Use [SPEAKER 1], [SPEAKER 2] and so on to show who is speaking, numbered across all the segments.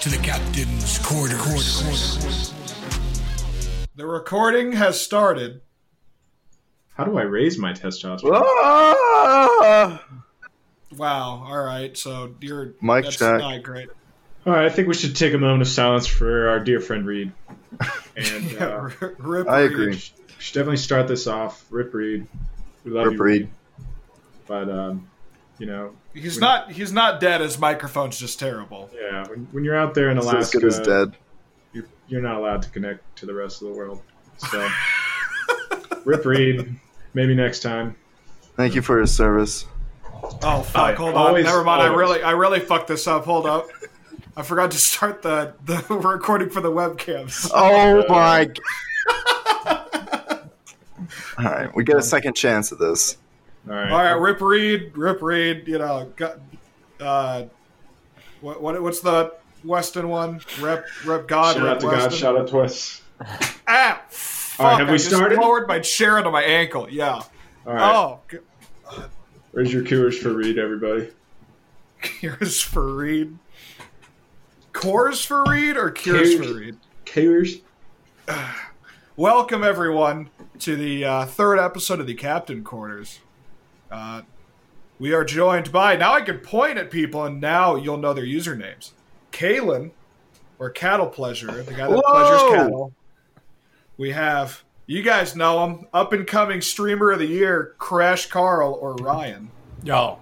[SPEAKER 1] to the captain's quarters.
[SPEAKER 2] The recording has started.
[SPEAKER 3] How do I raise my testosterone?
[SPEAKER 4] Ah!
[SPEAKER 2] Wow. All right. So you're
[SPEAKER 4] Mic
[SPEAKER 2] that's
[SPEAKER 4] check.
[SPEAKER 2] Not great.
[SPEAKER 3] All right, I think we should take a moment of silence for our dear friend Reed. And
[SPEAKER 2] Yeah,
[SPEAKER 3] uh,
[SPEAKER 2] r- rip
[SPEAKER 4] I
[SPEAKER 2] Reed.
[SPEAKER 4] agree.
[SPEAKER 3] we should definitely start this off. Rip Reed. We love
[SPEAKER 4] Rip
[SPEAKER 3] you,
[SPEAKER 4] Reed.
[SPEAKER 3] But, um, you know,
[SPEAKER 2] He's not. He's not dead. His microphone's just terrible.
[SPEAKER 3] yeah, when, when you're out there in
[SPEAKER 4] It's
[SPEAKER 3] Alaska,
[SPEAKER 4] as good as dead.
[SPEAKER 3] You're, you're not allowed to connect to the rest of the world. So, Rip Reed. Maybe next time.
[SPEAKER 4] Thank you for your service.
[SPEAKER 2] Oh
[SPEAKER 3] I
[SPEAKER 2] fuck! Hold
[SPEAKER 3] always-
[SPEAKER 2] on. Never mind. I
[SPEAKER 3] always.
[SPEAKER 2] really, I really fucked this up. Hold up. I forgot to start the the recording for the webcams.
[SPEAKER 4] Oh my! g- All right, we get a second chance at this.
[SPEAKER 3] All right.
[SPEAKER 2] All right, Rip Reed, Rip Reed. You know, got, uh, what, what what's the Weston one? Rip, Rip God.
[SPEAKER 3] Shout
[SPEAKER 2] Rip
[SPEAKER 3] out to
[SPEAKER 2] Weston.
[SPEAKER 3] God. Shout out to us.
[SPEAKER 2] Ah,
[SPEAKER 3] All right, have
[SPEAKER 2] fuck,
[SPEAKER 3] we
[SPEAKER 2] I just
[SPEAKER 3] started?
[SPEAKER 2] Lowered my chair into my ankle. Yeah.
[SPEAKER 3] All right.
[SPEAKER 2] Oh, g-
[SPEAKER 3] Raise your coors for Reed, everybody.
[SPEAKER 2] cures for Reed. Cores for Reed or cures
[SPEAKER 3] Cures.
[SPEAKER 2] for Reed?
[SPEAKER 3] Coors.
[SPEAKER 2] Welcome everyone to the uh, third episode of the Captain Quarters. Uh, we are joined by now I can point at people and now you'll know their usernames. Kalen, or Cattle Pleasure, the guy that
[SPEAKER 4] Whoa!
[SPEAKER 2] pleasures cattle. We have you guys know him, up and coming streamer of the year, Crash Carl or Ryan.
[SPEAKER 1] Yo,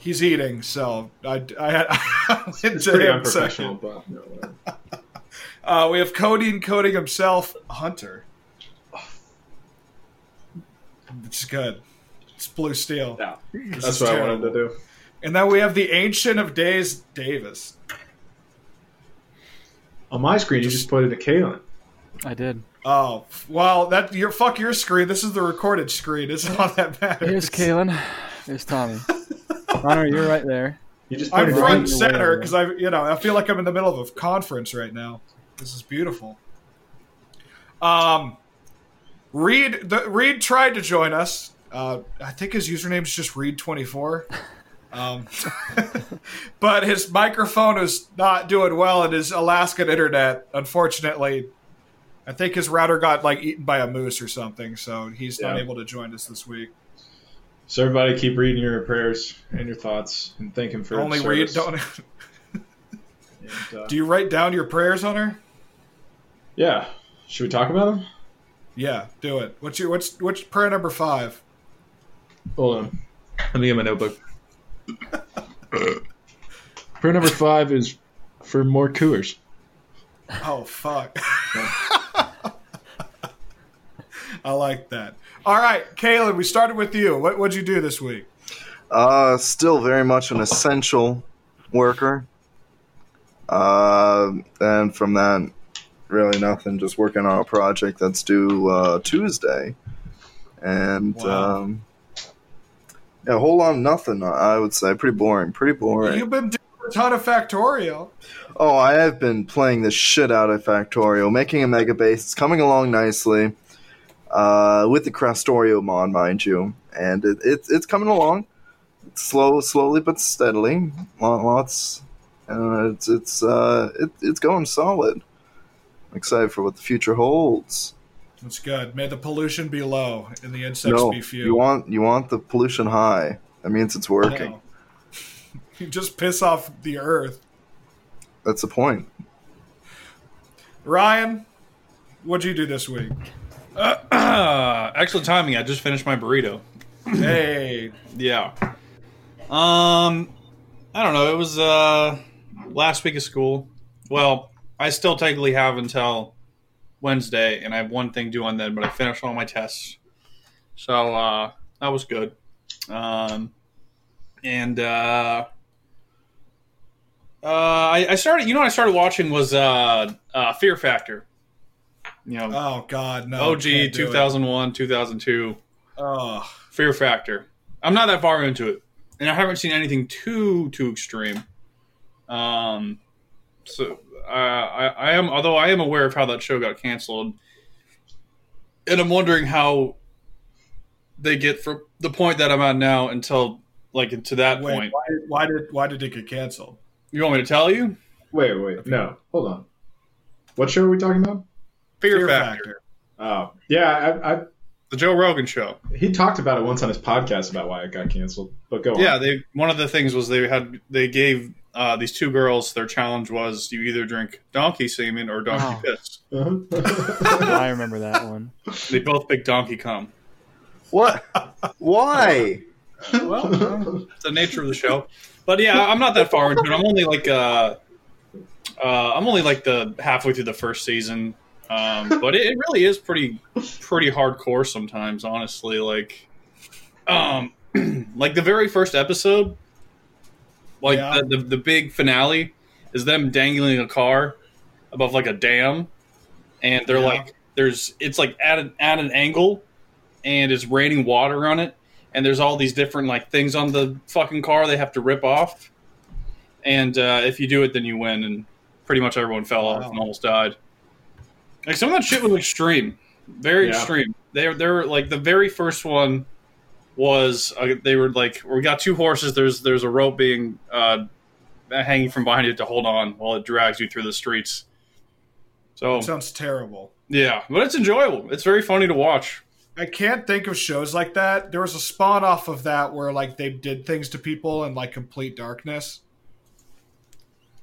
[SPEAKER 2] He's eating, so I I had I went
[SPEAKER 3] It's
[SPEAKER 2] to
[SPEAKER 3] pretty
[SPEAKER 2] him
[SPEAKER 3] unprofessional,
[SPEAKER 2] second.
[SPEAKER 3] but no, whatever.
[SPEAKER 2] Uh, we have Codeine coding himself, Hunter. It's good. It's blue steel.
[SPEAKER 3] No.
[SPEAKER 2] This
[SPEAKER 3] That's
[SPEAKER 2] is
[SPEAKER 3] what I
[SPEAKER 2] terrible.
[SPEAKER 3] wanted to do.
[SPEAKER 2] And then we have the Ancient of Days, Davis.
[SPEAKER 3] On my screen, you just put it to Kalen.
[SPEAKER 5] I did.
[SPEAKER 2] Oh well, that your fuck your screen. This is the recorded screen. It's all that matters.
[SPEAKER 5] Here's Kalen. There's Tommy. Honor, you're right there.
[SPEAKER 3] You just put
[SPEAKER 2] I'm
[SPEAKER 3] it
[SPEAKER 2] front
[SPEAKER 3] right.
[SPEAKER 2] and center because I, you know, I feel like I'm in the middle of a conference right now. This is beautiful. Um, Reed, the, Reed tried to join us. Uh, I think his username is just Reed24. Um, but his microphone is not doing well, and his Alaskan internet, unfortunately, I think his router got like eaten by a moose or something, so he's not
[SPEAKER 3] Yeah.
[SPEAKER 2] able to join us this week.
[SPEAKER 3] So everybody, keep reading your prayers and your thoughts, and thank him for
[SPEAKER 2] Only
[SPEAKER 3] his
[SPEAKER 2] Reed,
[SPEAKER 3] service.
[SPEAKER 2] don't.
[SPEAKER 3] And, uh,
[SPEAKER 2] Do you write down your prayers on her?
[SPEAKER 3] yeah. Should we talk about him?
[SPEAKER 2] Yeah, do it. What's your what's what's prayer number five?
[SPEAKER 3] Hold on. Let me get my notebook. Prayer number five is for more coors.
[SPEAKER 2] Oh fuck. I like that. All right, Caleb, we started with you. What what'd you do this week?
[SPEAKER 4] Uh, still very much an essential worker. Uh, and from that, really nothing. Just working on a project that's due uh, Tuesday, and
[SPEAKER 2] Wow.
[SPEAKER 4] um, yeah, a whole lot of nothing. I would say pretty boring. Pretty boring.
[SPEAKER 2] You've been doing a ton of factorial.
[SPEAKER 4] Oh, I have been playing the shit out of Factorio, making a mega base. It's coming along nicely, uh, with the Crastorio mod, mind you, and it, it's it's coming along, it's slow, slowly but steadily. Lo- Lots, uh, it's it's uh, it, it's going solid. I'm excited for what the future holds.
[SPEAKER 2] That's good. May the pollution be low and the insects
[SPEAKER 4] no,
[SPEAKER 2] be few.
[SPEAKER 4] you want you want the pollution high. That means it's
[SPEAKER 2] No.
[SPEAKER 4] working.
[SPEAKER 2] you just piss off the earth.
[SPEAKER 4] That's the point.
[SPEAKER 2] Ryan, what'd you do this week?
[SPEAKER 6] Uh, excellent timing. I just finished my burrito.
[SPEAKER 2] hey.
[SPEAKER 6] Yeah. Um, I don't know. It was uh last week of school. Well, I still technically have until Wednesday, and I have one thing due on then. But I finished all my tests, so uh, that was good. Um, and uh, uh, I, I started. You know, what I started watching was uh, uh Fear Factor. You know,
[SPEAKER 2] Oh god, no.
[SPEAKER 6] OG
[SPEAKER 2] can't do it.
[SPEAKER 6] 2001, 2002.
[SPEAKER 2] Oh.
[SPEAKER 6] Fear Factor. I'm not that far into it, and I haven't seen anything too too extreme. Um, so uh, I I am although I am aware of how that show got canceled, and I'm wondering how they get from the point that I'm at now until like to that
[SPEAKER 2] Wait,
[SPEAKER 6] point.
[SPEAKER 2] why, why did why did it get canceled?
[SPEAKER 6] You want me to tell you?
[SPEAKER 3] Wait, wait, no, hold on. What show are we talking about?
[SPEAKER 6] Fear, Factor.
[SPEAKER 3] Oh, yeah, I, I,
[SPEAKER 6] the Joe Rogan show.
[SPEAKER 3] he talked about it once on his podcast about why it got canceled. But go on.
[SPEAKER 6] Yeah, they one of the things was they had they gave uh, these two girls their challenge was you either drink donkey semen or donkey
[SPEAKER 5] Oh.
[SPEAKER 6] piss.
[SPEAKER 3] Uh-huh.
[SPEAKER 5] I remember that one.
[SPEAKER 6] They both picked donkey cum.
[SPEAKER 4] What? Why?
[SPEAKER 6] Well, it's the nature of the show. But yeah, I'm not that far into it. I'm only like uh, uh, I'm only like the halfway through the first season. Um, but it, it really is pretty pretty hardcore sometimes, honestly. Like, um, like the very first episode, like
[SPEAKER 2] Yeah.
[SPEAKER 6] the, the the big finale is them dangling a car above like a dam, and they're
[SPEAKER 2] Yeah.
[SPEAKER 6] like there's it's like at an, at an angle, and it's raining water on it, and there's all these different like things on the fucking car they have to rip off, and uh, if you do it, then you win, and pretty much everyone fell off
[SPEAKER 2] Wow.
[SPEAKER 6] and almost died. Like some of that shit was extreme, very
[SPEAKER 3] Yeah.
[SPEAKER 6] extreme. They they were like the very first one was uh, they were like we got two horses. There's there's a rope being uh, hanging from behind it to hold on while it drags you through the streets. So
[SPEAKER 2] Sounds terrible.
[SPEAKER 6] yeah, but it's enjoyable. It's very funny to watch.
[SPEAKER 2] I can't think of shows like that. There was a spawn off of that where like they did things to people in like complete darkness.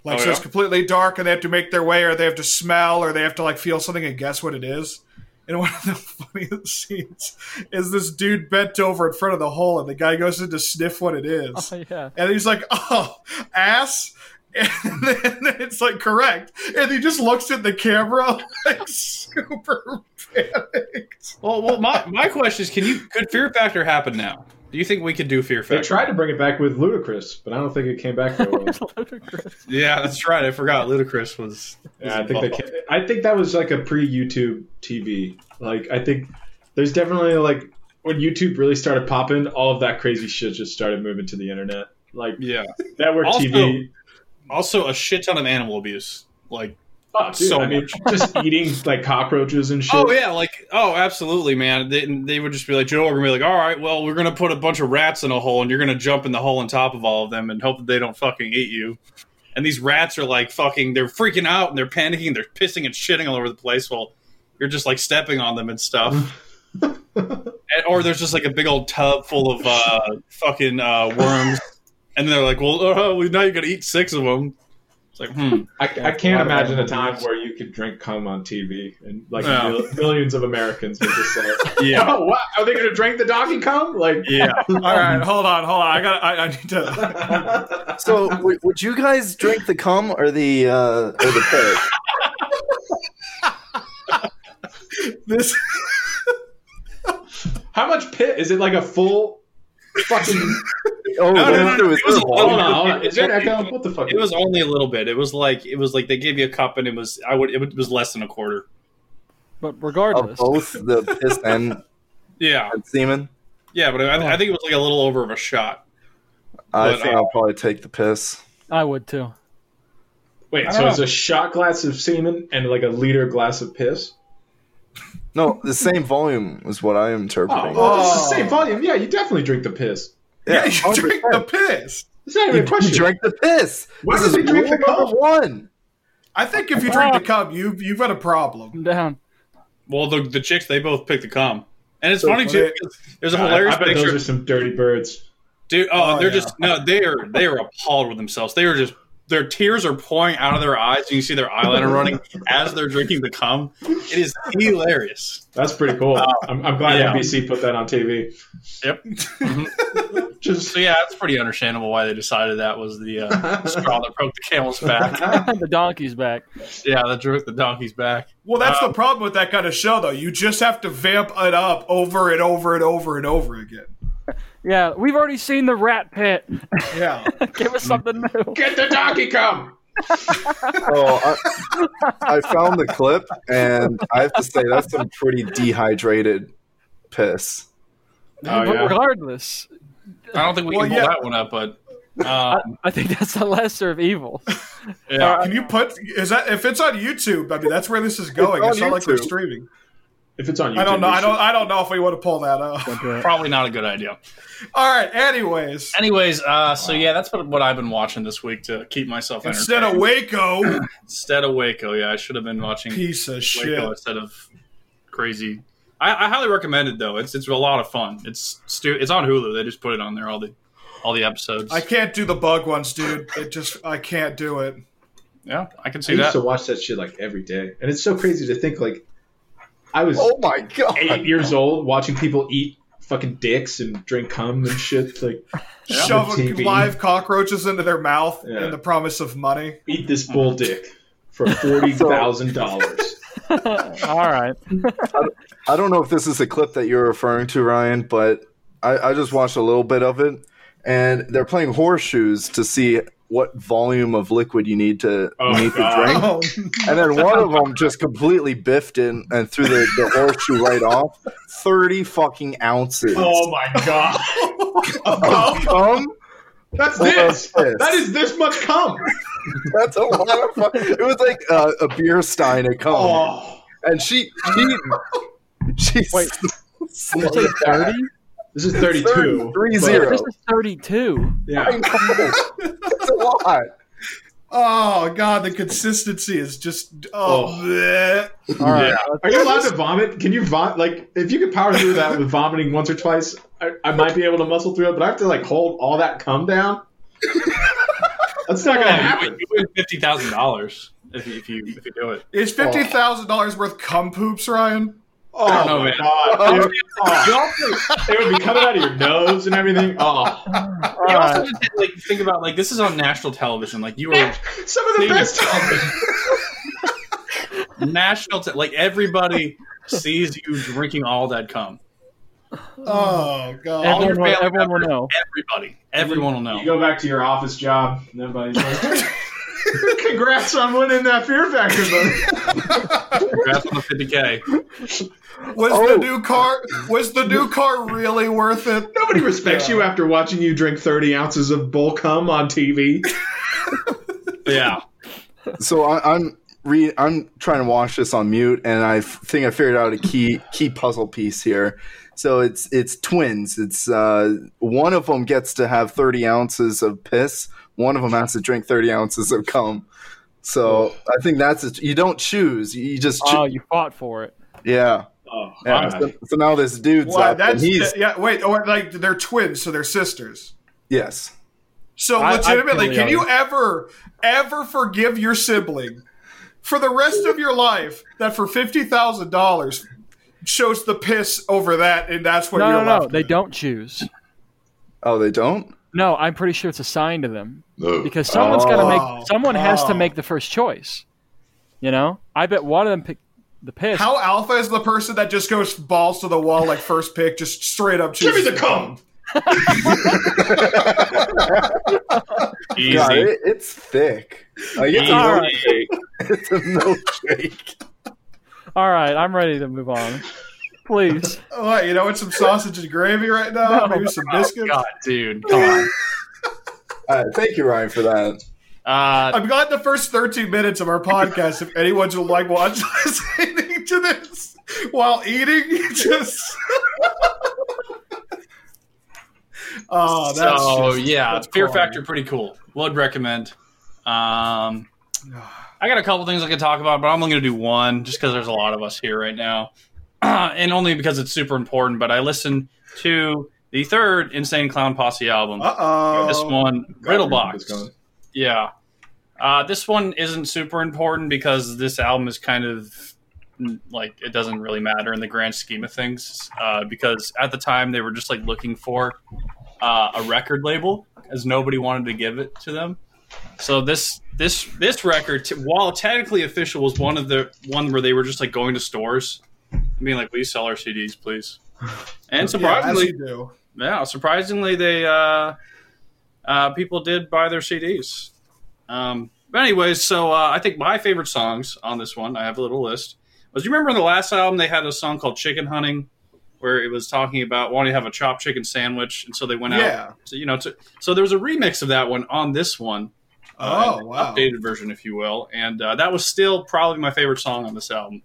[SPEAKER 2] Like
[SPEAKER 6] Oh,
[SPEAKER 2] so it's
[SPEAKER 6] yeah?
[SPEAKER 2] completely dark and they have to make their way or they have to smell or they have to like feel something and guess what it is. And one of the funniest scenes is this dude bent over in front of the hole and the guy goes in to sniff what it is.
[SPEAKER 5] Oh yeah.
[SPEAKER 2] And he's like, oh, ass. And then it's like correct. And he just looks at the camera like super panicked.
[SPEAKER 6] Well, well, my my question is, can you could Fear Factor happen now? Do you think we could do Fear
[SPEAKER 3] they
[SPEAKER 6] Factor?
[SPEAKER 3] tried to bring it back with Ludacris, but I don't think it came back very well.
[SPEAKER 6] Yeah, that's right. I forgot. Ludacris was.
[SPEAKER 3] Yeah, I think they can, I think that was like a pre YouTube TV. Like I think there's definitely like when YouTube really started popping, all of that crazy shit just started moving to the internet. Like
[SPEAKER 6] Yeah.
[SPEAKER 3] network
[SPEAKER 6] Also-
[SPEAKER 3] TV.
[SPEAKER 6] Also, a shit ton of animal abuse. Like.
[SPEAKER 3] Oh, dude,
[SPEAKER 6] so
[SPEAKER 3] I mean, just eating like cockroaches and shit.
[SPEAKER 6] Oh yeah, like oh, absolutely, man. They, they would just be like Joe Rogan, would be like, all right, well, we're gonna put a bunch of rats in a hole, and you're gonna jump in the hole on top of all of them, and hope that they don't fucking eat you. And these rats are like fucking, they're freaking out and they're panicking, and they're pissing and shitting all over the place while you're just like stepping on them and stuff. and, or there's just like a big old tub full of uh, fucking uh, worms, and they're like, well, uh, we now you gotta eat six of them. It's like, hmm,
[SPEAKER 3] I, I can't
[SPEAKER 5] a lot of
[SPEAKER 3] imagine a
[SPEAKER 5] animal
[SPEAKER 3] time
[SPEAKER 5] abuse.
[SPEAKER 3] where you could drink cum on TV and like
[SPEAKER 6] No.
[SPEAKER 3] mil- millions of Americans would just say,
[SPEAKER 6] yeah.
[SPEAKER 3] "Oh, what? Are they going to drink the donkey cum?" Like,
[SPEAKER 6] Yeah,
[SPEAKER 2] All right, hold on, hold on. I got. I, I need to.
[SPEAKER 4] So, w- would you guys drink the cum or the uh, or the piss?
[SPEAKER 2] This
[SPEAKER 3] how much pit is it? Like a full fucking
[SPEAKER 4] Oh,
[SPEAKER 6] No, no,
[SPEAKER 4] that's
[SPEAKER 6] no,
[SPEAKER 4] through
[SPEAKER 6] no,
[SPEAKER 4] his
[SPEAKER 6] it was a
[SPEAKER 4] ear hole.
[SPEAKER 6] lot.
[SPEAKER 3] Hold on, hold on. Is there an echo? What the fuck?
[SPEAKER 6] It was only a little bit. It was like it was like they gave you a cup and it was I would it was less than a quarter.
[SPEAKER 5] But
[SPEAKER 4] of
[SPEAKER 5] regardless,
[SPEAKER 6] Oh,
[SPEAKER 4] both the piss and,
[SPEAKER 6] Yeah,
[SPEAKER 4] and semen.
[SPEAKER 6] yeah, but I, I think it was like a little over of a shot.
[SPEAKER 4] I
[SPEAKER 6] But,
[SPEAKER 4] think
[SPEAKER 6] uh,
[SPEAKER 4] I'll probably take the piss.
[SPEAKER 5] I would too.
[SPEAKER 3] Wait,
[SPEAKER 6] I
[SPEAKER 3] so
[SPEAKER 6] don't
[SPEAKER 3] it's a shot glass of semen and like a liter glass of piss?
[SPEAKER 4] No, the same volume is what I am
[SPEAKER 3] Oh,
[SPEAKER 4] interpreting.
[SPEAKER 3] well, it's the
[SPEAKER 2] Oh.
[SPEAKER 3] same volume. Yeah, you definitely drink the piss.
[SPEAKER 2] yeah, you drink
[SPEAKER 4] 100%.
[SPEAKER 2] the piss.
[SPEAKER 3] It's not even a
[SPEAKER 4] You
[SPEAKER 3] question.
[SPEAKER 4] drank the piss.
[SPEAKER 3] Why
[SPEAKER 4] this
[SPEAKER 3] did
[SPEAKER 4] is
[SPEAKER 3] they drink
[SPEAKER 4] rule
[SPEAKER 3] the cum?
[SPEAKER 4] number one.
[SPEAKER 2] I think if you drink the cup, you you've got a problem.
[SPEAKER 5] I'm down.
[SPEAKER 6] Well, the the chicks they both picked the cum, and it's
[SPEAKER 4] So
[SPEAKER 6] funny too.
[SPEAKER 2] funny.
[SPEAKER 6] because There's a
[SPEAKER 3] God,
[SPEAKER 6] hilarious
[SPEAKER 3] I bet
[SPEAKER 6] picture.
[SPEAKER 3] those are some dirty birds.
[SPEAKER 6] Dude, oh,
[SPEAKER 2] Oh,
[SPEAKER 6] they're
[SPEAKER 2] yeah.
[SPEAKER 6] just no, they are they are appalled with themselves. They are just their tears are pouring out of their eyes, and you see their eyeliner running as they're drinking the cum. It is hilarious.
[SPEAKER 3] That's pretty cool. I'm, I'm glad
[SPEAKER 6] Yeah.
[SPEAKER 3] NBC put that on TV.
[SPEAKER 6] Yep.
[SPEAKER 3] Just
[SPEAKER 6] So yeah, it's pretty understandable why they decided that was the uh, straw that broke the camel's back.
[SPEAKER 5] the donkey's back.
[SPEAKER 6] Yeah, that jerk the donkey's back.
[SPEAKER 2] Well, that's the problem with that kind of show, though. You just have to vamp it up over and over and over and over again.
[SPEAKER 5] Yeah, we've already seen the rat pit.
[SPEAKER 2] Yeah,
[SPEAKER 5] Give us something new.
[SPEAKER 3] get the donkey cum.
[SPEAKER 4] Oh, I, I found the clip, and I have to say that's some pretty dehydrated piss.
[SPEAKER 3] Oh,
[SPEAKER 5] but
[SPEAKER 3] yeah.
[SPEAKER 5] regardless,
[SPEAKER 6] I don't think we
[SPEAKER 2] Well,
[SPEAKER 6] can pull
[SPEAKER 2] yeah.
[SPEAKER 6] that one up, but um,
[SPEAKER 5] I think that's the lesser of evil.
[SPEAKER 6] yeah.
[SPEAKER 2] can you put is that if it's on YouTube? I mean, that's where this is going.
[SPEAKER 4] Uh, It's on
[SPEAKER 2] It's, not like we're
[SPEAKER 4] YouTube.
[SPEAKER 2] streaming.
[SPEAKER 3] If it's on YouTube,
[SPEAKER 2] I don't know.
[SPEAKER 3] we
[SPEAKER 2] I don't.
[SPEAKER 3] should-
[SPEAKER 2] I don't know if we want to pull that up.
[SPEAKER 5] Don't do it.
[SPEAKER 6] Probably not a good idea.
[SPEAKER 2] All right. Anyways,
[SPEAKER 6] Anyways, uh, so yeah, that's what, what I've been watching this week to keep myself
[SPEAKER 2] instead of
[SPEAKER 6] entertained.
[SPEAKER 2] Waco,
[SPEAKER 6] instead of Waco. Yeah, I should have been watching
[SPEAKER 2] piece of
[SPEAKER 6] Waco
[SPEAKER 2] shit.
[SPEAKER 6] instead of crazy. I, I highly recommend it though. It's it's a lot of fun. It's stu- it's on Hulu. They just put it on there all the all the episodes.
[SPEAKER 2] I can't do the bug ones, dude. It just I can't do it.
[SPEAKER 6] yeah, I can
[SPEAKER 3] I
[SPEAKER 6] see
[SPEAKER 3] used
[SPEAKER 6] that.
[SPEAKER 3] to watch that shit like every day, and it's so crazy to think like I was
[SPEAKER 4] Oh my god!
[SPEAKER 3] eight years old watching people eat fucking dicks and drink cum and shit. Like
[SPEAKER 6] Yeah.
[SPEAKER 2] Shove
[SPEAKER 3] On the TV.
[SPEAKER 2] live cockroaches into their mouth
[SPEAKER 3] Yeah.
[SPEAKER 2] in the promise of money.
[SPEAKER 3] eat this bull dick for forty thousand dollars.
[SPEAKER 5] All right.
[SPEAKER 4] I don't know if this is the clip that you're referring to, Ryan, but I, I just watched a little bit of it, and they're playing horseshoes to see what volume of liquid you need to
[SPEAKER 6] Oh,
[SPEAKER 4] you need
[SPEAKER 6] God.
[SPEAKER 4] to drink.
[SPEAKER 2] Oh,
[SPEAKER 4] And then one of them just completely biffed in and threw the, the horseshoe right off. Thirty fucking ounces.
[SPEAKER 3] Oh
[SPEAKER 6] my god!
[SPEAKER 4] of cum?
[SPEAKER 3] That's
[SPEAKER 4] Oh,
[SPEAKER 3] this.
[SPEAKER 4] that's Oh. this.
[SPEAKER 3] That is this much cum.
[SPEAKER 4] That's a lot of fucking. It was like uh, a beer stein of cum,
[SPEAKER 3] Oh,
[SPEAKER 4] and she she she
[SPEAKER 5] Wait.
[SPEAKER 4] slid
[SPEAKER 5] Say
[SPEAKER 4] it back.
[SPEAKER 5] 30?
[SPEAKER 3] this is thirty-two.
[SPEAKER 4] 30,
[SPEAKER 3] but-
[SPEAKER 4] zero.
[SPEAKER 5] This is 32.
[SPEAKER 4] I
[SPEAKER 3] Yeah,
[SPEAKER 4] know. That's a lot.
[SPEAKER 2] oh god, the consistency is just oh.
[SPEAKER 3] Oh.
[SPEAKER 2] bleh.
[SPEAKER 5] All right.
[SPEAKER 6] Yeah.
[SPEAKER 5] let's-
[SPEAKER 3] are you allowed to vomit? Can you vomit? Like, if you could power through that with vomiting once or twice, I, I might be able to muscle through it. But I have to like hold all that cum down. That's not gonna
[SPEAKER 6] Yeah,
[SPEAKER 3] happen.
[SPEAKER 6] you win fifty thousand dollars if you if you if you do it.
[SPEAKER 2] Is fifty thousand dollars worth cum poops, Ryan?
[SPEAKER 3] Oh
[SPEAKER 6] I don't know,
[SPEAKER 3] my
[SPEAKER 6] man.
[SPEAKER 3] god! It would, oh. It would be coming out of your nose and everything. Oh,
[SPEAKER 5] All
[SPEAKER 6] You also
[SPEAKER 5] right.
[SPEAKER 6] have to like think about like this is on national television. Like you are
[SPEAKER 3] some of the
[SPEAKER 6] Steven.
[SPEAKER 3] best.
[SPEAKER 6] national te- like everybody sees you drinking all that cum.
[SPEAKER 2] Oh god.
[SPEAKER 6] All your
[SPEAKER 5] Everyone, will,
[SPEAKER 6] family
[SPEAKER 5] everyone will
[SPEAKER 6] members.
[SPEAKER 5] know.
[SPEAKER 6] Everybody, everyone will
[SPEAKER 3] You
[SPEAKER 6] know.
[SPEAKER 3] go back to your office job, and everybody's like, "Congrats on winning that Fear Factor!" vote."
[SPEAKER 6] Congrats on the fifty k.
[SPEAKER 2] Was
[SPEAKER 4] Oh.
[SPEAKER 2] the new car was the new car really worth it?
[SPEAKER 3] Nobody respects you after watching you drink thirty ounces of bull cum on TV.
[SPEAKER 6] Yeah,
[SPEAKER 4] So I, I'm re- I'm trying to watch this on mute, and I f- think I figured out a key key puzzle piece here. So it's it's twins. It's uh, one of them gets to have thirty ounces of piss. One of them has to drink thirty ounces of cum. So I think that's it. you don't choose. You just choo-
[SPEAKER 5] Oh, you fought for it.
[SPEAKER 4] yeah.
[SPEAKER 3] Oh,
[SPEAKER 4] yeah.
[SPEAKER 3] God.
[SPEAKER 4] So, so now this dude's
[SPEAKER 2] Wow,
[SPEAKER 4] up, and
[SPEAKER 2] that's
[SPEAKER 4] he's
[SPEAKER 2] yeah. Wait, or like they're twins, so they're sisters.
[SPEAKER 4] yes.
[SPEAKER 2] So
[SPEAKER 5] I- I
[SPEAKER 2] legitimately,
[SPEAKER 5] feel
[SPEAKER 2] can
[SPEAKER 5] you.
[SPEAKER 2] you ever, ever forgive your sibling for the rest of your life that for fifty thousand dollars shows the piss over that, and that's what
[SPEAKER 5] No,
[SPEAKER 2] you're
[SPEAKER 5] no, no.
[SPEAKER 2] left
[SPEAKER 5] They
[SPEAKER 2] with?
[SPEAKER 5] don't choose.
[SPEAKER 4] Oh, they don't.
[SPEAKER 5] No, I'm pretty sure it's assigned to them because someone's
[SPEAKER 4] Oh.
[SPEAKER 5] got to make. Someone has to
[SPEAKER 2] Oh.
[SPEAKER 5] make the first choice. You know, I bet one of them picked the piss.
[SPEAKER 2] How alpha is the person that just goes balls to the wall like first pick, just straight up?
[SPEAKER 3] Give me
[SPEAKER 2] chooses
[SPEAKER 3] the cum.
[SPEAKER 6] easy.
[SPEAKER 4] God, it, it's thick. Like, it's,
[SPEAKER 6] Easy.
[SPEAKER 4] a
[SPEAKER 5] all
[SPEAKER 4] milk,
[SPEAKER 5] right.
[SPEAKER 4] it's a milkshake.
[SPEAKER 5] All right, I'm ready to move on. Please.
[SPEAKER 2] Oh, what, you know, it's some sausage and gravy right now.
[SPEAKER 5] No.
[SPEAKER 2] Maybe some
[SPEAKER 6] Oh,
[SPEAKER 2] biscuits.
[SPEAKER 6] God, dude, come on.
[SPEAKER 4] Uh, thank you, Ryan, for that.
[SPEAKER 6] Uh,
[SPEAKER 2] I'm glad the first 13 minutes of our podcast, if anyone's like watching listening to this while eating, you just. oh, that's
[SPEAKER 6] so
[SPEAKER 2] just-
[SPEAKER 6] yeah,
[SPEAKER 2] that's
[SPEAKER 6] Fear
[SPEAKER 2] corny.
[SPEAKER 6] Factor pretty cool. Would recommend. Um, I got a couple things I could talk about, but I'm only going to do one just because there's a lot of us here right now, and only because it's super important. But I listened to the third Insane Clown Posse album.
[SPEAKER 2] Uh-oh.
[SPEAKER 6] this one, Riddle
[SPEAKER 3] It's
[SPEAKER 6] Box.
[SPEAKER 3] gone.
[SPEAKER 6] Yeah. Uh, this one isn't super important because this album is kind of mm, like it doesn't really matter in the grand scheme of things. Uh, because at the time they were just like looking for uh, a record label, as nobody wanted to give it to them. So this this this record, t- while technically official, was one of the one where they were just like going to stores and being like, "Will you sell our CDs, please?" And surprisingly,
[SPEAKER 2] Yeah, as you do.
[SPEAKER 6] yeah, surprisingly, they uh, uh, people did buy their CDs. Um, but anyways, so uh, I think my favorite songs on this one, I have a little list. Was you remember in the last album they had a song called "Chicken Hunting," where it was talking about wanting to have a chopped chicken sandwich, and so they went out.
[SPEAKER 2] Yeah.
[SPEAKER 6] To, you know, to, so there was a remix of that one on this one. uh,
[SPEAKER 2] Oh,
[SPEAKER 6] an
[SPEAKER 2] wow.
[SPEAKER 6] Updated version, if you will, and uh, that was still probably my favorite song on this album.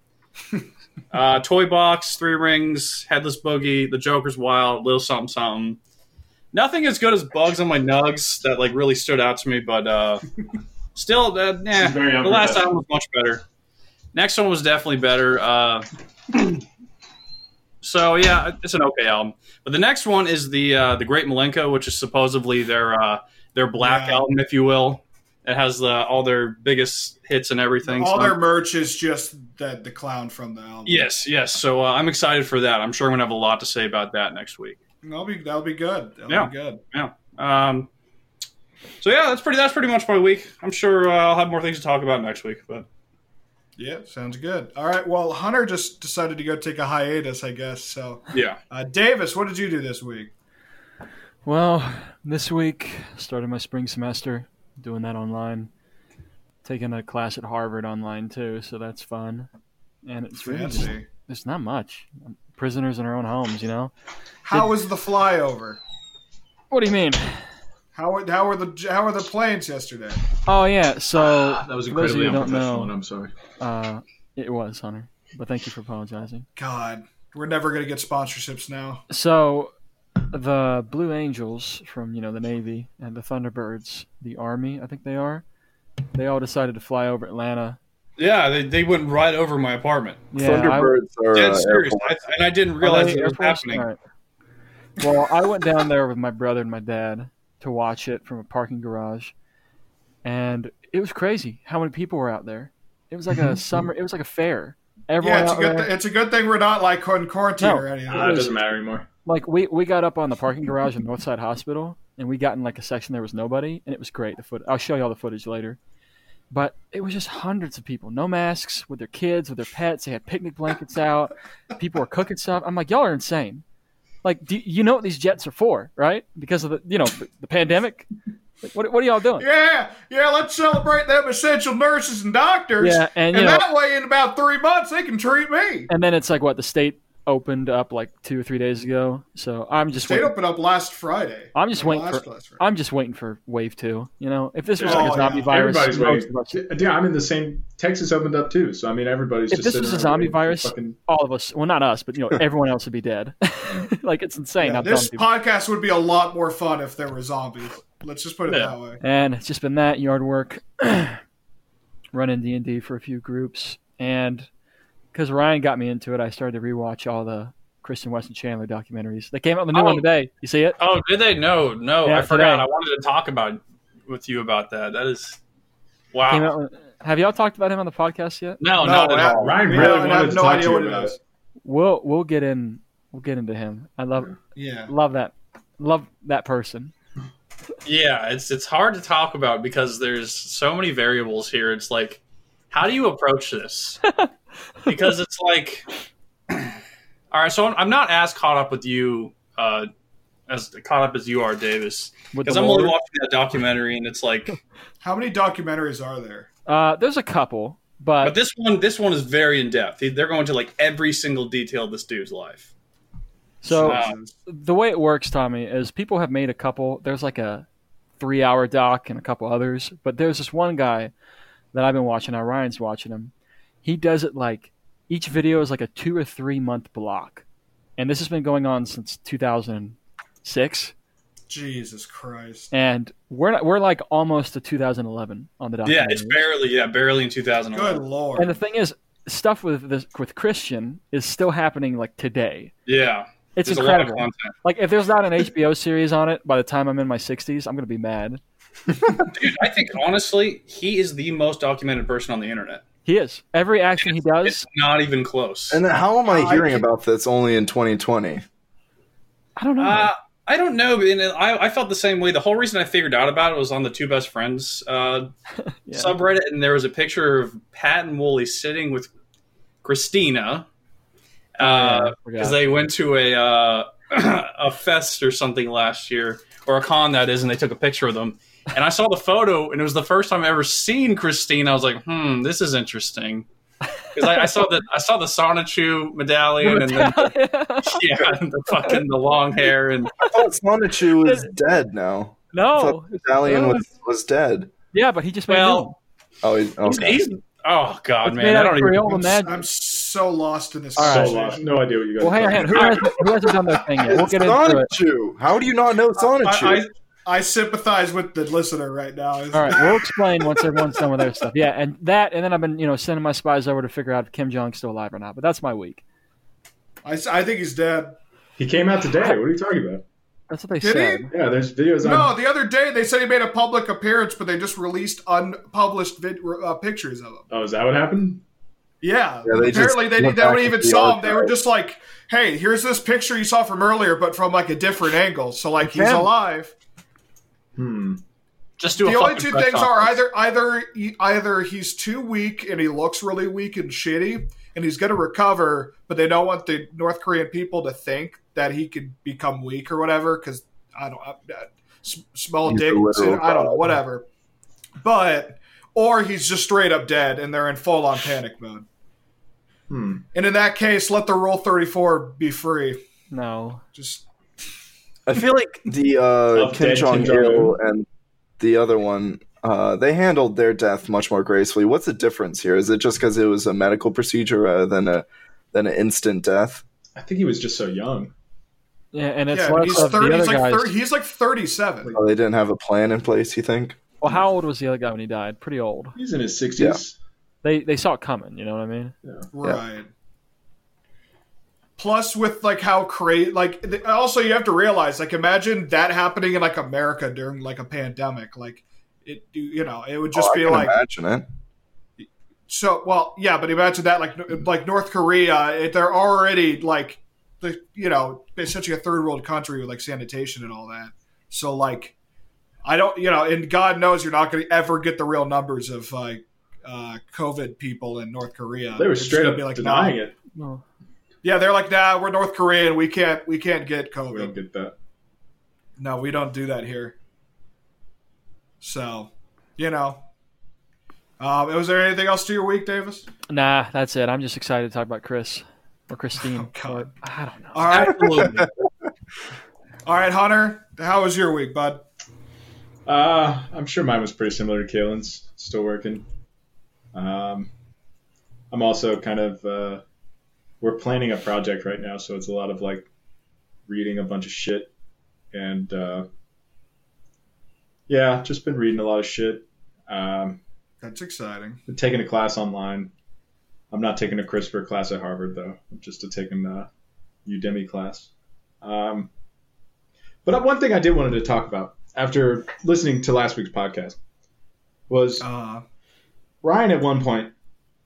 [SPEAKER 6] Uh, Toy Box, Three Rings, Headless Boogie, The Joker's Wild, Little Something Something. Nothing as good as Bugs on My Nugs that like really stood out to me, but uh, still, uh, nah,
[SPEAKER 3] is very
[SPEAKER 6] the last
[SPEAKER 3] unprofessional.
[SPEAKER 6] album was much better. Next one was definitely better. Uh, so yeah, it's an okay album. But the next one is the uh, the Great Malenko, which is supposedly their uh, their black
[SPEAKER 2] Yeah.
[SPEAKER 6] album, if you will. It has the, all their biggest hits and everything.
[SPEAKER 2] All
[SPEAKER 6] so-
[SPEAKER 2] their merch is just the, the clown from the album.
[SPEAKER 6] Yes, yes. So uh, I'm excited for that. I'm sure I'm gonna have a lot to say about that next week.
[SPEAKER 2] that'll be that'll be good. That'll
[SPEAKER 6] Yeah.
[SPEAKER 2] be good.
[SPEAKER 6] Um, so yeah, that's pretty. That's pretty much my week. I'm sure uh, I'll have more things to talk about next week. But
[SPEAKER 2] Yeah, sounds good. All right. Well, Hunter just decided to go take a hiatus, I guess. So,
[SPEAKER 6] yeah,
[SPEAKER 2] uh, Davis, what did you do this week?
[SPEAKER 5] Well, this week started my spring semester, doing that online, taking a class at Harvard online too, so that's fun. And it's really just,
[SPEAKER 2] Fancy.
[SPEAKER 5] it's not much. Prisoners in our own homes, you know.
[SPEAKER 2] How was the flyover?
[SPEAKER 5] What do you mean?
[SPEAKER 2] How were how were the how were the planes yesterday?
[SPEAKER 5] Oh yeah, so
[SPEAKER 3] that was
[SPEAKER 5] for those of
[SPEAKER 3] incredibly
[SPEAKER 5] you who don't
[SPEAKER 3] unprofessional, and
[SPEAKER 5] know,
[SPEAKER 3] I'm sorry.
[SPEAKER 5] uh, it was Hunter. But thank you for apologizing.
[SPEAKER 2] God, we're never gonna get sponsorships now.
[SPEAKER 5] So, the Blue Angels from you know the Navy and the Thunderbirds, the Army, I think they are. They all decided to fly over Atlanta.
[SPEAKER 6] yeah. They, they went right over my apartment.
[SPEAKER 5] Yeah, I-
[SPEAKER 4] Thunderbirds are
[SPEAKER 6] Dead
[SPEAKER 4] uh,
[SPEAKER 6] serious.
[SPEAKER 4] airport.
[SPEAKER 6] I, and I didn't
[SPEAKER 5] Are
[SPEAKER 6] realize
[SPEAKER 5] they
[SPEAKER 6] it was
[SPEAKER 5] Air Force?
[SPEAKER 6] happening.
[SPEAKER 5] All right. Well, I went down there with my brother and my dad to watch it from a parking garage, and it was crazy how many people were out there. It was like a summer. It was like a fair. Everyone
[SPEAKER 2] yeah, it's a
[SPEAKER 5] out
[SPEAKER 2] good
[SPEAKER 5] there.
[SPEAKER 2] th- it's a good thing we're not like in quarantine
[SPEAKER 5] No.
[SPEAKER 2] or anything.
[SPEAKER 3] Ah, it doesn't matter anymore.
[SPEAKER 5] like we we got up on the parking garage in Northside Hospital, and we got in like a section there was nobody, and it was great. The foot I'll show you all the footage later, but it was just hundreds of people, no masks, with their kids, with their pets. They had picnic blankets out. People were cooking stuff. I'm like, y'all are insane. Like, do you know what these jets are for, right? Because of the you know the pandemic. Like, what what are y'all doing?
[SPEAKER 2] Yeah, yeah, let's celebrate them essential nurses and doctors.
[SPEAKER 5] Yeah,
[SPEAKER 2] and
[SPEAKER 5] and you know,
[SPEAKER 2] that way, in about three months, they can treat me.
[SPEAKER 5] and then it's like what the state opened up like two or three days ago. So I'm just
[SPEAKER 2] They
[SPEAKER 5] waiting.
[SPEAKER 2] opened up last Friday.
[SPEAKER 5] I'm just
[SPEAKER 2] Or
[SPEAKER 5] waiting
[SPEAKER 2] last,
[SPEAKER 5] for-
[SPEAKER 2] last Friday.
[SPEAKER 5] I'm just waiting for wave two. You know, if this was
[SPEAKER 2] Oh,
[SPEAKER 5] like a zombie
[SPEAKER 2] yeah.
[SPEAKER 5] virus,
[SPEAKER 3] Everybody's
[SPEAKER 5] most
[SPEAKER 3] waiting.
[SPEAKER 5] of us-
[SPEAKER 3] Yeah, I'm in the same. Texas opened up too, so I mean everybody's
[SPEAKER 5] If
[SPEAKER 3] just.
[SPEAKER 5] this
[SPEAKER 3] sitting
[SPEAKER 5] was a
[SPEAKER 3] around
[SPEAKER 5] zombie
[SPEAKER 3] waiting for
[SPEAKER 5] virus-
[SPEAKER 3] fucking-
[SPEAKER 5] all of us, well, not us, but you know, everyone else would be dead. like it's insane.
[SPEAKER 2] Yeah,
[SPEAKER 5] how dumb
[SPEAKER 2] this
[SPEAKER 5] people-
[SPEAKER 2] podcast would be a lot more fun if there were zombies. Let's just put it
[SPEAKER 6] Yeah.
[SPEAKER 2] that way.
[SPEAKER 5] and it's just been that yard work, running D and D for a few groups, and because Ryan got me into it, I started to rewatch all the Kristen Weston Chandler documentaries. They came out with a new
[SPEAKER 6] Oh.
[SPEAKER 5] one today. You see it?
[SPEAKER 6] Oh, did they? No, no.
[SPEAKER 5] Yeah,
[SPEAKER 6] I forgot.
[SPEAKER 5] today.
[SPEAKER 6] I wanted to talk about with you about that. That is
[SPEAKER 5] Came
[SPEAKER 6] wow.
[SPEAKER 5] out with- have y'all talked about him on the podcast yet?
[SPEAKER 6] No,
[SPEAKER 3] Oh,
[SPEAKER 6] not at all.
[SPEAKER 3] Ryan
[SPEAKER 2] We
[SPEAKER 3] really
[SPEAKER 2] don't- I
[SPEAKER 3] wanted
[SPEAKER 2] have
[SPEAKER 3] to
[SPEAKER 2] no
[SPEAKER 3] talk
[SPEAKER 2] idea
[SPEAKER 3] to you
[SPEAKER 2] what it
[SPEAKER 3] about
[SPEAKER 2] is.
[SPEAKER 3] it.
[SPEAKER 5] We'll we'll get in. We'll get into him. I love
[SPEAKER 2] Yeah.
[SPEAKER 5] love that love that person.
[SPEAKER 6] Yeah, it's it's hard to talk about because there's so many variables here. It's like, how do you approach this? because it's like, all right. So I'm, I'm not as caught up with you, uh, as caught up as you are, Davis.
[SPEAKER 5] With
[SPEAKER 6] Because
[SPEAKER 5] the
[SPEAKER 6] I'm only
[SPEAKER 5] Lord.
[SPEAKER 6] watching that documentary, and it's like,
[SPEAKER 2] How many documentaries are there?
[SPEAKER 5] Uh, there's a couple, but,
[SPEAKER 6] but this one, this one is very in depth. They're going to like every single detail of this dude's life.
[SPEAKER 5] so
[SPEAKER 6] uh,
[SPEAKER 5] the way it works, Tommy, is people have made a couple. There's like a three-hour doc and a couple others, but there's this one guy that I've been watching. Now Ryan's watching him. He does it like each video is like a two or three-month block, and this has been going on since 2006.
[SPEAKER 2] Jesus Christ.
[SPEAKER 5] And we're not, we're like almost to 2011 on the
[SPEAKER 6] Yeah,
[SPEAKER 5] documentary.
[SPEAKER 6] it's barely, yeah, barely in 2011.
[SPEAKER 2] Good lord.
[SPEAKER 5] and the thing is, stuff with this with Christian is still happening like today.
[SPEAKER 6] Yeah,
[SPEAKER 5] It's
[SPEAKER 6] there's
[SPEAKER 5] incredible.
[SPEAKER 6] a lot of content.
[SPEAKER 5] Like if there's not an HBO series on it by the time I'm in my 60s, I'm gonna be mad.
[SPEAKER 6] Dude, I think honestly, he is the most documented person on the internet.
[SPEAKER 5] He is. Every action he
[SPEAKER 6] It's
[SPEAKER 5] does,
[SPEAKER 6] not even close.
[SPEAKER 4] And then how am
[SPEAKER 2] I
[SPEAKER 4] I hearing
[SPEAKER 2] can-
[SPEAKER 4] about this only in 2020?
[SPEAKER 5] I don't know.
[SPEAKER 6] Uh, I don't know, but and I, I felt the same way. The whole reason I figured out about it was on the two best friends uh,
[SPEAKER 5] Yeah.
[SPEAKER 6] subreddit, and there was a picture of Pat and Wooly sitting with Christina uh,
[SPEAKER 5] Oh, Yeah,
[SPEAKER 6] because
[SPEAKER 5] I forgot.
[SPEAKER 6] they went to a uh, a fest or something last year, or a con that is, and they took a picture of them. And I saw the photo, and it was the first time I ever seen Christina. I was like, "Hmm, this is interesting." Because I, I saw the I saw the Sonichu medallion, and then yeah, and the fucking the long hair and
[SPEAKER 4] I thought Sonichu was dead now. I
[SPEAKER 5] no.
[SPEAKER 4] thought the Italian
[SPEAKER 5] Uh.
[SPEAKER 4] was, was dead.
[SPEAKER 5] Yeah, but he just made a
[SPEAKER 6] Well,
[SPEAKER 5] new one.
[SPEAKER 4] Oh, he's, okay.
[SPEAKER 6] He's- oh god,
[SPEAKER 5] It's
[SPEAKER 6] man,
[SPEAKER 5] made
[SPEAKER 6] I
[SPEAKER 5] out
[SPEAKER 6] don't
[SPEAKER 5] of
[SPEAKER 6] even.
[SPEAKER 5] Crayola magic.
[SPEAKER 2] I'm so lost in this
[SPEAKER 5] All
[SPEAKER 3] so
[SPEAKER 5] right.
[SPEAKER 3] lost.
[SPEAKER 2] conversation.
[SPEAKER 3] No idea what you guys.
[SPEAKER 5] Well, hang on,
[SPEAKER 3] are
[SPEAKER 5] hang on.
[SPEAKER 3] talking
[SPEAKER 5] Who, has, who hasn't done their thing yet? We'll
[SPEAKER 4] It's
[SPEAKER 5] get into it.
[SPEAKER 4] Sonichu. How do you not know Sonichu?
[SPEAKER 2] I, I, I sympathize with the listener right now.
[SPEAKER 5] All right, we'll explain once everyone's done with their stuff. Yeah, and that, and then I've been, you know, sending my spies over to figure out if Kim Jong's still alive or not. But that's my week.
[SPEAKER 2] I, s- I think he's dead.
[SPEAKER 3] He came out today. What are you talking about?
[SPEAKER 5] That's what they
[SPEAKER 2] Did
[SPEAKER 5] said.
[SPEAKER 2] he?
[SPEAKER 3] Yeah, there's videos
[SPEAKER 2] No,
[SPEAKER 3] on.
[SPEAKER 2] the other day they said he made a public appearance, but they just released unpublished vid- uh, pictures of him.
[SPEAKER 3] Oh, is that what happened?
[SPEAKER 2] Yeah.
[SPEAKER 4] Yeah, they just
[SPEAKER 2] Apparently they,
[SPEAKER 4] went
[SPEAKER 2] they
[SPEAKER 4] back
[SPEAKER 2] don't
[SPEAKER 4] to
[SPEAKER 2] even
[SPEAKER 4] the
[SPEAKER 2] saw him. They were
[SPEAKER 4] archive.
[SPEAKER 2] just like, hey, here's this picture you saw from earlier, but from like a different angle. So like he's
[SPEAKER 5] Him.
[SPEAKER 2] alive.
[SPEAKER 3] Hmm.
[SPEAKER 1] Just do a
[SPEAKER 2] the only
[SPEAKER 1] fucking
[SPEAKER 2] two
[SPEAKER 1] press
[SPEAKER 2] things are
[SPEAKER 1] conference.
[SPEAKER 2] either either he- either he's too weak and he looks really weak and shitty and he's going to recover but they don't want the north korean people to think that he could become weak or whatever because i don't I, I, s- small
[SPEAKER 4] He's
[SPEAKER 2] dick
[SPEAKER 4] a literal
[SPEAKER 2] syndrome, i don't know
[SPEAKER 4] god.
[SPEAKER 2] whatever but or he's just straight up dead and they're in full-on panic mode
[SPEAKER 3] Hmm.
[SPEAKER 2] and in that case let the rule 34 be free
[SPEAKER 5] No.
[SPEAKER 2] just
[SPEAKER 4] I feel like the uh,
[SPEAKER 3] Of
[SPEAKER 4] Kim
[SPEAKER 3] dead
[SPEAKER 4] Jong
[SPEAKER 3] Kim
[SPEAKER 4] Il
[SPEAKER 3] Jong-un.
[SPEAKER 4] and the other one, uh, they handled their death much more gracefully. What's the difference here? Is it just because it was a medical procedure rather than a than an instant death?
[SPEAKER 3] I think he was just so young.
[SPEAKER 5] Yeah, and it's
[SPEAKER 2] yeah
[SPEAKER 5] less
[SPEAKER 2] he's
[SPEAKER 5] of
[SPEAKER 2] 30
[SPEAKER 5] the other
[SPEAKER 2] he's like,
[SPEAKER 5] guys.
[SPEAKER 2] 30, he's like 37
[SPEAKER 4] Oh, they didn't have a plan in place. You think?
[SPEAKER 5] Well, how old was the other guy when he died? Pretty old.
[SPEAKER 3] He's in his sixties.
[SPEAKER 5] They they saw it coming. You know what I mean?
[SPEAKER 2] Right. Plus, with like how crazy, like th- also you have to realize, like imagine that happening in like America during like a pandemic, like it, you- you know, it would just
[SPEAKER 4] Oh, I
[SPEAKER 2] be
[SPEAKER 4] can
[SPEAKER 2] like
[SPEAKER 4] imagine it.
[SPEAKER 2] so. Well, yeah, but imagine that, like n- like North Korea, it, they're already like the you know essentially a third world country with like sanitation and all that. So like, I don't, you know, and God knows you're not going to ever get the real numbers of like uh, COVID people in North Korea.
[SPEAKER 3] They were
[SPEAKER 2] It's
[SPEAKER 3] straight
[SPEAKER 2] gonna
[SPEAKER 3] up
[SPEAKER 2] be, like, nah.
[SPEAKER 3] denying it.
[SPEAKER 5] No.
[SPEAKER 2] Yeah, they're like, nah, we're North Korean. We can't, we can't get
[SPEAKER 3] We don't
[SPEAKER 2] COVID.
[SPEAKER 3] get that.
[SPEAKER 2] No, we don't do that here. So, you know, um, was there anything else to your week, Davis?
[SPEAKER 5] Nah, that's it. I'm just excited to talk about Chris or Christine.
[SPEAKER 2] Oh, God.
[SPEAKER 5] or- I don't know.
[SPEAKER 2] All right,
[SPEAKER 6] Absolutely.
[SPEAKER 2] all right, Hunter. How was your week, bud?
[SPEAKER 3] Uh, I'm sure mine was pretty similar to Kalen's. Still working. Um, I'm also kind of uh, we're planning a project right now, so it's a lot of like reading a bunch of shit, and uh, yeah, just been reading a lot of shit. Um,
[SPEAKER 2] That's exciting.
[SPEAKER 3] been taking a class online. I'm not taking a CRISPR class at Harvard though. I'm just taking a Udemy class. Um, but one thing I did wanted to talk about after listening to last week's podcast was
[SPEAKER 2] Uh,
[SPEAKER 3] Ryan at one point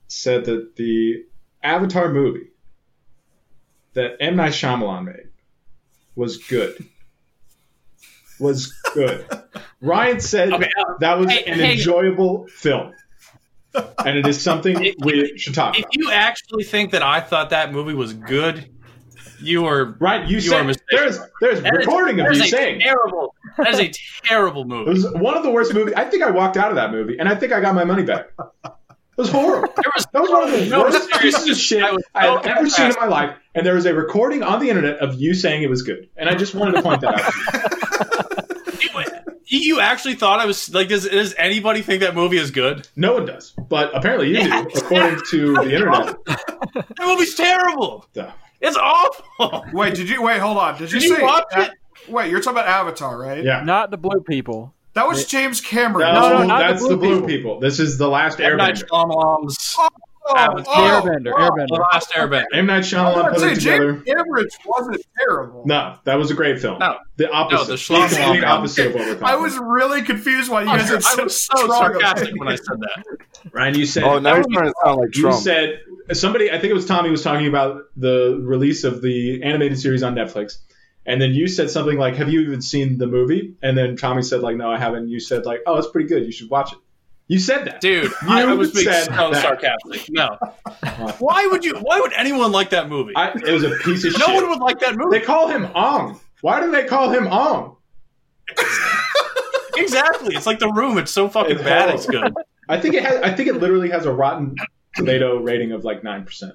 [SPEAKER 3] said that the Avatar movie that M Night Shyamalan made was good. Was good. Ryan said
[SPEAKER 1] Okay, uh,
[SPEAKER 3] that was
[SPEAKER 1] hey,
[SPEAKER 3] an
[SPEAKER 1] hey.
[SPEAKER 3] enjoyable film, and it is something
[SPEAKER 1] If-
[SPEAKER 3] we should talk
[SPEAKER 1] If
[SPEAKER 3] about.
[SPEAKER 1] you actually think that I thought that movie was good, you are
[SPEAKER 3] Ryan,
[SPEAKER 1] you
[SPEAKER 3] you,
[SPEAKER 1] are
[SPEAKER 3] said
[SPEAKER 1] mistaken.
[SPEAKER 3] there's there's
[SPEAKER 1] That is-
[SPEAKER 3] recording of
[SPEAKER 1] that
[SPEAKER 3] you
[SPEAKER 1] is a
[SPEAKER 3] saying
[SPEAKER 1] terrible. That is a terrible
[SPEAKER 3] it
[SPEAKER 1] movie.
[SPEAKER 3] was one of the worst movies. I think I walked out of that movie, and I think I got my money back. It was horrible.
[SPEAKER 1] There was
[SPEAKER 3] That was one of the
[SPEAKER 1] no
[SPEAKER 3] worst
[SPEAKER 1] serious-
[SPEAKER 3] pieces of shit
[SPEAKER 1] I was
[SPEAKER 3] I have
[SPEAKER 1] so
[SPEAKER 3] ever seen in
[SPEAKER 1] impressed.
[SPEAKER 3] my life. And there was a recording on the internet of you saying it was good. And I just wanted to point that out.
[SPEAKER 1] You, you actually thought I was like? Does, does anybody think that movie is good?
[SPEAKER 3] No one does, but apparently you do, according to the internet.
[SPEAKER 1] That movie's terrible.
[SPEAKER 3] Yeah.
[SPEAKER 1] It's awful.
[SPEAKER 2] wait, did you wait? Hold on. Did you,
[SPEAKER 1] Did you
[SPEAKER 2] say?
[SPEAKER 1] watch
[SPEAKER 2] A- wait, you're talking about Avatar, right?
[SPEAKER 3] Yeah.
[SPEAKER 5] Not the blue people.
[SPEAKER 2] That was James Cameron.
[SPEAKER 5] No, no, not the
[SPEAKER 3] that's
[SPEAKER 5] blue
[SPEAKER 3] the blue people.
[SPEAKER 5] people.
[SPEAKER 3] This is the last
[SPEAKER 1] M Night
[SPEAKER 3] Airbender.
[SPEAKER 1] Shyamalan's
[SPEAKER 2] Oh,
[SPEAKER 1] Avatar.
[SPEAKER 2] oh,
[SPEAKER 5] Airbender.
[SPEAKER 2] wow.
[SPEAKER 1] The
[SPEAKER 5] Airbender.
[SPEAKER 1] Last Airbender.
[SPEAKER 3] M Night
[SPEAKER 2] I was
[SPEAKER 5] Oh,
[SPEAKER 3] Shyamalan
[SPEAKER 2] gonna
[SPEAKER 3] put
[SPEAKER 2] say,
[SPEAKER 3] it together.
[SPEAKER 2] James Cameron wasn't terrible.
[SPEAKER 3] no, that was a great film.
[SPEAKER 1] No.
[SPEAKER 3] The opposite.
[SPEAKER 1] the
[SPEAKER 3] the
[SPEAKER 1] Shyamalan
[SPEAKER 3] complete
[SPEAKER 1] film.
[SPEAKER 3] opposite of what we're talking.
[SPEAKER 2] I was really confused why you guys had
[SPEAKER 1] Oh, I
[SPEAKER 2] such
[SPEAKER 1] was so
[SPEAKER 2] strong
[SPEAKER 1] sarcastic when I
[SPEAKER 2] opinions.
[SPEAKER 1] said that.
[SPEAKER 3] about. Ryan. You said.
[SPEAKER 4] Oh, now you're
[SPEAKER 1] that
[SPEAKER 4] trying to sound like
[SPEAKER 3] you
[SPEAKER 4] Trump.
[SPEAKER 3] said somebody. I think it was Tommy was talking about the release of the animated series on Netflix, and then you said something like, "Have you even seen the movie?" And then Tommy said, "Like, no, I haven't." You said, "Like, oh, it's pretty good. You should watch it." You said that.
[SPEAKER 1] Dude, I, I was being
[SPEAKER 3] said
[SPEAKER 1] so
[SPEAKER 3] that.
[SPEAKER 1] sarcastic. No. Why would you why would anyone like that movie?
[SPEAKER 3] I, it was a piece of shit.
[SPEAKER 1] no one would like that
[SPEAKER 3] They
[SPEAKER 1] movie.
[SPEAKER 3] call him Ong. Why do they call him Ong?
[SPEAKER 1] exactly. It's like the room. It's so fucking
[SPEAKER 3] It's
[SPEAKER 1] bad it's good.
[SPEAKER 3] I think it has. I think it literally has a Rotten Tomato rating of like nine percent.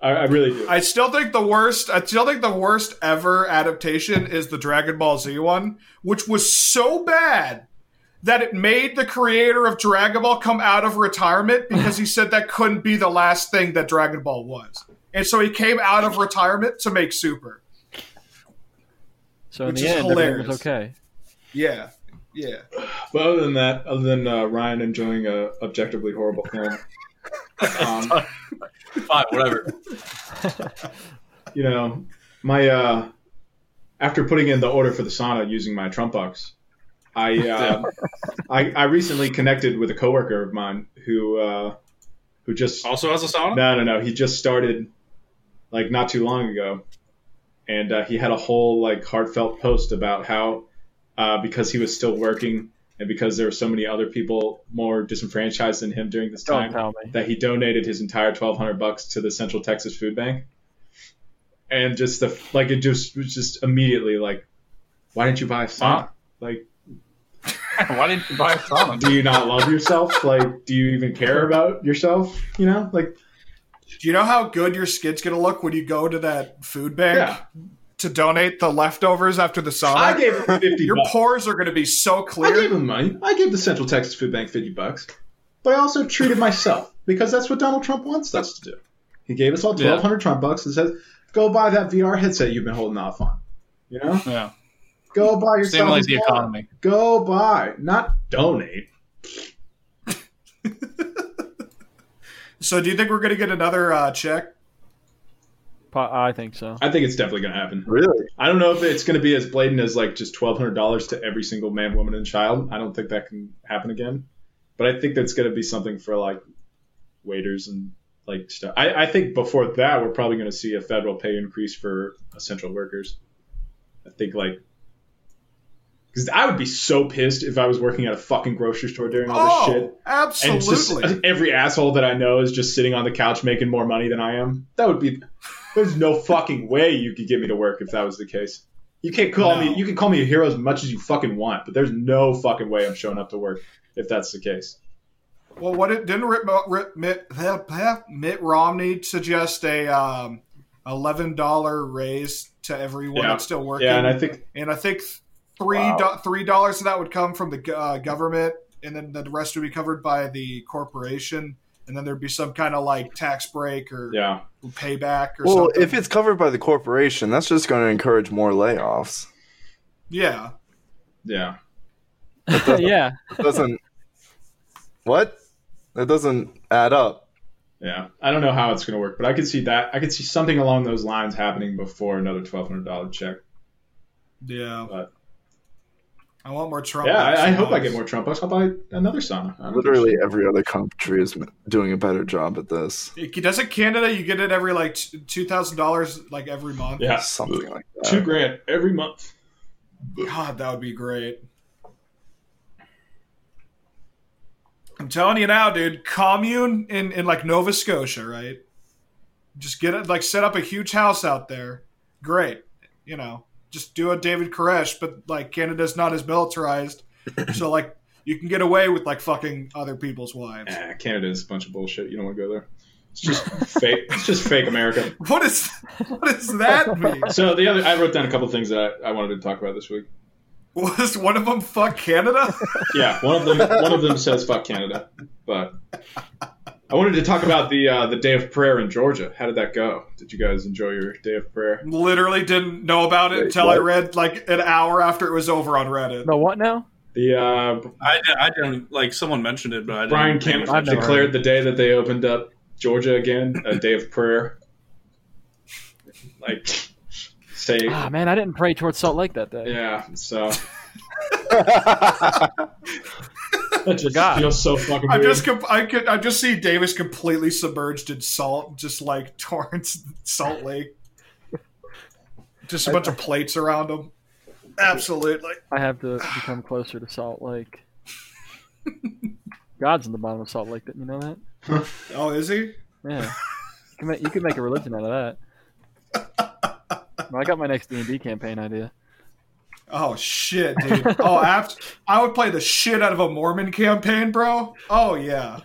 [SPEAKER 3] I, I really do.
[SPEAKER 2] I still think the worst. I still think the worst ever adaptation is the Dragon Ball Z one, which was so bad that it made the creator of Dragon Ball come out of retirement because he said that couldn't be the last thing that Dragon Ball was. And so he came out of retirement to make Super.
[SPEAKER 5] So in
[SPEAKER 2] Which
[SPEAKER 5] the
[SPEAKER 2] is
[SPEAKER 5] end, everything
[SPEAKER 2] hilarious.
[SPEAKER 5] was okay.
[SPEAKER 2] Yeah. Yeah.
[SPEAKER 3] But other than that, other than uh, Ryan enjoying a objectively horrible film, um,
[SPEAKER 1] Fine, whatever.
[SPEAKER 3] you know, my uh, after putting in the order for the sauna using my trump box, I, uh, I I recently connected with a coworker of mine who uh, who just
[SPEAKER 6] Also has a sauna.
[SPEAKER 3] no no no he just started like not too long ago, and uh, he had a whole like heartfelt post about how uh, because he was still working and because there were so many other people more disenfranchised than him during this
[SPEAKER 5] Don't
[SPEAKER 3] time
[SPEAKER 5] tell me.
[SPEAKER 3] that he donated his entire 1200 bucks to the Central Texas Food Bank. And just the like it just was just immediately like why didn't you buy a sauna? Like
[SPEAKER 1] Why didn't you buy a sauna?
[SPEAKER 3] do you not love yourself? Like do you even care about yourself? You know? Like
[SPEAKER 2] Do you know how good your skin's gonna look when you go to that food bank
[SPEAKER 3] Yeah.
[SPEAKER 2] to donate the leftovers after the sauna?
[SPEAKER 3] I gave him 50
[SPEAKER 2] your
[SPEAKER 3] bucks.
[SPEAKER 2] pores are gonna be so
[SPEAKER 3] I gave
[SPEAKER 2] clear.
[SPEAKER 3] him money. I gave the Central Texas Food Bank 50 bucks. But I also treated myself because that's what Donald Trump wants us to do. He gave us all
[SPEAKER 6] Yeah.
[SPEAKER 3] 1200 Trump bucks and says, "Go buy that VR headset you've been holding off on." You know?
[SPEAKER 6] Yeah.
[SPEAKER 3] Go buy yourself
[SPEAKER 6] Stimulate
[SPEAKER 3] a
[SPEAKER 6] the
[SPEAKER 3] sauna.
[SPEAKER 6] economy.
[SPEAKER 3] Go buy, not donate.
[SPEAKER 2] So, do you think we're gonna get another uh, check?
[SPEAKER 5] Pa- I think so.
[SPEAKER 3] I think it's definitely going to happen.
[SPEAKER 4] Really?
[SPEAKER 3] I don't know if it's going to be as blatant as like just twelve hundred dollars to every single man, woman, and child. I don't think that can happen again. But I think that's going to be something for like waiters and like stuff. I, I think before that, we're probably going to see a federal pay increase for essential workers. I think like because I would be so pissed if I was working at a fucking grocery store during all
[SPEAKER 2] oh,
[SPEAKER 3] this shit. And it's just-
[SPEAKER 2] absolutely.
[SPEAKER 3] every asshole that I know is just sitting on the couch making more money than I am. That would be. There's no fucking way you could get me to work if that was the case. You can't call
[SPEAKER 2] No.
[SPEAKER 3] me. You can call me a hero as much as you fucking want, but there's no fucking way I'm showing up to work if that's the case.
[SPEAKER 2] Well, what it, didn't Rip, Rip, Mitt, Mitt Romney suggest a um, eleven dollar raise to everyone
[SPEAKER 3] Yeah.
[SPEAKER 2] that's still working?
[SPEAKER 3] Yeah, and I think
[SPEAKER 2] And I think three
[SPEAKER 4] Wow.
[SPEAKER 2] do- three dollars of that would come from the go- uh, government, and then the rest would be covered by the corporation, and then there'd be some kind of like tax break or
[SPEAKER 3] yeah,
[SPEAKER 2] payback or
[SPEAKER 4] Well,
[SPEAKER 2] something.
[SPEAKER 4] if it's covered by the corporation, that's just going to encourage more layoffs.
[SPEAKER 2] yeah,
[SPEAKER 3] yeah.
[SPEAKER 5] yeah.
[SPEAKER 4] It doesn't. what? That doesn't add up.
[SPEAKER 3] Yeah, I don't know how it's gonna work, but I could see that. I could see something along those lines happening before another twelve hundred dollar check.
[SPEAKER 2] yeah,
[SPEAKER 3] But-
[SPEAKER 2] I want more Trump.
[SPEAKER 3] yeah, I, I
[SPEAKER 2] bucks.
[SPEAKER 3] hope I get more Trump bucks. I'll buy another sauna. I don't
[SPEAKER 4] Literally
[SPEAKER 3] give a shit.
[SPEAKER 4] every other country is doing a better job at this.
[SPEAKER 2] It- Doesn't Canada you get it every like two thousand dollars like every month?
[SPEAKER 3] Yeah,
[SPEAKER 4] Something like that.
[SPEAKER 3] two grand every month.
[SPEAKER 2] God, that would be great. I'm telling you now, dude. Commune in, in like Nova Scotia, right? Just get it, like set up a huge house out there. Great, you know. Just do a David Koresh, but like Canada's not as militarized, so like you can get away with like fucking other people's wives.
[SPEAKER 3] Ah, Canada is a bunch of bullshit. You don't want to go there. It's just fake. It's just fake America.
[SPEAKER 2] What is what does that mean?
[SPEAKER 3] So the other, I wrote down a couple things that I, I wanted to talk about this week.
[SPEAKER 2] Was one of them fuck Canada?
[SPEAKER 3] Yeah, one of them, one of them says "fuck Canada," but I wanted to talk about the uh, the day of prayer in Georgia. How did that go? Did you guys enjoy your day of prayer?
[SPEAKER 2] Literally didn't know about it
[SPEAKER 4] Wait,
[SPEAKER 2] until I
[SPEAKER 4] what?
[SPEAKER 2] read like an hour after it was over on Reddit.
[SPEAKER 5] The what now?
[SPEAKER 3] The uh,
[SPEAKER 6] I, di- I didn't like someone mentioned it, but I didn't.
[SPEAKER 3] Brian
[SPEAKER 6] pay
[SPEAKER 3] Kemp
[SPEAKER 5] I've
[SPEAKER 6] attention.
[SPEAKER 5] never
[SPEAKER 3] declared the day that they opened up Georgia again a day of prayer. Like, say
[SPEAKER 5] Ah, man, I didn't pray towards Salt Lake that day.
[SPEAKER 3] yeah. So that just
[SPEAKER 5] Forgot.
[SPEAKER 3] feels so fucking.
[SPEAKER 2] I
[SPEAKER 3] weird.
[SPEAKER 2] just com- I could I just see Davis completely submerged in salt, just like Torrance Salt Lake. Just a bunch of plates around him. Absolutely.
[SPEAKER 5] I have to become closer to Salt Lake. God's in the bottom of Salt Lake. Didn't you know that?
[SPEAKER 2] Oh, is he?
[SPEAKER 5] Yeah. You can make, you can make a religion out of that. Well, I got my next D&D campaign idea.
[SPEAKER 2] Oh shit, dude. Oh, after, I would play the shit out of a Mormon campaign, bro. Oh yeah.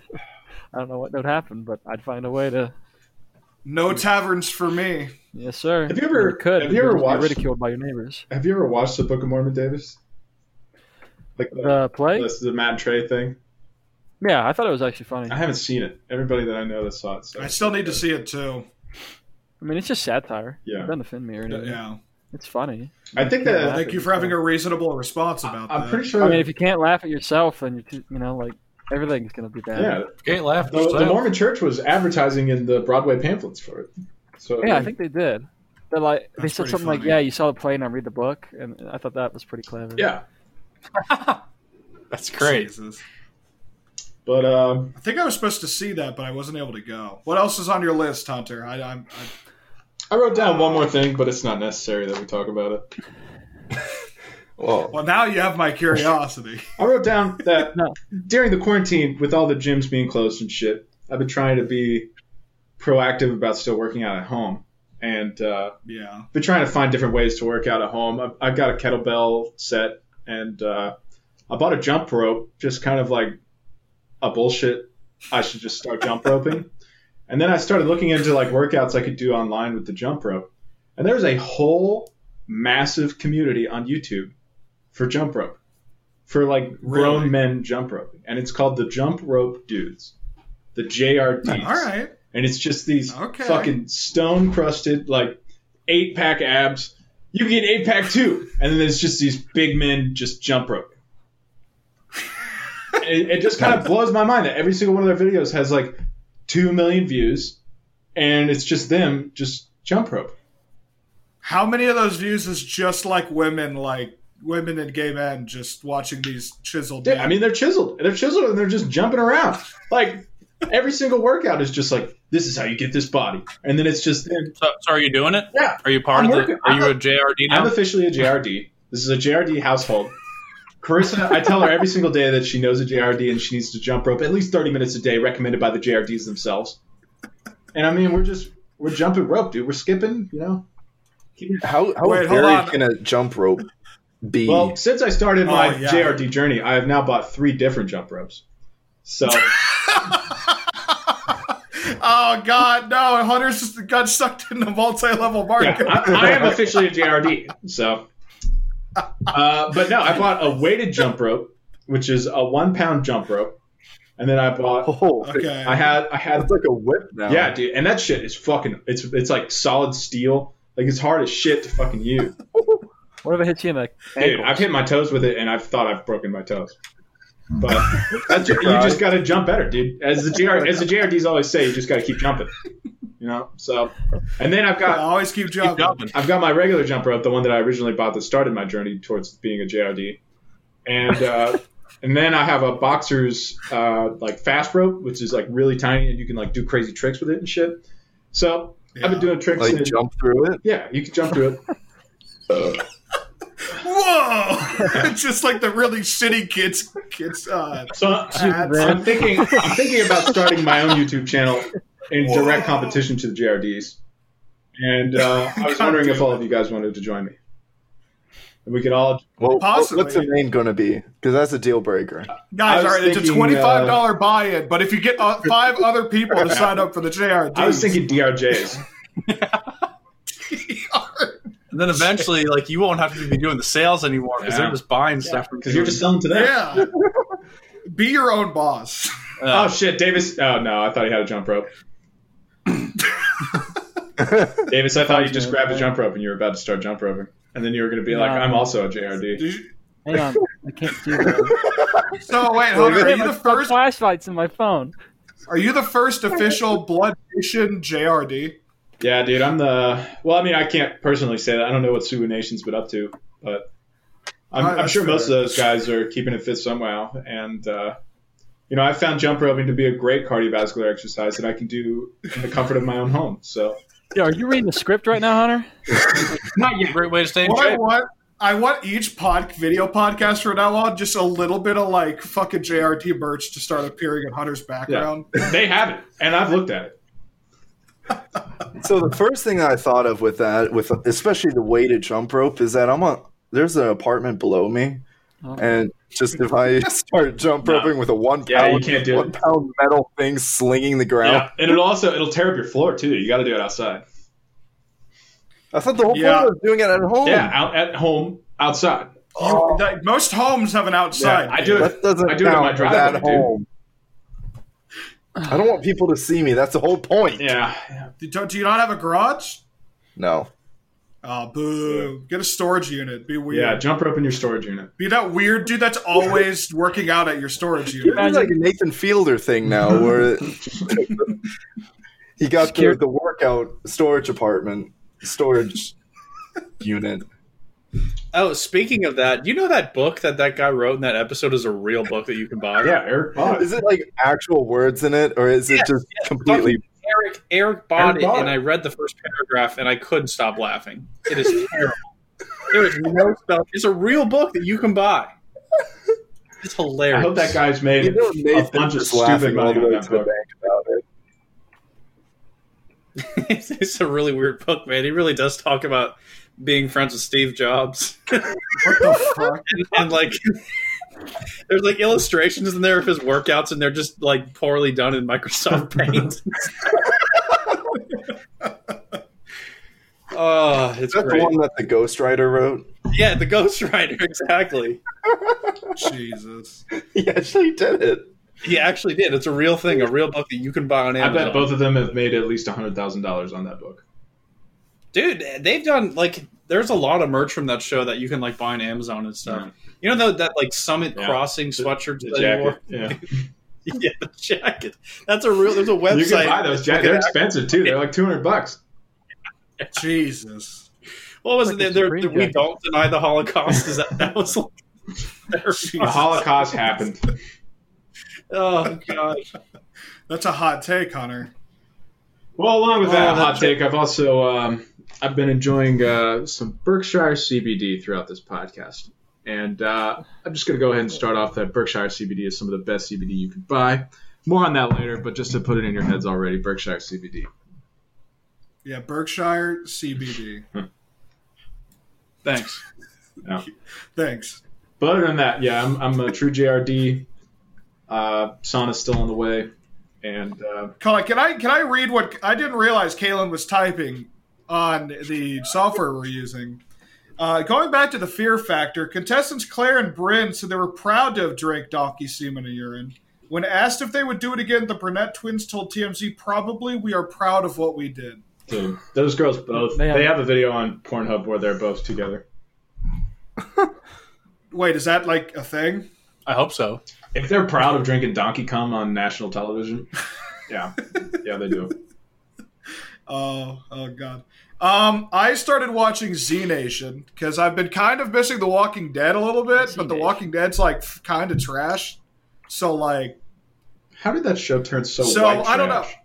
[SPEAKER 5] I don't know what would happen, but I'd find a way to.
[SPEAKER 2] No taverns for me.
[SPEAKER 5] Yes, sir.
[SPEAKER 3] Have you ever-
[SPEAKER 5] could.
[SPEAKER 3] have you ever
[SPEAKER 5] just be
[SPEAKER 3] watched-
[SPEAKER 5] ridiculed by your neighbors?
[SPEAKER 3] Have you ever watched the Book of Mormon, Davis? Like the,
[SPEAKER 5] The play?
[SPEAKER 3] the, the Matt Trey thing.
[SPEAKER 5] Yeah, I thought it was actually funny.
[SPEAKER 3] I haven't seen it. Everybody that I know that saw it. So.
[SPEAKER 2] I still need to see it too.
[SPEAKER 5] I mean, it's just satire.
[SPEAKER 3] Yeah.
[SPEAKER 5] It doesn't offend me or anything.
[SPEAKER 2] Yeah.
[SPEAKER 5] It's funny.
[SPEAKER 3] I think
[SPEAKER 5] Yeah,
[SPEAKER 3] that
[SPEAKER 2] Thank you for having a reasonable response about that.
[SPEAKER 3] I'm pretty sure.
[SPEAKER 5] I mean, if you can't laugh at yourself, then you're too, you know, like everything's gonna be bad.
[SPEAKER 3] yeah,
[SPEAKER 1] Can't laugh.
[SPEAKER 3] the, the Mormon Church was advertising in the Broadway pamphlets for it. So
[SPEAKER 5] Yeah, I think they did. They're like they
[SPEAKER 2] That's
[SPEAKER 5] said
[SPEAKER 2] pretty
[SPEAKER 5] something like,
[SPEAKER 2] funny.
[SPEAKER 5] "Yeah, you saw the play, and I read the book," and I thought that was pretty clever.
[SPEAKER 3] yeah.
[SPEAKER 1] That's great.
[SPEAKER 2] Jesus.
[SPEAKER 3] But um,
[SPEAKER 2] I think I was supposed to see that, but I wasn't able to go. What else is on your list, Hunter? I, I'm, I,
[SPEAKER 3] I wrote down one more thing, but it's not necessary that we talk about it.
[SPEAKER 4] Well,
[SPEAKER 2] well, now you have my curiosity.
[SPEAKER 3] I wrote down that
[SPEAKER 5] No.
[SPEAKER 3] during the quarantine, with all the gyms being closed and shit, I've been trying to be proactive about still working out at home, and uh,
[SPEAKER 2] yeah.
[SPEAKER 3] been trying to find different ways to work out at home. I've, I've got a kettlebell set, and uh, I bought a jump rope, just kind of like a bullshit. I should just start jump roping. And then I started looking into like workouts I could do online with the jump rope. And there's a whole massive community on YouTube for jump rope, for like
[SPEAKER 2] Really?
[SPEAKER 3] grown men jump roping, and it's called the Jump Rope Dudes, the JRDs
[SPEAKER 2] All right.
[SPEAKER 3] and it's just these
[SPEAKER 2] Okay.
[SPEAKER 3] fucking stone crusted like eight pack abs. You get eight pack too, and then there's just these big men just jump rope. it, it just kind of blows my mind that every single one of their videos has like two million views, and it's just them just jump rope.
[SPEAKER 2] How many of those views is just like women, like women and gay men, just watching these chiseled?
[SPEAKER 3] They-
[SPEAKER 2] men?
[SPEAKER 3] I mean, they're chiseled. They're chiseled, and they're just jumping around. Like every single workout is just like this is how you get this body, and then it's just them
[SPEAKER 1] So, so are you doing it?
[SPEAKER 3] Yeah.
[SPEAKER 1] Are you part
[SPEAKER 3] I'm
[SPEAKER 1] of
[SPEAKER 3] working-
[SPEAKER 1] the? Are
[SPEAKER 3] I'm
[SPEAKER 1] you a JRD now?
[SPEAKER 3] I'm officially a JRD. This is a JRD household. Carissa, I tell her every single day that she knows a JRD and she needs to jump rope at least 30 minutes a day, recommended by the JRDs themselves. And I mean, we're just we're jumping rope, dude. We're skipping, you know.
[SPEAKER 4] how how
[SPEAKER 2] Wait, hold
[SPEAKER 4] varied
[SPEAKER 2] on.
[SPEAKER 4] can a jump rope be?
[SPEAKER 3] Well, since I started
[SPEAKER 2] Oh,
[SPEAKER 3] my
[SPEAKER 2] yeah.
[SPEAKER 3] JRD journey, I have now bought three different jump ropes. So
[SPEAKER 2] oh God, no! Hunter's just got sucked into multi-level
[SPEAKER 3] yeah,
[SPEAKER 2] marketing.
[SPEAKER 3] I, I am officially a JRD. So, uh, but no, I bought a weighted jump rope, which is a one pound jump rope, and then I bought
[SPEAKER 4] oh,
[SPEAKER 2] okay.
[SPEAKER 3] I had I had
[SPEAKER 4] that's like a whip now.
[SPEAKER 3] Yeah, dude, and that shit is fucking. It's it's like solid steel. Like it's hard as shit to fucking use.
[SPEAKER 5] What if it hits you in the
[SPEAKER 3] Dude,
[SPEAKER 5] ankle?
[SPEAKER 3] I've hit my toes with it, and I've thought I've broken my toes. But that's you just gotta jump better, dude. As the JR, as the JRDs always say, you just gotta keep jumping. You know. So, and then I've
[SPEAKER 2] I
[SPEAKER 3] got
[SPEAKER 2] always keep jumping.
[SPEAKER 1] jumping.
[SPEAKER 3] I've got my regular jump rope, the one that I originally bought that started my journey towards being a JRD, and uh, and then I have a boxer's uh, like fast rope, which is like really tiny, and you can like do crazy tricks with it and shit. So. I've been doing tricks
[SPEAKER 4] like
[SPEAKER 3] and-
[SPEAKER 4] jump through it.
[SPEAKER 3] Yeah, you can jump through it.
[SPEAKER 2] Whoa! just like the really shitty kids, kids. Uh,
[SPEAKER 3] So
[SPEAKER 2] ads.
[SPEAKER 5] man.
[SPEAKER 3] I'm thinking, I'm thinking about starting my own YouTube channel in direct competition to the JRDs. And uh, I was
[SPEAKER 2] God
[SPEAKER 3] wondering if
[SPEAKER 2] damn
[SPEAKER 3] all of you guys wanted to join me, and we could all.
[SPEAKER 4] Well,
[SPEAKER 2] Possibly.
[SPEAKER 4] what's the name going to be? Because that's a deal breaker.
[SPEAKER 3] I
[SPEAKER 2] Guys,
[SPEAKER 3] was
[SPEAKER 2] all right, it's a
[SPEAKER 3] thinking, uh,
[SPEAKER 2] twenty-five dollar buy-in, but if you get uh, five other people to sign up for the JRD,
[SPEAKER 3] I was thinking DRJs.
[SPEAKER 1] And then eventually, like you won't have to be doing the sales anymore because
[SPEAKER 3] Yeah.
[SPEAKER 1] they're just buying stuff from
[SPEAKER 3] because you're just selling to them.
[SPEAKER 2] yeah, be your own boss.
[SPEAKER 1] Uh,
[SPEAKER 3] Oh shit, Davis! Oh no, I thought he had a jump rope. Davis, I thought you just grabbed a jump rope and you were about to start jump roping, and then you were going to be like,
[SPEAKER 5] No.
[SPEAKER 3] "I'm also a JRD."
[SPEAKER 2] Did you-
[SPEAKER 5] Hang on, I can't see that.
[SPEAKER 2] So wait, Hunter, are
[SPEAKER 5] I
[SPEAKER 2] you
[SPEAKER 5] have
[SPEAKER 2] the
[SPEAKER 5] my fucking
[SPEAKER 2] first?
[SPEAKER 5] flashlights in my phone.
[SPEAKER 2] Are you the first official Blood Nation JRD?
[SPEAKER 3] Yeah, dude, I'm the. Well, I mean, I can't personally say that. I don't know what Suba Nation's been up to, but I'm,
[SPEAKER 2] Ah,
[SPEAKER 3] I'm
[SPEAKER 2] that's
[SPEAKER 3] sure most of
[SPEAKER 2] fair.
[SPEAKER 3] those guys are keeping it fit somehow. And uh, you know, I found jump roping to be a great cardiovascular exercise that I can do in the comfort of my own home. So
[SPEAKER 5] Yeah, are you reading the script right now, Hunter?
[SPEAKER 1] not yet. Great way to stay in
[SPEAKER 2] What I
[SPEAKER 1] shape.
[SPEAKER 2] want, I want each pod video podcast from now on just a little bit of like fucking JRT merch to start appearing in Hunter's background.
[SPEAKER 3] they have it, and I've looked at it.
[SPEAKER 4] So the first thing I thought of with that, with especially the weighted jump rope, is that I'm on. There's an apartment below me,
[SPEAKER 5] Oh.
[SPEAKER 4] and just if I start jump
[SPEAKER 3] No.
[SPEAKER 4] roping with a one
[SPEAKER 3] Yeah, you
[SPEAKER 4] pound,
[SPEAKER 3] can't do
[SPEAKER 4] one
[SPEAKER 3] it.
[SPEAKER 4] pound metal thing slinging the ground,
[SPEAKER 3] Yeah, and it'll also it'll tear up your floor too. You got to do it outside.
[SPEAKER 4] I thought the whole
[SPEAKER 2] Yeah.
[SPEAKER 4] point was doing it at home. Oh,
[SPEAKER 3] Yeah, out at home, outside.
[SPEAKER 2] You, like, most homes have an outside.
[SPEAKER 3] Yeah, I do it.
[SPEAKER 4] That doesn't
[SPEAKER 3] I do it in
[SPEAKER 4] count.
[SPEAKER 3] my driveway,
[SPEAKER 4] That
[SPEAKER 3] dude.
[SPEAKER 4] home. I don't want people to see me. That's the whole point.
[SPEAKER 3] Yeah, yeah.
[SPEAKER 2] Do, don't- do you not have a garage?
[SPEAKER 4] No.
[SPEAKER 2] Oh, boo. Get a storage unit. Be weird.
[SPEAKER 3] yeah. Jump rope in your storage unit.
[SPEAKER 2] Be that weird dude that's always working out at your storage unit.
[SPEAKER 4] It's like a Nathan Fielder thing now, where it, he got the,
[SPEAKER 5] Secure-
[SPEAKER 4] the workout storage apartment storage unit.
[SPEAKER 6] Oh, speaking of that, you know that book that that guy wrote in that episode is a real book that you can buy.
[SPEAKER 3] Yeah, Eric bought it.
[SPEAKER 4] Is it like actual words in it, or is it
[SPEAKER 6] Yeah,
[SPEAKER 4] just completely?
[SPEAKER 6] Eric Eric bought
[SPEAKER 3] Eric
[SPEAKER 6] it,
[SPEAKER 3] bought
[SPEAKER 6] and
[SPEAKER 3] it.
[SPEAKER 6] I read the first paragraph, and I couldn't stop laughing. It is terrible. there is no stuff. It's a real book that you can buy. It's hilarious.
[SPEAKER 3] I hope that guy's made
[SPEAKER 4] You know,
[SPEAKER 3] a
[SPEAKER 4] Nathan
[SPEAKER 3] bunch of
[SPEAKER 4] just
[SPEAKER 3] stupid
[SPEAKER 4] laughing all
[SPEAKER 3] money
[SPEAKER 4] the
[SPEAKER 3] on
[SPEAKER 4] way
[SPEAKER 3] that
[SPEAKER 4] to the
[SPEAKER 3] book.
[SPEAKER 4] bank about it.
[SPEAKER 6] it's, it's a really weird book, man. He really does talk about being friends with Steve Jobs.
[SPEAKER 2] What the fuck?
[SPEAKER 6] and, and, like there's like illustrations in there of his workouts and they're just like poorly done in Microsoft Paint. oh, it's
[SPEAKER 4] Is that
[SPEAKER 6] great.
[SPEAKER 4] the one that the ghostwriter wrote?
[SPEAKER 6] Yeah, the Ghost Rider, exactly.
[SPEAKER 2] Jesus.
[SPEAKER 4] He actually did it.
[SPEAKER 6] He actually did. It's a real thing, a real book that you can buy on
[SPEAKER 3] I
[SPEAKER 6] Amazon.
[SPEAKER 3] bet both of them have made at least hundred thousand dollars on that book.
[SPEAKER 6] Dude, they've done like there's a lot of merch from that show that you can like buy on Amazon and stuff. You know though that like Summit
[SPEAKER 3] Yeah.
[SPEAKER 6] Crossing sweatshirts
[SPEAKER 3] The
[SPEAKER 6] that he wore?
[SPEAKER 3] jacket. Yeah.
[SPEAKER 6] Yeah, the jacket. That's a real there's a website.
[SPEAKER 3] You can buy those. Jack. They're expensive too. They're like two hundred bucks.
[SPEAKER 2] Jesus.
[SPEAKER 6] What was
[SPEAKER 5] Like
[SPEAKER 6] it?
[SPEAKER 5] a
[SPEAKER 6] There,
[SPEAKER 5] Supreme
[SPEAKER 6] there- we
[SPEAKER 5] jacket.
[SPEAKER 6] don't deny the Holocaust. Is that that was like their-
[SPEAKER 3] The Holocaust happened.
[SPEAKER 6] Oh gosh,
[SPEAKER 2] That's a hot take, Hunter.
[SPEAKER 3] Well, along with
[SPEAKER 6] Oh,
[SPEAKER 3] that hot
[SPEAKER 6] that's
[SPEAKER 3] take, I've also um, I've been enjoying uh, some Berkshire CBD throughout this podcast, and uh, I'm just going to go ahead and start off that Berkshire CBD is some of the best CBD you can buy. More on that later, but just to put it in your heads already, Berkshire CBD.
[SPEAKER 2] Yeah, Berkshire CBD.
[SPEAKER 6] thanks.
[SPEAKER 2] Thanks.
[SPEAKER 3] But other than that, yeah, I'm, I'm a true JRD. Uh, sauna's still on the way, and uh,
[SPEAKER 2] Colin, can I can I read what I didn't realize Kalen was typing on the software we're using? Uh, going back to the fear factor, contestants Claire and Bryn said they were proud to have drank donkey semen and urine. When asked if they would do it again, the Burnett twins told TMZ, "Probably, we are proud of what we did."
[SPEAKER 3] so those girls both
[SPEAKER 5] They
[SPEAKER 3] they
[SPEAKER 5] have-
[SPEAKER 3] have, a video on Pornhub where they're both together.
[SPEAKER 2] Wait, is that like a thing?
[SPEAKER 6] I hope so.
[SPEAKER 3] If they're proud of drinking Donkey Kong on national television, yeah, yeah, they do.
[SPEAKER 2] Oh, oh god. Um, I started watching Z Nation because I've been kind of missing The Walking Dead a little bit, but The
[SPEAKER 5] Z-Nation.
[SPEAKER 2] Walking Dead's like kind of trash. So like.
[SPEAKER 3] How did that show turn so?
[SPEAKER 2] So,
[SPEAKER 3] white
[SPEAKER 2] I don't
[SPEAKER 3] trash?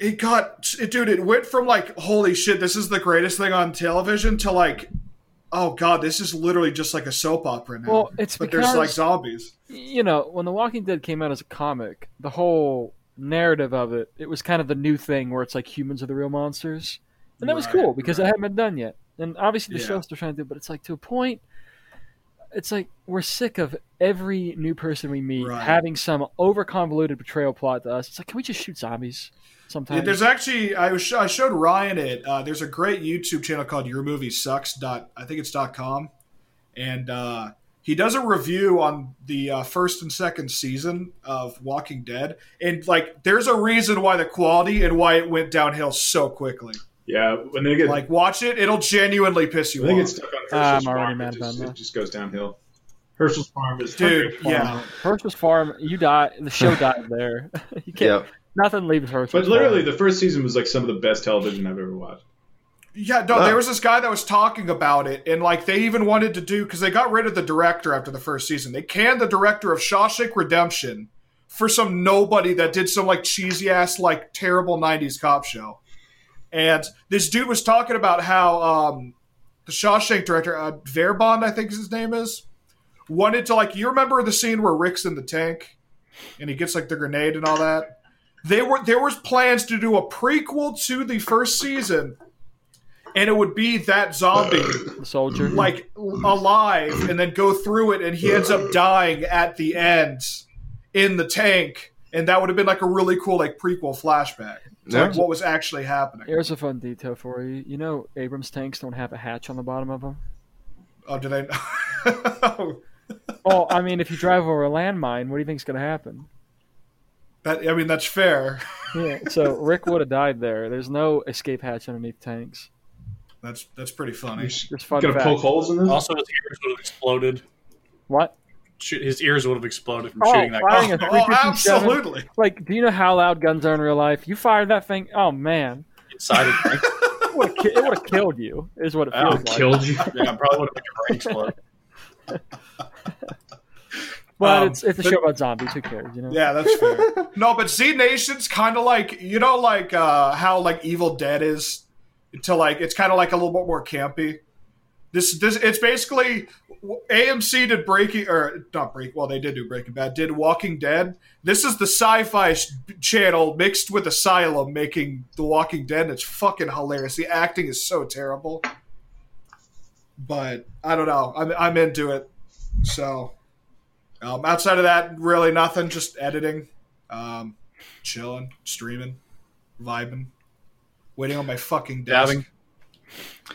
[SPEAKER 2] it got it, dude it went from like holy shit this is the greatest thing on television to like oh god this is literally just like a soap opera now
[SPEAKER 5] Well, it's
[SPEAKER 2] but
[SPEAKER 5] because
[SPEAKER 2] there's like zombies
[SPEAKER 5] you know, when The Walking Dead came out as a comic, the whole narrative of it, it was kind of the new thing where it's like humans are the real monsters. And that was
[SPEAKER 2] Right,
[SPEAKER 5] cool because
[SPEAKER 2] right.
[SPEAKER 5] it hadn't been done yet. And obviously the
[SPEAKER 2] Yeah.
[SPEAKER 5] show's still trying to do it, but it's like to a point it's like we're sick of every new person we meet
[SPEAKER 2] Right.
[SPEAKER 5] having some over convoluted betrayal plot to us. It's like can we just shoot zombies
[SPEAKER 2] Yeah,
[SPEAKER 5] sometimes?
[SPEAKER 2] there's actually I, was, sh- I showed ryan it uh, there's a great youtube channel called your movie sucks dot i think it's dot com and uh, he does a review on the uh, first and second season of walking dead and like there's a reason why the quality and why it went downhill so quickly
[SPEAKER 3] Yeah, when they get
[SPEAKER 2] like watch it it'll genuinely piss you
[SPEAKER 3] when they
[SPEAKER 2] off
[SPEAKER 3] get stuck on Herschel's
[SPEAKER 5] I'm
[SPEAKER 3] farm,
[SPEAKER 5] already mad
[SPEAKER 3] it just,
[SPEAKER 5] about
[SPEAKER 3] it
[SPEAKER 5] that.
[SPEAKER 3] just goes downhill. Herschel's farm is
[SPEAKER 2] Dude, yeah.
[SPEAKER 5] First was Farm, you die the show died there. you can't
[SPEAKER 4] Yeah.
[SPEAKER 5] nothing leaves First
[SPEAKER 3] But
[SPEAKER 5] was
[SPEAKER 3] literally,
[SPEAKER 5] Farm.
[SPEAKER 3] the first season was like some of the best television I've ever watched.
[SPEAKER 2] Yeah, no,
[SPEAKER 4] Wow.
[SPEAKER 2] there was this guy that was talking about it, and like they even wanted to do because they got rid of the director after the first season. They canned the director of Shawshank Redemption for some nobody that did some like cheesy ass like terrible '90s cop show. And this dude was talking about how um, the Shawshank director uh, Verbond, I think his name is, wanted to like you remember the scene where Rick's in the tank and he gets like the grenade and all that. They were there was plans to do a prequel to the first season and it would be that zombie
[SPEAKER 5] the soldier.
[SPEAKER 2] like alive and then go through it and he ends up dying at the end in the tank and that would have been like a really cool like prequel flashback to like,
[SPEAKER 4] Yeah.
[SPEAKER 2] what was actually happening
[SPEAKER 5] Here's a fun detail for you. You know, Abrams tanks don't have a hatch on the bottom of them.
[SPEAKER 2] Oh, do they? oh,
[SPEAKER 5] Well, I mean, if you drive over a landmine, what do you think's going to happen?
[SPEAKER 2] that I mean that's fair.
[SPEAKER 5] Yeah. So Rick would have died there. There's no escape hatch underneath tanks.
[SPEAKER 2] That's that's pretty
[SPEAKER 3] You're
[SPEAKER 2] funny.
[SPEAKER 5] Just fun
[SPEAKER 3] gonna
[SPEAKER 5] fact.
[SPEAKER 3] poke holes in this?
[SPEAKER 6] Also, his ears would have exploded.
[SPEAKER 5] What?
[SPEAKER 6] Shoot, his ears would have exploded from
[SPEAKER 5] Oh,
[SPEAKER 6] shooting that.
[SPEAKER 5] firing
[SPEAKER 2] Oh,
[SPEAKER 5] a
[SPEAKER 2] oh,
[SPEAKER 5] 357?
[SPEAKER 2] absolutely.
[SPEAKER 5] Like, do you know how loud guns are in real life? You fired that thing. Oh man,
[SPEAKER 6] inside of me.
[SPEAKER 5] it would have ki- it would have killed you. Is what it
[SPEAKER 6] That
[SPEAKER 5] feels
[SPEAKER 6] would
[SPEAKER 5] like.
[SPEAKER 6] killed you. Yeah, I probably would have made your brain explode.
[SPEAKER 5] But
[SPEAKER 2] Um,
[SPEAKER 5] it's it's a show about zombies. Who cares? You know.
[SPEAKER 2] Yeah, that's fair. no, but Z Nation's kind of like you know, like uh, how like Evil Dead is to like it's kind of like a little bit more campy. This this it's basically AMC did Breaking or not Break. Well, they did do Breaking Bad. Did Walking Dead. This is the Sci-Fi s- channel mixed with Asylum making The Walking Dead. It's fucking hilarious. The acting is so terrible, but I don't know. I'm I'm into it. So um, outside of that, really nothing. Just editing, um, chilling, streaming, vibing, waiting on my fucking desk.
[SPEAKER 6] Dabbing.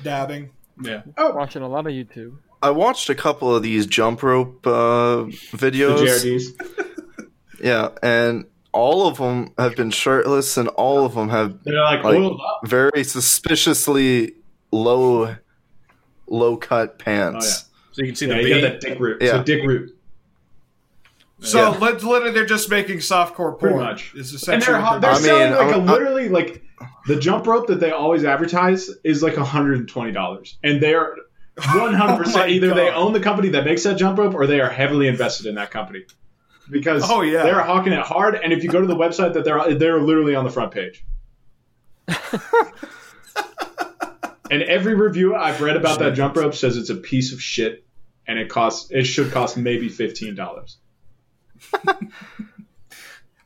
[SPEAKER 2] Dabbing.
[SPEAKER 6] Yeah.
[SPEAKER 5] Watching a lot of YouTube.
[SPEAKER 4] I watched a couple of these jump rope uh,
[SPEAKER 3] The
[SPEAKER 4] videos.
[SPEAKER 3] JRDs.
[SPEAKER 4] Yeah, and all of them have been shirtless, and all of them have
[SPEAKER 3] They're like,
[SPEAKER 4] Like-
[SPEAKER 3] oiled up.
[SPEAKER 4] very suspiciously low, low cut pants.
[SPEAKER 6] So you can see
[SPEAKER 3] Yeah,
[SPEAKER 6] the
[SPEAKER 3] you
[SPEAKER 6] V.
[SPEAKER 3] got that dick root.
[SPEAKER 4] Yeah.
[SPEAKER 3] So dick root.
[SPEAKER 2] So
[SPEAKER 4] Yeah.
[SPEAKER 2] lit- literally, they're just making softcore porn.
[SPEAKER 3] Pretty much.
[SPEAKER 2] Is
[SPEAKER 3] And
[SPEAKER 2] essentially
[SPEAKER 3] they're,
[SPEAKER 2] what
[SPEAKER 3] hot-
[SPEAKER 2] they're
[SPEAKER 3] they're
[SPEAKER 4] I mean,
[SPEAKER 3] selling like
[SPEAKER 4] I'm-
[SPEAKER 3] a
[SPEAKER 4] I'm-
[SPEAKER 3] literally like the jump rope that they always advertise is like $120. And they're 100%
[SPEAKER 2] Oh my
[SPEAKER 3] either they
[SPEAKER 2] God.
[SPEAKER 3] own the company that makes that jump rope or they are heavily invested in that company. Because
[SPEAKER 2] Oh, yeah.
[SPEAKER 3] they're hawking it hard and if you go to the website that they're they're literally on the front page. and every review I've read about that jump rope says it's a piece of shit and it costs it should cost maybe $15.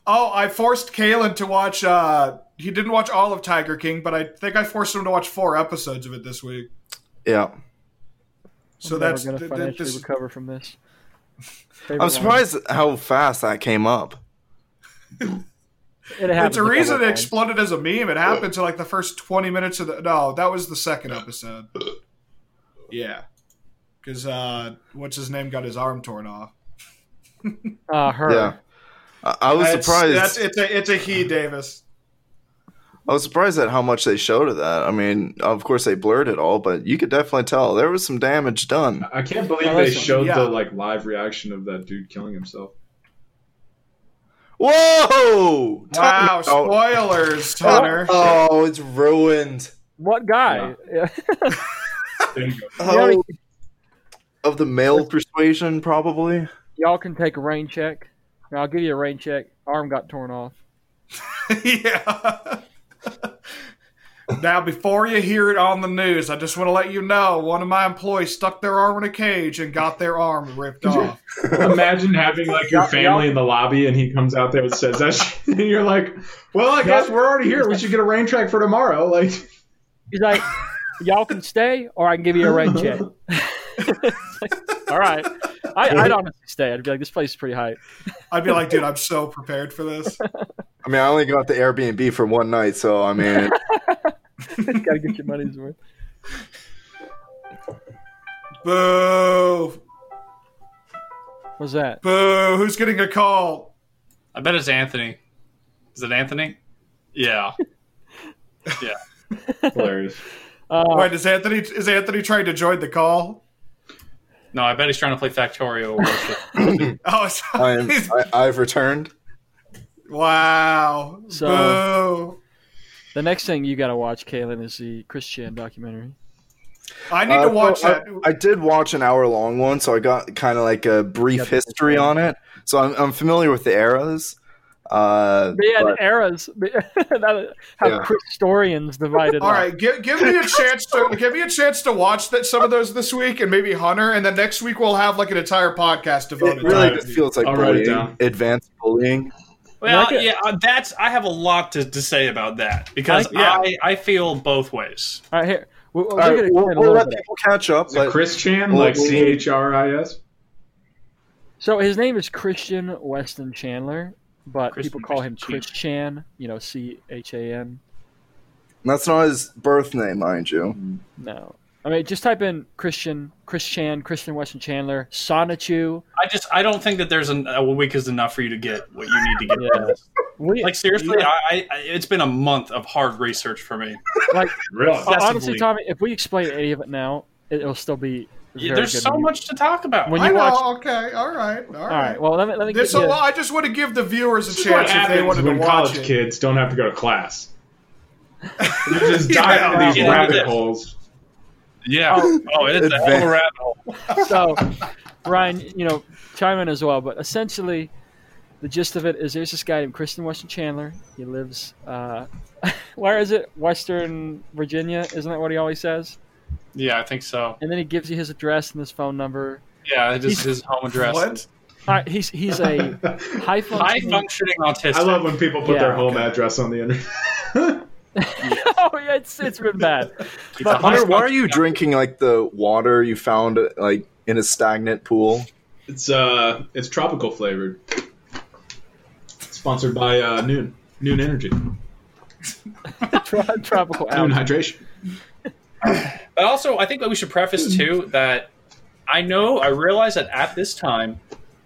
[SPEAKER 2] Oh, I forced Kalen to watch. Uh, he didn't watch all of Tiger King, but I think I forced him to watch four episodes of it this week. Oh,
[SPEAKER 4] Yeah,
[SPEAKER 2] So
[SPEAKER 5] I'm never
[SPEAKER 2] that's
[SPEAKER 5] gonna
[SPEAKER 2] th- th-
[SPEAKER 5] financially
[SPEAKER 2] this-
[SPEAKER 5] recover from this. Favorite
[SPEAKER 4] I'm
[SPEAKER 5] line.
[SPEAKER 4] surprised at how fast that came up.
[SPEAKER 5] It happens
[SPEAKER 2] it's a
[SPEAKER 5] with
[SPEAKER 2] reason
[SPEAKER 5] everyone.
[SPEAKER 2] it exploded as a meme. It happened to like the first twenty minutes of the. No, that was the second episode. Yeah, because uh, what's his name got his arm torn off.
[SPEAKER 5] Uh, her.
[SPEAKER 4] Yeah, I, I was
[SPEAKER 2] That's-
[SPEAKER 4] surprised.
[SPEAKER 2] That's, it's a it's a he Davis.
[SPEAKER 4] I was surprised at how much they showed of that. I mean, of course they blurred it all, but you could definitely tell there was some damage done.
[SPEAKER 3] I can't believe
[SPEAKER 5] Now
[SPEAKER 3] they
[SPEAKER 5] listen,
[SPEAKER 3] showed
[SPEAKER 2] yeah.
[SPEAKER 3] the like live reaction of that dude killing himself.
[SPEAKER 4] Whoa!
[SPEAKER 2] Wow,
[SPEAKER 4] Time out.
[SPEAKER 2] spoilers, Tanner.
[SPEAKER 4] Oh, it's ruined.
[SPEAKER 5] What guy?
[SPEAKER 3] There you go.
[SPEAKER 5] Yeah.
[SPEAKER 4] Oh, of the male persuasion, probably.
[SPEAKER 5] Y'all can take a rain check. Now, I'll give you a rain check. Arm got torn off.
[SPEAKER 2] yeah. now, before you hear it on the news, I just want to let you know one of my employees stuck their arm in a cage and got their arm ripped off.
[SPEAKER 3] Imagine having like your family in the lobby and he comes out there and says that shit, and you're like, Well, I guess we're already here. We should get a rain track for tomorrow. Like
[SPEAKER 5] He's like, y'all can stay, or I can give you a rain check. It's like, all right. I, I'd honestly stay. I'd be like, this place is pretty hype.
[SPEAKER 2] I'd be like, dude, I'm so prepared for this.
[SPEAKER 4] I mean, I only got the Airbnb for one night, so I mean,
[SPEAKER 5] Gotta get your money's worth.
[SPEAKER 2] Boo.
[SPEAKER 5] What's that?
[SPEAKER 2] Boo. Who's getting a call?
[SPEAKER 6] I bet it's Anthony. Is it Anthony? Yeah.
[SPEAKER 3] hilarious.
[SPEAKER 5] Uh,
[SPEAKER 4] Oh.
[SPEAKER 2] Wait, is Anthony is Anthony trying to join the call?
[SPEAKER 6] No, I bet he's trying to play Factorio or worship.
[SPEAKER 2] Oh,
[SPEAKER 4] I'm,
[SPEAKER 2] he's-
[SPEAKER 4] I, I've returned.
[SPEAKER 2] wow.
[SPEAKER 5] So-
[SPEAKER 2] Boo.
[SPEAKER 5] the next thing you gotta watch, Kaylin, is the Christian documentary.
[SPEAKER 2] I need
[SPEAKER 4] Uh,
[SPEAKER 2] to watch
[SPEAKER 4] so I-
[SPEAKER 2] that.
[SPEAKER 4] I, did watch an hour long one, so I got kind of like a brief
[SPEAKER 5] Got the
[SPEAKER 4] history on it. So I'm, I'm familiar with the eras. Uh,
[SPEAKER 5] Yeah,
[SPEAKER 4] but-
[SPEAKER 5] eras. how
[SPEAKER 4] Yeah.
[SPEAKER 5] historians divided.
[SPEAKER 4] uh,
[SPEAKER 2] All
[SPEAKER 5] up.
[SPEAKER 2] right, give, give me a chance to give me a chance to watch that some of those this week, and maybe Hunter, and then next week we'll have like an entire podcast devoted.
[SPEAKER 4] it really
[SPEAKER 2] to
[SPEAKER 4] just feels like
[SPEAKER 3] I'll write it
[SPEAKER 4] bullying,
[SPEAKER 3] down.
[SPEAKER 4] advanced bullying.
[SPEAKER 6] Well,
[SPEAKER 5] Like a-
[SPEAKER 6] yeah, uh, that's. I have a lot to, to say about that because
[SPEAKER 5] Like, yeah.
[SPEAKER 6] I, I feel both ways.
[SPEAKER 5] All right, here. We're, we're
[SPEAKER 4] All
[SPEAKER 5] gonna
[SPEAKER 4] right, we'll,
[SPEAKER 5] explain a
[SPEAKER 4] we'll
[SPEAKER 5] little
[SPEAKER 4] let
[SPEAKER 5] bit.
[SPEAKER 4] people catch up.
[SPEAKER 3] Is it
[SPEAKER 4] But
[SPEAKER 3] Chris Chan, like
[SPEAKER 4] Well,
[SPEAKER 3] C H R I S?
[SPEAKER 5] So his name is Christian Weston Chandler, but people
[SPEAKER 6] Christian
[SPEAKER 5] call him
[SPEAKER 6] Weston
[SPEAKER 5] Chris Chan. You know, C H A N.
[SPEAKER 4] that's not his birth name, mind you.
[SPEAKER 5] No, I mean, just type in Christian, Chris Chan, Christian Weston Chandler, Sonichu.
[SPEAKER 6] I just I don't think that there's an, a week is enough for you to get what you need to get.
[SPEAKER 5] Yeah. We,
[SPEAKER 6] Like seriously, I, I it's been a month of hard research for me.
[SPEAKER 5] like
[SPEAKER 3] Really?
[SPEAKER 5] honestly,
[SPEAKER 6] Obsessively.
[SPEAKER 5] Tommy, if we explain any of it now, it, it'll still be. Very
[SPEAKER 6] Yeah, there's
[SPEAKER 5] good
[SPEAKER 6] so
[SPEAKER 5] to you.
[SPEAKER 6] much to talk about.
[SPEAKER 5] When
[SPEAKER 2] I
[SPEAKER 5] you
[SPEAKER 2] know.
[SPEAKER 5] watch.
[SPEAKER 2] okay. All right. All
[SPEAKER 5] All right.
[SPEAKER 2] right.
[SPEAKER 5] Well, let me let me.
[SPEAKER 2] There's a
[SPEAKER 5] yeah.
[SPEAKER 2] lot- I just want to give the viewers a
[SPEAKER 3] This is
[SPEAKER 2] chance
[SPEAKER 3] what
[SPEAKER 2] if they
[SPEAKER 3] happens
[SPEAKER 2] wanted to
[SPEAKER 3] when
[SPEAKER 2] watch
[SPEAKER 3] college
[SPEAKER 2] it.
[SPEAKER 3] kids don't have to go to class. You just dive
[SPEAKER 2] Yeah.
[SPEAKER 3] into these
[SPEAKER 6] Yeah.
[SPEAKER 3] rabbit holes.
[SPEAKER 6] yeah. Oh, it's a hell of a rabbit hole.
[SPEAKER 5] so, Ryan, you know, chime in as well. But essentially, the gist of it is there's this guy named Kristen Weston Chandler. He lives, uh, where is it? Western Virginia. Isn't that what he always says?
[SPEAKER 6] Yeah, I think so.
[SPEAKER 5] And then he gives you his address and his phone number.
[SPEAKER 6] Yeah, just his home address.
[SPEAKER 2] What?
[SPEAKER 5] All right, he's he's a high
[SPEAKER 6] High
[SPEAKER 5] functioning.
[SPEAKER 6] functioning autistic.
[SPEAKER 3] I love when people put
[SPEAKER 5] Yeah.
[SPEAKER 3] their home address on the internet.
[SPEAKER 5] oh, yeah, it's it's been bad.
[SPEAKER 6] He's a high
[SPEAKER 4] Hunter, why are you
[SPEAKER 6] functioning-
[SPEAKER 4] drinking like the water you found like in a stagnant pool?
[SPEAKER 3] it's uh, it's tropical flavored. Sponsored by uh, Noon Noon Energy Noon
[SPEAKER 5] Tro- Tropical algae.
[SPEAKER 3] Hydration.
[SPEAKER 6] But also, I think that we should preface too that I know I realize that at this time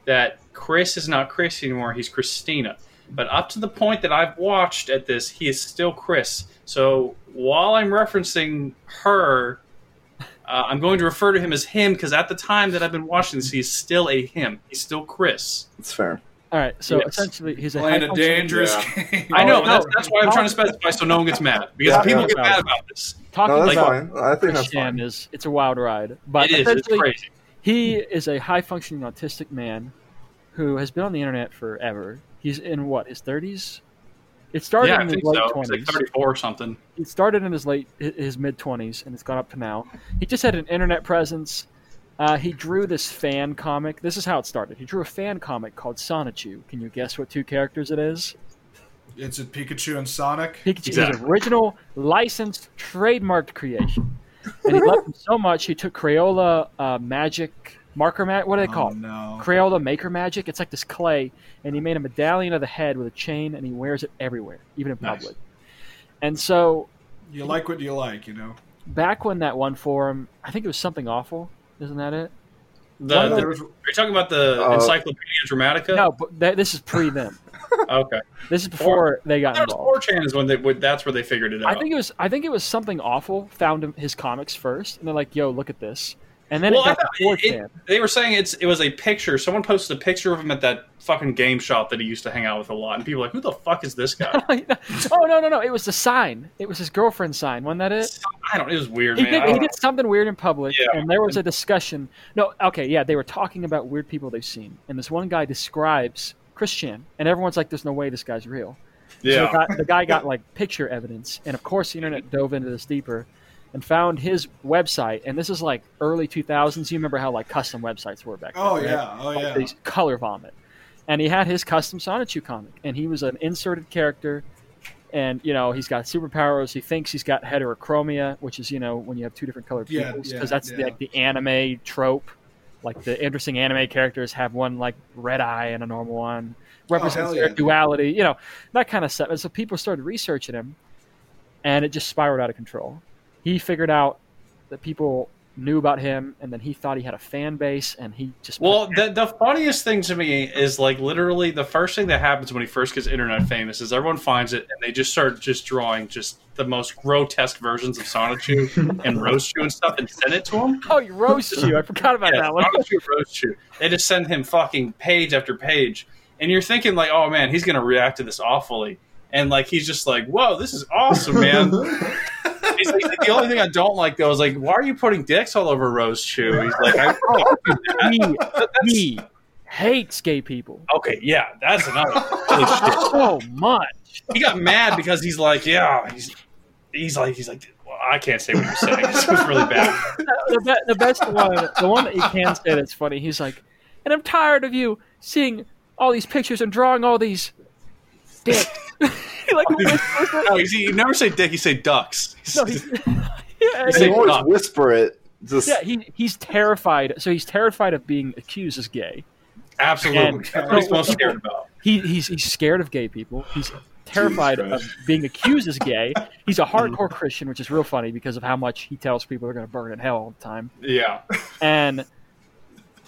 [SPEAKER 6] that Chris is not Chris anymore; he's Christina. But up to the point that I've watched at this, he is still Chris. So while I'm referencing her, uh, I'm going to refer to him as him because at the time that I've been watching this, he's still a him. He's still Chris.
[SPEAKER 4] It's fair.
[SPEAKER 5] All right, so
[SPEAKER 6] Yes.
[SPEAKER 5] essentially he's a
[SPEAKER 2] Playing
[SPEAKER 5] high
[SPEAKER 2] a
[SPEAKER 5] functioning-
[SPEAKER 2] dangerous game.
[SPEAKER 6] I know
[SPEAKER 5] no.
[SPEAKER 6] that's, that's why I'm trying to specify so no one gets mad because
[SPEAKER 4] Yeah,
[SPEAKER 6] people
[SPEAKER 4] yeah.
[SPEAKER 6] get mad about this.
[SPEAKER 5] talking
[SPEAKER 4] No, that's
[SPEAKER 5] about
[SPEAKER 4] fine. I think that's
[SPEAKER 5] Christian
[SPEAKER 4] fine.
[SPEAKER 5] is it's a wild ride, but
[SPEAKER 6] it is. It's
[SPEAKER 5] essentially
[SPEAKER 6] crazy.
[SPEAKER 5] He is a high functioning autistic man who has been on the internet forever. He's in what his thirties. It started
[SPEAKER 6] Yeah, I
[SPEAKER 5] in his
[SPEAKER 6] think
[SPEAKER 5] late
[SPEAKER 6] so. He's like
[SPEAKER 5] twenties.
[SPEAKER 6] 34 or something.
[SPEAKER 5] it started in his late hi- his mid twenties, and it's gone up to now. He just had an internet presence. Uh, he drew this fan comic. This is how it started. He drew a fan comic called Sonichu. Can you guess what two characters it is?
[SPEAKER 2] It's a Pikachu and Sonic.
[SPEAKER 5] Pikachu his
[SPEAKER 6] Exactly.
[SPEAKER 5] original licensed trademarked creation. And he loved him so much he took Crayola uh, magic marker mat. What do they call
[SPEAKER 2] Oh,
[SPEAKER 5] it?
[SPEAKER 2] no.
[SPEAKER 5] Crayola maker magic. It's like this clay, and he made a medallion of the head with a chain, and he wears it everywhere, even in
[SPEAKER 3] Nice.
[SPEAKER 5] public. And so,
[SPEAKER 2] You like what you like, you know.
[SPEAKER 5] back when that one forum, I think it was something awful. Isn't that it?
[SPEAKER 6] The, the
[SPEAKER 2] There was-
[SPEAKER 6] Are you talking about the
[SPEAKER 4] Uh,
[SPEAKER 6] Encyclopedia Dramatica?
[SPEAKER 5] No, but th- this is pre them.
[SPEAKER 6] Okay.
[SPEAKER 5] This is before they got
[SPEAKER 6] That
[SPEAKER 5] involved.
[SPEAKER 6] was 4chan is when they, when- that's where they figured it out.
[SPEAKER 5] I think it was. I think it was something awful. Found him, his comics first, and they're like, "Yo, look at this." And then
[SPEAKER 6] well, I
[SPEAKER 5] it got
[SPEAKER 6] thought
[SPEAKER 5] to 4chan.
[SPEAKER 6] it- they were saying it's it was a picture. Someone posted a picture of him at that fucking game shop that he used to hang out with a lot, and people were like, "Who the fuck is this guy?"
[SPEAKER 5] oh no no no! It was the sign. It was his girlfriend's sign. Wasn't that it?
[SPEAKER 6] I don't. It was weird,
[SPEAKER 5] He
[SPEAKER 6] man. I
[SPEAKER 5] did, he
[SPEAKER 6] don't know.
[SPEAKER 5] did something weird in public,
[SPEAKER 6] Yeah.
[SPEAKER 5] and there was a discussion. No, okay, yeah, they were talking about weird people they've seen, and this one guy describes Christian, and everyone's like, "There's no way this guy's real." So the
[SPEAKER 6] Yeah.
[SPEAKER 5] guy, the guy got like picture evidence, and of course, the internet dove into this deeper and found his website. And this is like early 2000s. You remember how like custom websites were back then?
[SPEAKER 2] Oh
[SPEAKER 5] right?
[SPEAKER 2] yeah. Oh
[SPEAKER 5] like
[SPEAKER 2] yeah.
[SPEAKER 5] these color vomit. And he had his custom Sonichu comic, and he was an inserted character. And you know he's got superpowers. He thinks he's got heterochromia, which is you know when you have two different colored
[SPEAKER 2] Yeah,
[SPEAKER 5] peoples,
[SPEAKER 2] yeah,
[SPEAKER 5] because that's
[SPEAKER 2] yeah.
[SPEAKER 5] like the anime trope. Like the interesting anime characters have one like red eye and a normal one, represents
[SPEAKER 2] Oh, hell
[SPEAKER 5] their
[SPEAKER 2] yeah.
[SPEAKER 5] duality, you know that kind of stuff. And so people started researching him, and it just spiraled out of control. He figured out that people knew about him, and then he thought he had a fan base, and he just
[SPEAKER 6] Well, the, the funniest thing to me is like literally the first thing that happens when he first gets internet famous is everyone finds it and they just start just drawing just the most grotesque versions of Sonichu and Roastu and stuff and send it to him.
[SPEAKER 5] Oh, you roast you. I forgot about
[SPEAKER 6] Yeah,
[SPEAKER 5] that one.
[SPEAKER 6] Sonic Youth roast you. They just send him fucking page after page, and you're thinking like, oh man, he's gonna react to this awfully, and like he's just like, whoa, this is awesome, man. He's like, the only thing I don't like though is like, why are you putting dicks all over Rose Shoe? He's like, I, oh,
[SPEAKER 5] He, he hates gay people
[SPEAKER 6] okay, yeah, that's another. Holy shit.
[SPEAKER 5] so much.
[SPEAKER 6] He got mad because he's like, yeah, he's he's like he's like, well, I can't say what you're saying. This was really bad.
[SPEAKER 5] The, be- the best one, the one that you can say that's funny, he's like, and I'm tired of you seeing all these pictures and drawing all these dicks. he like whispers it.
[SPEAKER 6] No, he's, he never say dick. He say ducks.
[SPEAKER 5] No, he, yeah,
[SPEAKER 6] He's
[SPEAKER 4] They
[SPEAKER 6] like,
[SPEAKER 4] always
[SPEAKER 6] "Fuck."
[SPEAKER 4] whisper it. Just
[SPEAKER 5] yeah, he, he's terrified. So he's terrified of being accused as gay.
[SPEAKER 6] Absolutely,
[SPEAKER 5] And-
[SPEAKER 6] that's what he's most scared about.
[SPEAKER 5] He, he's he's scared of gay people. He's terrified
[SPEAKER 3] Jesus
[SPEAKER 5] of
[SPEAKER 3] Christ.
[SPEAKER 5] being accused as gay. He's a hardcore Christian, which is real funny because of how much he tells people they're going to burn in hell all the time.
[SPEAKER 6] Yeah.
[SPEAKER 5] And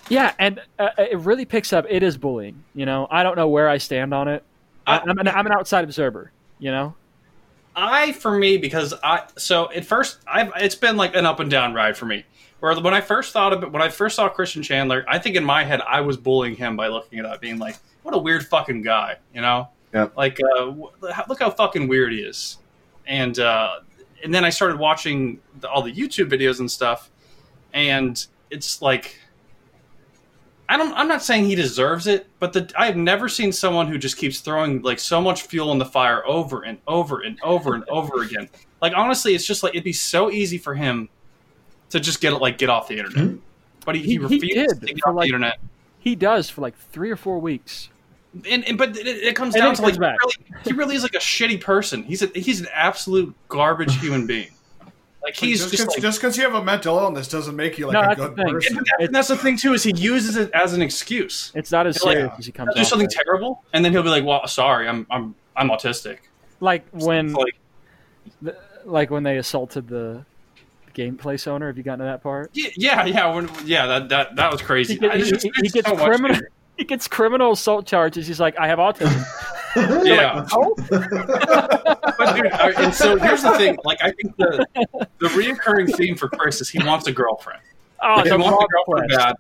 [SPEAKER 5] yeah, and uh, it really picks up. It is bullying. You know, I don't know where I stand on it. I, I'm, an, I'm an outside observer. You know,
[SPEAKER 6] I for me because I so at first I've it's been like an up and down ride for me. Where when I first thought of it, when I first saw Christian Chandler, I think in my head I was bullying him by looking it up, being like, "What a weird fucking guy," you know?
[SPEAKER 4] Yep.
[SPEAKER 6] Like, uh, w- how- look how fucking weird he is. And uh, and then I started watching the, all the YouTube videos and stuff, and it's like. I don't, I'm not saying he deserves it, but the, I have never seen someone who just keeps throwing like so much fuel on the fire over and over and over and over again. Like honestly, it's just like it'd be so easy for him to just get like get off the internet, but he,
[SPEAKER 5] He-
[SPEAKER 6] he
[SPEAKER 5] he
[SPEAKER 6] refuses
[SPEAKER 5] did
[SPEAKER 6] to get
[SPEAKER 5] for,
[SPEAKER 6] off
[SPEAKER 5] like,
[SPEAKER 6] the internet.
[SPEAKER 5] he does for like three or four weeks.
[SPEAKER 6] And, and but it, it comes
[SPEAKER 5] And
[SPEAKER 6] down
[SPEAKER 5] it
[SPEAKER 6] to like
[SPEAKER 5] comes back.
[SPEAKER 6] Really, he really is like a shitty person. He's a, he's an absolute garbage human being. Like he's
[SPEAKER 2] just
[SPEAKER 6] just, like,
[SPEAKER 2] because you have a mental illness doesn't make you like
[SPEAKER 5] No,
[SPEAKER 2] a
[SPEAKER 5] that's
[SPEAKER 2] good
[SPEAKER 5] the thing.
[SPEAKER 2] person.
[SPEAKER 6] and that's- and that's the thing too is he uses it as an excuse.
[SPEAKER 5] It's not as
[SPEAKER 6] Like,
[SPEAKER 5] serious as he comes.
[SPEAKER 6] He'll do
[SPEAKER 5] off
[SPEAKER 6] something
[SPEAKER 5] as.
[SPEAKER 6] terrible, and then he'll be like, "Well, sorry, I'm I'm I'm autistic."
[SPEAKER 5] like when
[SPEAKER 6] It's like,
[SPEAKER 5] like when they assaulted the game place owner. Have you gotten to that part?
[SPEAKER 6] yeah, yeah, yeah, when, yeah. That that that was crazy.
[SPEAKER 5] He, get-
[SPEAKER 6] I
[SPEAKER 5] he-
[SPEAKER 6] just-
[SPEAKER 5] he- he gets
[SPEAKER 6] so much-
[SPEAKER 5] criminal. He gets criminal assault charges. He's like, I have autism.
[SPEAKER 6] Yeah,
[SPEAKER 5] oh,
[SPEAKER 6] but dude, I- and so here's the thing. Like, I think the the reoccurring theme for Chris is he wants a girlfriend.
[SPEAKER 5] oh,
[SPEAKER 6] Like, he
[SPEAKER 5] the
[SPEAKER 6] wants a
[SPEAKER 5] wrong
[SPEAKER 6] girlfriend
[SPEAKER 5] quest.
[SPEAKER 6] bad.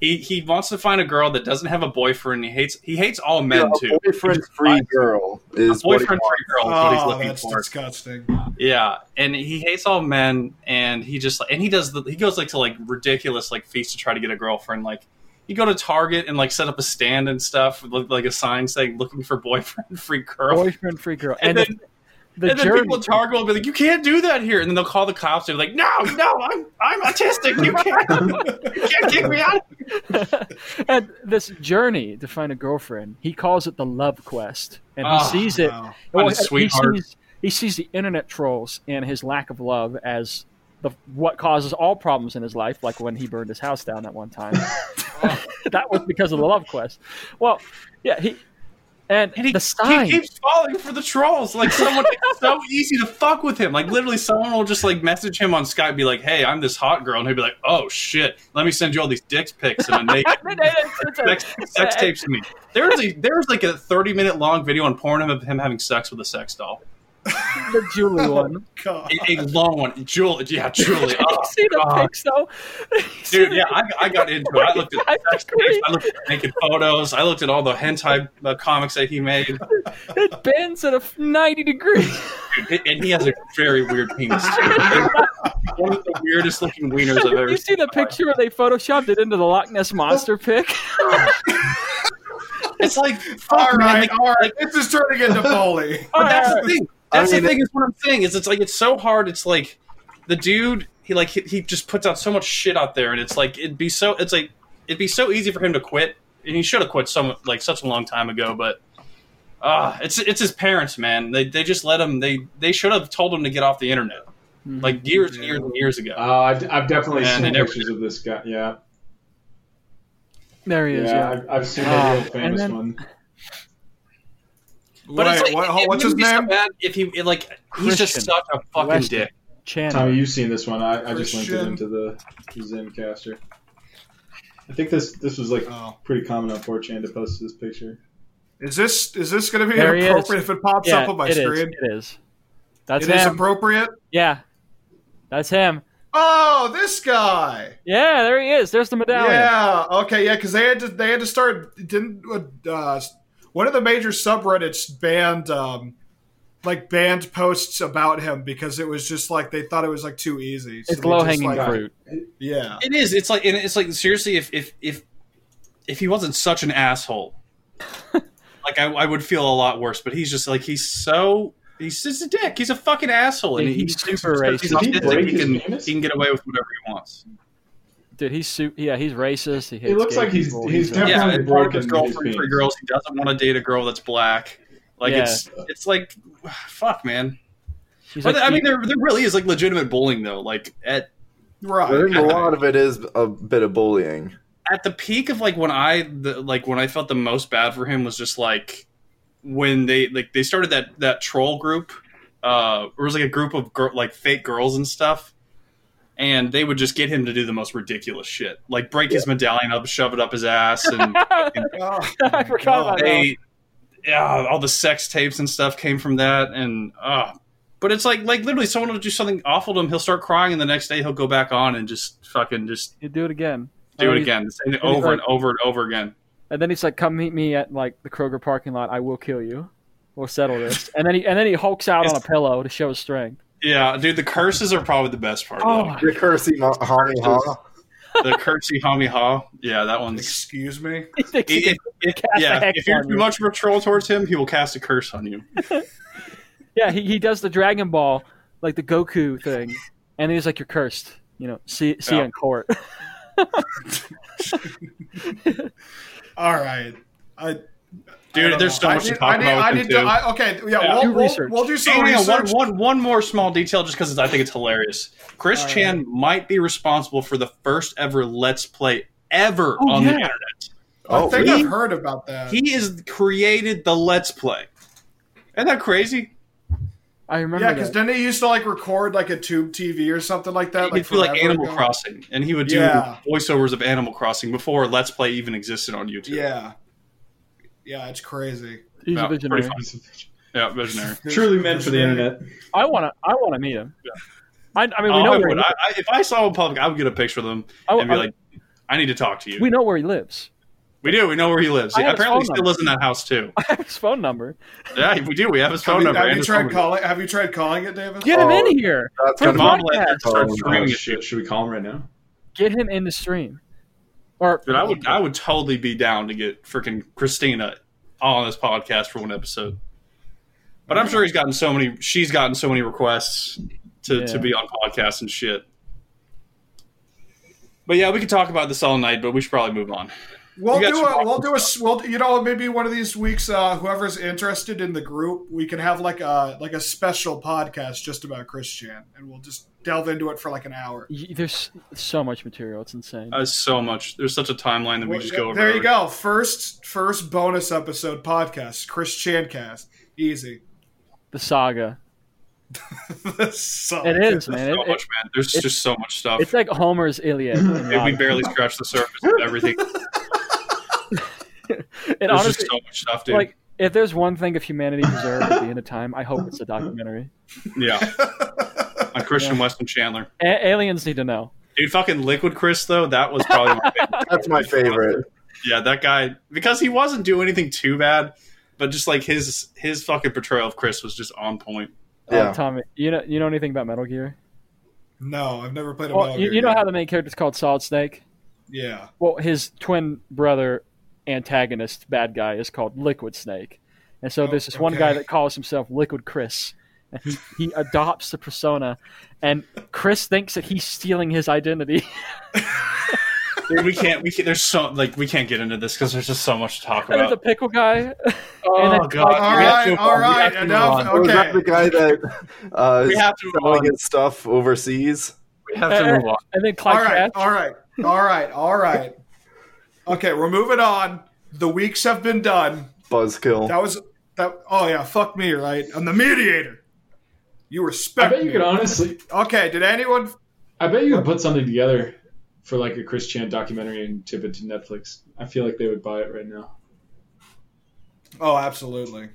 [SPEAKER 6] He he wants to find a girl that doesn't have a boyfriend. He hates he hates all men
[SPEAKER 4] a
[SPEAKER 6] too.
[SPEAKER 4] boyfriend-free girl is what he
[SPEAKER 6] Boyfriend
[SPEAKER 4] wants.
[SPEAKER 6] free girl is what he's
[SPEAKER 2] Oh,
[SPEAKER 6] looking
[SPEAKER 2] that's
[SPEAKER 6] for.
[SPEAKER 2] disgusting.
[SPEAKER 6] Yeah, and he hates all men, and he just and he does the he goes like to like ridiculous like feats to try to get a girlfriend. Like you go to Target and like set up a stand and stuff, with, like a sign saying "looking for boyfriend, free girl."
[SPEAKER 5] boyfriend free girl,
[SPEAKER 6] And
[SPEAKER 5] and,
[SPEAKER 6] then-
[SPEAKER 5] the, the
[SPEAKER 6] and then
[SPEAKER 5] journey.
[SPEAKER 6] people at Target will be like, "You can't do that here," and then they'll call the cops. They're like, "No, no, I'm I'm autistic. You can't you can't kick me out."
[SPEAKER 5] and this journey to find a girlfriend, he calls it the love quest, and he
[SPEAKER 6] Ah,
[SPEAKER 5] sees it.
[SPEAKER 2] wow.
[SPEAKER 5] well,
[SPEAKER 6] What a sweetheart.
[SPEAKER 5] He sees, he sees the internet trolls and his lack of love as the what causes all problems in his life, like when he burned his house down that one time. that was because of the love quest. Well, yeah, he and,
[SPEAKER 6] And he,
[SPEAKER 5] the sign.
[SPEAKER 6] he keeps falling for the trolls. Like someone, it's so easy to fuck with him. Like literally, someone will just like message him on Skype, be like, "Hey, I'm this hot girl," and he'll be like, "Oh shit, let me send you all these dick pics and a naked sex, sex tapes to me." There's a there's like a 30 minute long video on Pornhub of him having sex with a sex doll.
[SPEAKER 5] the Julie one.
[SPEAKER 2] God.
[SPEAKER 6] A, a long one, Julie. Yeah, Julie.
[SPEAKER 5] you
[SPEAKER 6] Oh,
[SPEAKER 5] see the
[SPEAKER 6] God.
[SPEAKER 5] pics though,
[SPEAKER 6] Dude, yeah, I, I got into it. I looked at
[SPEAKER 5] I
[SPEAKER 6] sex tapes,
[SPEAKER 5] agree.
[SPEAKER 6] I looked at naked photos, I looked at all the hentai uh, comics that he made.
[SPEAKER 5] it bends at a ninety degree.
[SPEAKER 6] Dude, and he has a very weird penis. Too. One of the weirdest looking wieners I've ever
[SPEAKER 5] you see
[SPEAKER 6] seen.
[SPEAKER 5] the picture where they photoshopped it into the Loch Ness monster pic?
[SPEAKER 6] It's like
[SPEAKER 2] All
[SPEAKER 6] fuck, man,
[SPEAKER 2] right,
[SPEAKER 6] like-
[SPEAKER 2] all right.
[SPEAKER 6] like-
[SPEAKER 2] This is turning into bully.
[SPEAKER 5] Oh,
[SPEAKER 6] but that's the thing. That's
[SPEAKER 4] I mean,
[SPEAKER 6] the thing. Is what I'm saying is it's like it's so hard. It's like the dude he like he, he just puts out so much shit out there, and it's like it'd be so it's like it'd be so easy for him to quit, and he should have quit some like such a long time ago, but. Uh, it's it's his parents, man. They they just let him. They they should have told him to get off the internet
[SPEAKER 5] Mm-hmm.
[SPEAKER 6] like years and years and years ago.
[SPEAKER 3] Uh, I, have definitely
[SPEAKER 6] Man,
[SPEAKER 3] seen
[SPEAKER 6] they never-
[SPEAKER 3] pictures of this guy. Yeah,
[SPEAKER 5] There he
[SPEAKER 3] yeah,
[SPEAKER 5] is. Yeah.
[SPEAKER 3] I've, I've seen
[SPEAKER 5] Ah,
[SPEAKER 3] a real famous
[SPEAKER 5] and then-
[SPEAKER 3] one.
[SPEAKER 6] But
[SPEAKER 2] Wait,
[SPEAKER 6] it's like,
[SPEAKER 2] what-
[SPEAKER 6] it
[SPEAKER 2] what's his
[SPEAKER 6] wouldn't be so
[SPEAKER 2] name?
[SPEAKER 6] bad if he it, like he's just
[SPEAKER 5] Christian.
[SPEAKER 6] such a fucking
[SPEAKER 5] Weston.
[SPEAKER 6] dick.
[SPEAKER 5] Chandler.
[SPEAKER 3] Tommy, you've seen this one. I, I just linked it
[SPEAKER 2] Christian.
[SPEAKER 3] into the Zencaster. I think this this was like
[SPEAKER 2] Oh.
[SPEAKER 3] pretty common on 4chan to post this picture.
[SPEAKER 2] Is this is this going to be
[SPEAKER 5] There he is.
[SPEAKER 2] appropriate if it pops
[SPEAKER 5] yeah,
[SPEAKER 2] up on my
[SPEAKER 5] it is,
[SPEAKER 2] screen?
[SPEAKER 5] It is. That's
[SPEAKER 2] it is
[SPEAKER 5] him.
[SPEAKER 2] appropriate.
[SPEAKER 5] yeah. That's him.
[SPEAKER 2] Oh, this guy.
[SPEAKER 5] Yeah, there he is. There's the medallion.
[SPEAKER 2] Yeah. Okay. Yeah, because they had to they had to start didn't uh, one of the major subreddits banned um like banned posts about him because it was just like they thought it was like too easy. So
[SPEAKER 5] It's
[SPEAKER 2] they just,
[SPEAKER 5] low hanging
[SPEAKER 2] like-
[SPEAKER 5] fruit.
[SPEAKER 2] Yeah.
[SPEAKER 6] It is. It's like and it's like seriously, if if if if he wasn't such an asshole, like I, I would feel a lot worse. But he's just like he's so he's just a dick. He's a fucking asshole, and
[SPEAKER 5] Yeah, he's
[SPEAKER 6] he's
[SPEAKER 5] super
[SPEAKER 6] because He's
[SPEAKER 5] racist.
[SPEAKER 3] Did he
[SPEAKER 6] autistic.
[SPEAKER 3] break
[SPEAKER 6] He
[SPEAKER 3] his
[SPEAKER 6] can
[SPEAKER 3] penis?
[SPEAKER 6] he can get away with whatever he wants.
[SPEAKER 5] Dude, he's su- yeah, he's racist. He hates
[SPEAKER 3] He looks
[SPEAKER 5] gay
[SPEAKER 3] like he's-
[SPEAKER 5] people.
[SPEAKER 3] he's
[SPEAKER 5] a-
[SPEAKER 3] definitely-
[SPEAKER 6] Yeah, and part of his
[SPEAKER 3] broken his
[SPEAKER 6] girlfriend for
[SPEAKER 3] penis.
[SPEAKER 6] girls. He doesn't want to date a girl that's black. Like
[SPEAKER 5] Yeah.
[SPEAKER 6] it's it's like fuck, man.
[SPEAKER 5] he's
[SPEAKER 6] But
[SPEAKER 5] like,
[SPEAKER 6] I mean, there there really is like legitimate bullying though. Like at
[SPEAKER 4] I
[SPEAKER 2] Right.
[SPEAKER 4] think a lot of it is a bit of bullying.
[SPEAKER 6] at the peak of like when I the, like when I felt the most bad for him was just like when they like they started that that troll group. Uh, it was like a group of gir- like fake girls and stuff, and they would just get him to do the most ridiculous shit, like break his medallion up, shove it up his ass, and
[SPEAKER 2] Oh,
[SPEAKER 5] I forgot about that.
[SPEAKER 6] they yeah, all the sex tapes and stuff came from that, and uh, but it's like like literally someone will do something awful to him, he'll start crying, and the next day he'll go back on and just fucking just
[SPEAKER 5] You do it again.
[SPEAKER 6] do
[SPEAKER 5] And
[SPEAKER 6] it
[SPEAKER 5] he's-
[SPEAKER 6] again, the same thing
[SPEAKER 5] and he's
[SPEAKER 6] over
[SPEAKER 5] like-
[SPEAKER 6] and over and over again.
[SPEAKER 5] And then he's like, "Come meet me at like the Kroger parking lot. I will kill you. We'll settle this." And then he and then he hulks out on a pillow to show his strength.
[SPEAKER 6] Yeah, dude, the curses are probably the best part.
[SPEAKER 5] Oh
[SPEAKER 6] though.
[SPEAKER 5] my!
[SPEAKER 4] The cursing ho- homie ha.
[SPEAKER 2] Oh.
[SPEAKER 6] The cursey homie ha. Yeah, that one's.
[SPEAKER 2] excuse me.
[SPEAKER 5] He thinks he
[SPEAKER 6] If,
[SPEAKER 5] can-
[SPEAKER 6] if,
[SPEAKER 5] Cast a
[SPEAKER 6] yeah,
[SPEAKER 5] hex
[SPEAKER 6] if you're
[SPEAKER 5] on
[SPEAKER 6] too
[SPEAKER 5] you.
[SPEAKER 6] much of a troll towards him, he will cast a curse on you.
[SPEAKER 5] yeah, he, he does the Dragon Ball like the Goku thing, and he's like, "You're cursed." You know, see see you
[SPEAKER 6] Yeah.
[SPEAKER 5] in court.
[SPEAKER 2] All right. I, dude,
[SPEAKER 6] Dude, there's so much to talk
[SPEAKER 2] I need,
[SPEAKER 6] about
[SPEAKER 2] I
[SPEAKER 6] with
[SPEAKER 2] need
[SPEAKER 6] him,
[SPEAKER 2] to.
[SPEAKER 6] too.
[SPEAKER 2] I, okay, yeah,
[SPEAKER 6] Yeah.
[SPEAKER 5] Do
[SPEAKER 2] We'll, we'll,
[SPEAKER 5] research.
[SPEAKER 2] we'll do some
[SPEAKER 6] Hang on,
[SPEAKER 2] research.
[SPEAKER 6] Oh, one, one, one more small detail just because I think it's hilarious. Chris
[SPEAKER 2] All right.
[SPEAKER 6] Chan might be responsible for the first ever Let's Play ever
[SPEAKER 5] Oh,
[SPEAKER 6] on the
[SPEAKER 5] yeah.
[SPEAKER 6] internet.
[SPEAKER 4] Oh,
[SPEAKER 2] I think
[SPEAKER 6] really?
[SPEAKER 2] I've heard about that.
[SPEAKER 6] He has created the Let's Play. Isn't that crazy?
[SPEAKER 5] I remember
[SPEAKER 2] yeah, because
[SPEAKER 5] that.
[SPEAKER 2] didn't he used to like record like a tube TV or something like that?
[SPEAKER 6] He'd do like
[SPEAKER 2] forever
[SPEAKER 6] Animal
[SPEAKER 2] ago?
[SPEAKER 6] Crossing, and he would do
[SPEAKER 2] Yeah.
[SPEAKER 6] voiceovers of Animal Crossing before Let's Play even existed on YouTube.
[SPEAKER 2] Yeah, yeah, it's crazy.
[SPEAKER 5] He's
[SPEAKER 6] Yeah,
[SPEAKER 5] a
[SPEAKER 6] pretty
[SPEAKER 5] visionary.
[SPEAKER 6] fun. Yeah, visionary.
[SPEAKER 3] Truly meant for the
[SPEAKER 2] Visionary.
[SPEAKER 3] internet.
[SPEAKER 5] I want to I want to meet him. I, I mean, we
[SPEAKER 6] Oh,
[SPEAKER 5] know
[SPEAKER 6] I
[SPEAKER 5] where
[SPEAKER 6] would.
[SPEAKER 5] he,
[SPEAKER 6] I, I, if I saw him in public, I would get a picture of him
[SPEAKER 5] I would-
[SPEAKER 6] and be
[SPEAKER 5] I would-
[SPEAKER 6] like, "I need to talk to you."
[SPEAKER 5] we
[SPEAKER 6] We,
[SPEAKER 5] know where he lives.
[SPEAKER 6] do. We know where he lives.
[SPEAKER 5] I have his
[SPEAKER 6] apparently, he
[SPEAKER 5] phone
[SPEAKER 6] still
[SPEAKER 5] number.
[SPEAKER 6] lives in that house too.
[SPEAKER 5] I have his phone number.
[SPEAKER 6] Yeah, we do. We have his
[SPEAKER 2] Have
[SPEAKER 6] phone
[SPEAKER 2] you,
[SPEAKER 6] number.
[SPEAKER 2] have
[SPEAKER 6] and
[SPEAKER 2] you
[SPEAKER 6] his
[SPEAKER 2] tried
[SPEAKER 6] phone
[SPEAKER 2] calling? Have you tried calling it, Davis?
[SPEAKER 5] Get him
[SPEAKER 4] Oh.
[SPEAKER 5] in here.
[SPEAKER 4] That's
[SPEAKER 5] Her
[SPEAKER 6] number.
[SPEAKER 4] gonna
[SPEAKER 6] His
[SPEAKER 4] be
[SPEAKER 5] podcast.
[SPEAKER 6] mom let him start
[SPEAKER 4] Oh,
[SPEAKER 6] streaming
[SPEAKER 3] Oh,
[SPEAKER 6] it.
[SPEAKER 3] shit. Should we call him right now?
[SPEAKER 5] Get him in the stream. Or
[SPEAKER 6] Dude, I would. I would totally be down to get freaking Christina on this podcast for one episode. But I'm sure he's gotten so many. She's gotten so many requests to, to
[SPEAKER 5] Yeah.
[SPEAKER 6] be on podcasts and shit. But yeah, we could talk about this all night, but we should probably move on.
[SPEAKER 2] We'll
[SPEAKER 6] You got
[SPEAKER 2] do
[SPEAKER 6] some
[SPEAKER 2] a we'll do a s- we'll you know maybe one of these weeks uh, whoever's interested in the group we can have like a like a special podcast just about Christian and we'll just delve into it for like an hour.
[SPEAKER 5] Y- There's so much material. It's insane.
[SPEAKER 6] Uh, so much. There's such a timeline that we just go over.
[SPEAKER 2] there you
[SPEAKER 6] everything.
[SPEAKER 2] go. First first bonus episode podcast Chris Chancast. Easy.
[SPEAKER 5] the saga.
[SPEAKER 2] so,
[SPEAKER 5] It is, man.
[SPEAKER 6] so
[SPEAKER 5] It-
[SPEAKER 6] much, man. There's
[SPEAKER 5] it's-
[SPEAKER 6] just so much stuff.
[SPEAKER 5] it- it's like Homer's Iliad. in
[SPEAKER 6] Dude, we
[SPEAKER 5] novels.
[SPEAKER 6] barely scratched the surface of everything.
[SPEAKER 5] It
[SPEAKER 6] There's
[SPEAKER 5] honestly,
[SPEAKER 6] just so much stuff, dude.
[SPEAKER 5] like, if there's one thing of humanity deserved at the end of time, I hope it's a documentary.
[SPEAKER 6] yeah. On Christian Weston Chandler.
[SPEAKER 5] A- aliens need to know.
[SPEAKER 6] Dude, fucking Liquid Chris, though, that was probably my favorite.
[SPEAKER 4] That's my favorite.
[SPEAKER 6] Yeah, that guy, because he wasn't doing anything too bad, but just like his his fucking portrayal of Chris was just on point.
[SPEAKER 5] Yeah.
[SPEAKER 4] Yeah.
[SPEAKER 5] Um, Tommy, you know, you know anything about Metal Gear?
[SPEAKER 2] no, I've never played a
[SPEAKER 5] Well,
[SPEAKER 2] Metal
[SPEAKER 5] you,
[SPEAKER 2] Gear
[SPEAKER 5] you know
[SPEAKER 2] game.
[SPEAKER 5] how the main character's called Solid Snake.
[SPEAKER 2] Yeah.
[SPEAKER 5] Well, his twin brother, antagonist, bad guy is called Liquid Snake, and so
[SPEAKER 2] Oh,
[SPEAKER 5] there's this one guy
[SPEAKER 2] okay.
[SPEAKER 5] that calls himself Liquid Chris, and he, he adopts the persona, and Chris thinks that he's stealing his identity.
[SPEAKER 6] Dude, we can't, we can't, there's so, like, we can't get into this because there's just so much to talk
[SPEAKER 5] There's a
[SPEAKER 6] about.
[SPEAKER 5] pickle guy.
[SPEAKER 6] Oh,
[SPEAKER 5] and it's
[SPEAKER 6] God.
[SPEAKER 5] like-
[SPEAKER 2] All
[SPEAKER 6] We have
[SPEAKER 2] right,
[SPEAKER 6] to-
[SPEAKER 2] all
[SPEAKER 6] we have
[SPEAKER 2] right,
[SPEAKER 6] to move
[SPEAKER 2] enough.
[SPEAKER 6] on.
[SPEAKER 4] Was that the
[SPEAKER 2] Okay.
[SPEAKER 4] guy that uh,
[SPEAKER 6] Oh, We
[SPEAKER 4] is
[SPEAKER 6] have to move
[SPEAKER 4] selling
[SPEAKER 6] on.
[SPEAKER 4] his stuff overseas?
[SPEAKER 6] We have to move on.
[SPEAKER 5] And then
[SPEAKER 2] All
[SPEAKER 5] Clyde
[SPEAKER 2] right,
[SPEAKER 5] Cash.
[SPEAKER 2] all right, all right, all right. Okay, we're moving on. The weeks have been done.
[SPEAKER 4] Buzzkill.
[SPEAKER 2] That was that. Oh yeah, fuck me, right? I'm the mediator. You
[SPEAKER 3] I
[SPEAKER 2] respect
[SPEAKER 3] bet you
[SPEAKER 2] me.
[SPEAKER 3] could honestly.
[SPEAKER 2] okay, did anyone?
[SPEAKER 3] I bet you could put something together for like a Chris Chan documentary and tip it to Netflix. I feel like they would buy it right now.
[SPEAKER 2] Oh, absolutely.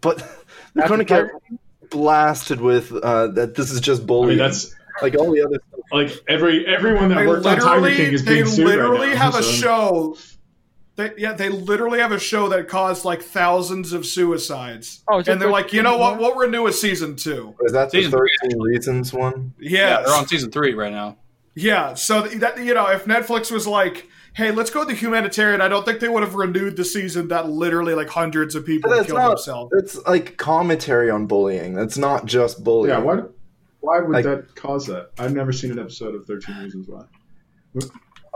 [SPEAKER 4] But they're going to get
[SPEAKER 5] That's-
[SPEAKER 4] blasted with uh, that this is
[SPEAKER 3] I
[SPEAKER 4] just
[SPEAKER 3] mean,
[SPEAKER 4] bullying.
[SPEAKER 3] that's
[SPEAKER 4] like all the other stuff.
[SPEAKER 3] like every everyone that
[SPEAKER 2] They
[SPEAKER 3] worked on Tiger
[SPEAKER 2] literally,
[SPEAKER 3] King is
[SPEAKER 2] they
[SPEAKER 3] being sued right
[SPEAKER 2] literally
[SPEAKER 3] now,
[SPEAKER 2] have a
[SPEAKER 3] so-
[SPEAKER 2] show. They, yeah, they literally have a show that caused like thousands of suicides.
[SPEAKER 5] Oh, is it
[SPEAKER 2] and they're like, you know what?
[SPEAKER 5] thirteen?
[SPEAKER 2] We'll renew a season two.
[SPEAKER 4] Is that the
[SPEAKER 6] Season three,
[SPEAKER 4] 13 Reasons one?
[SPEAKER 6] Yeah,
[SPEAKER 2] Yeah,
[SPEAKER 6] they're on season three right now.
[SPEAKER 2] Yeah, so th- that you know, if Netflix was like, "Hey, let's go with the humanitarian," I don't think they would have renewed the season that literally like hundreds of people
[SPEAKER 4] But that's
[SPEAKER 2] killed
[SPEAKER 4] not-
[SPEAKER 2] themselves.
[SPEAKER 4] It's like commentary on bullying. That's not just bullying.
[SPEAKER 3] Yeah, why? Why would
[SPEAKER 4] Like-
[SPEAKER 3] that cause that? I've never seen an episode of Thirteen Reasons Why.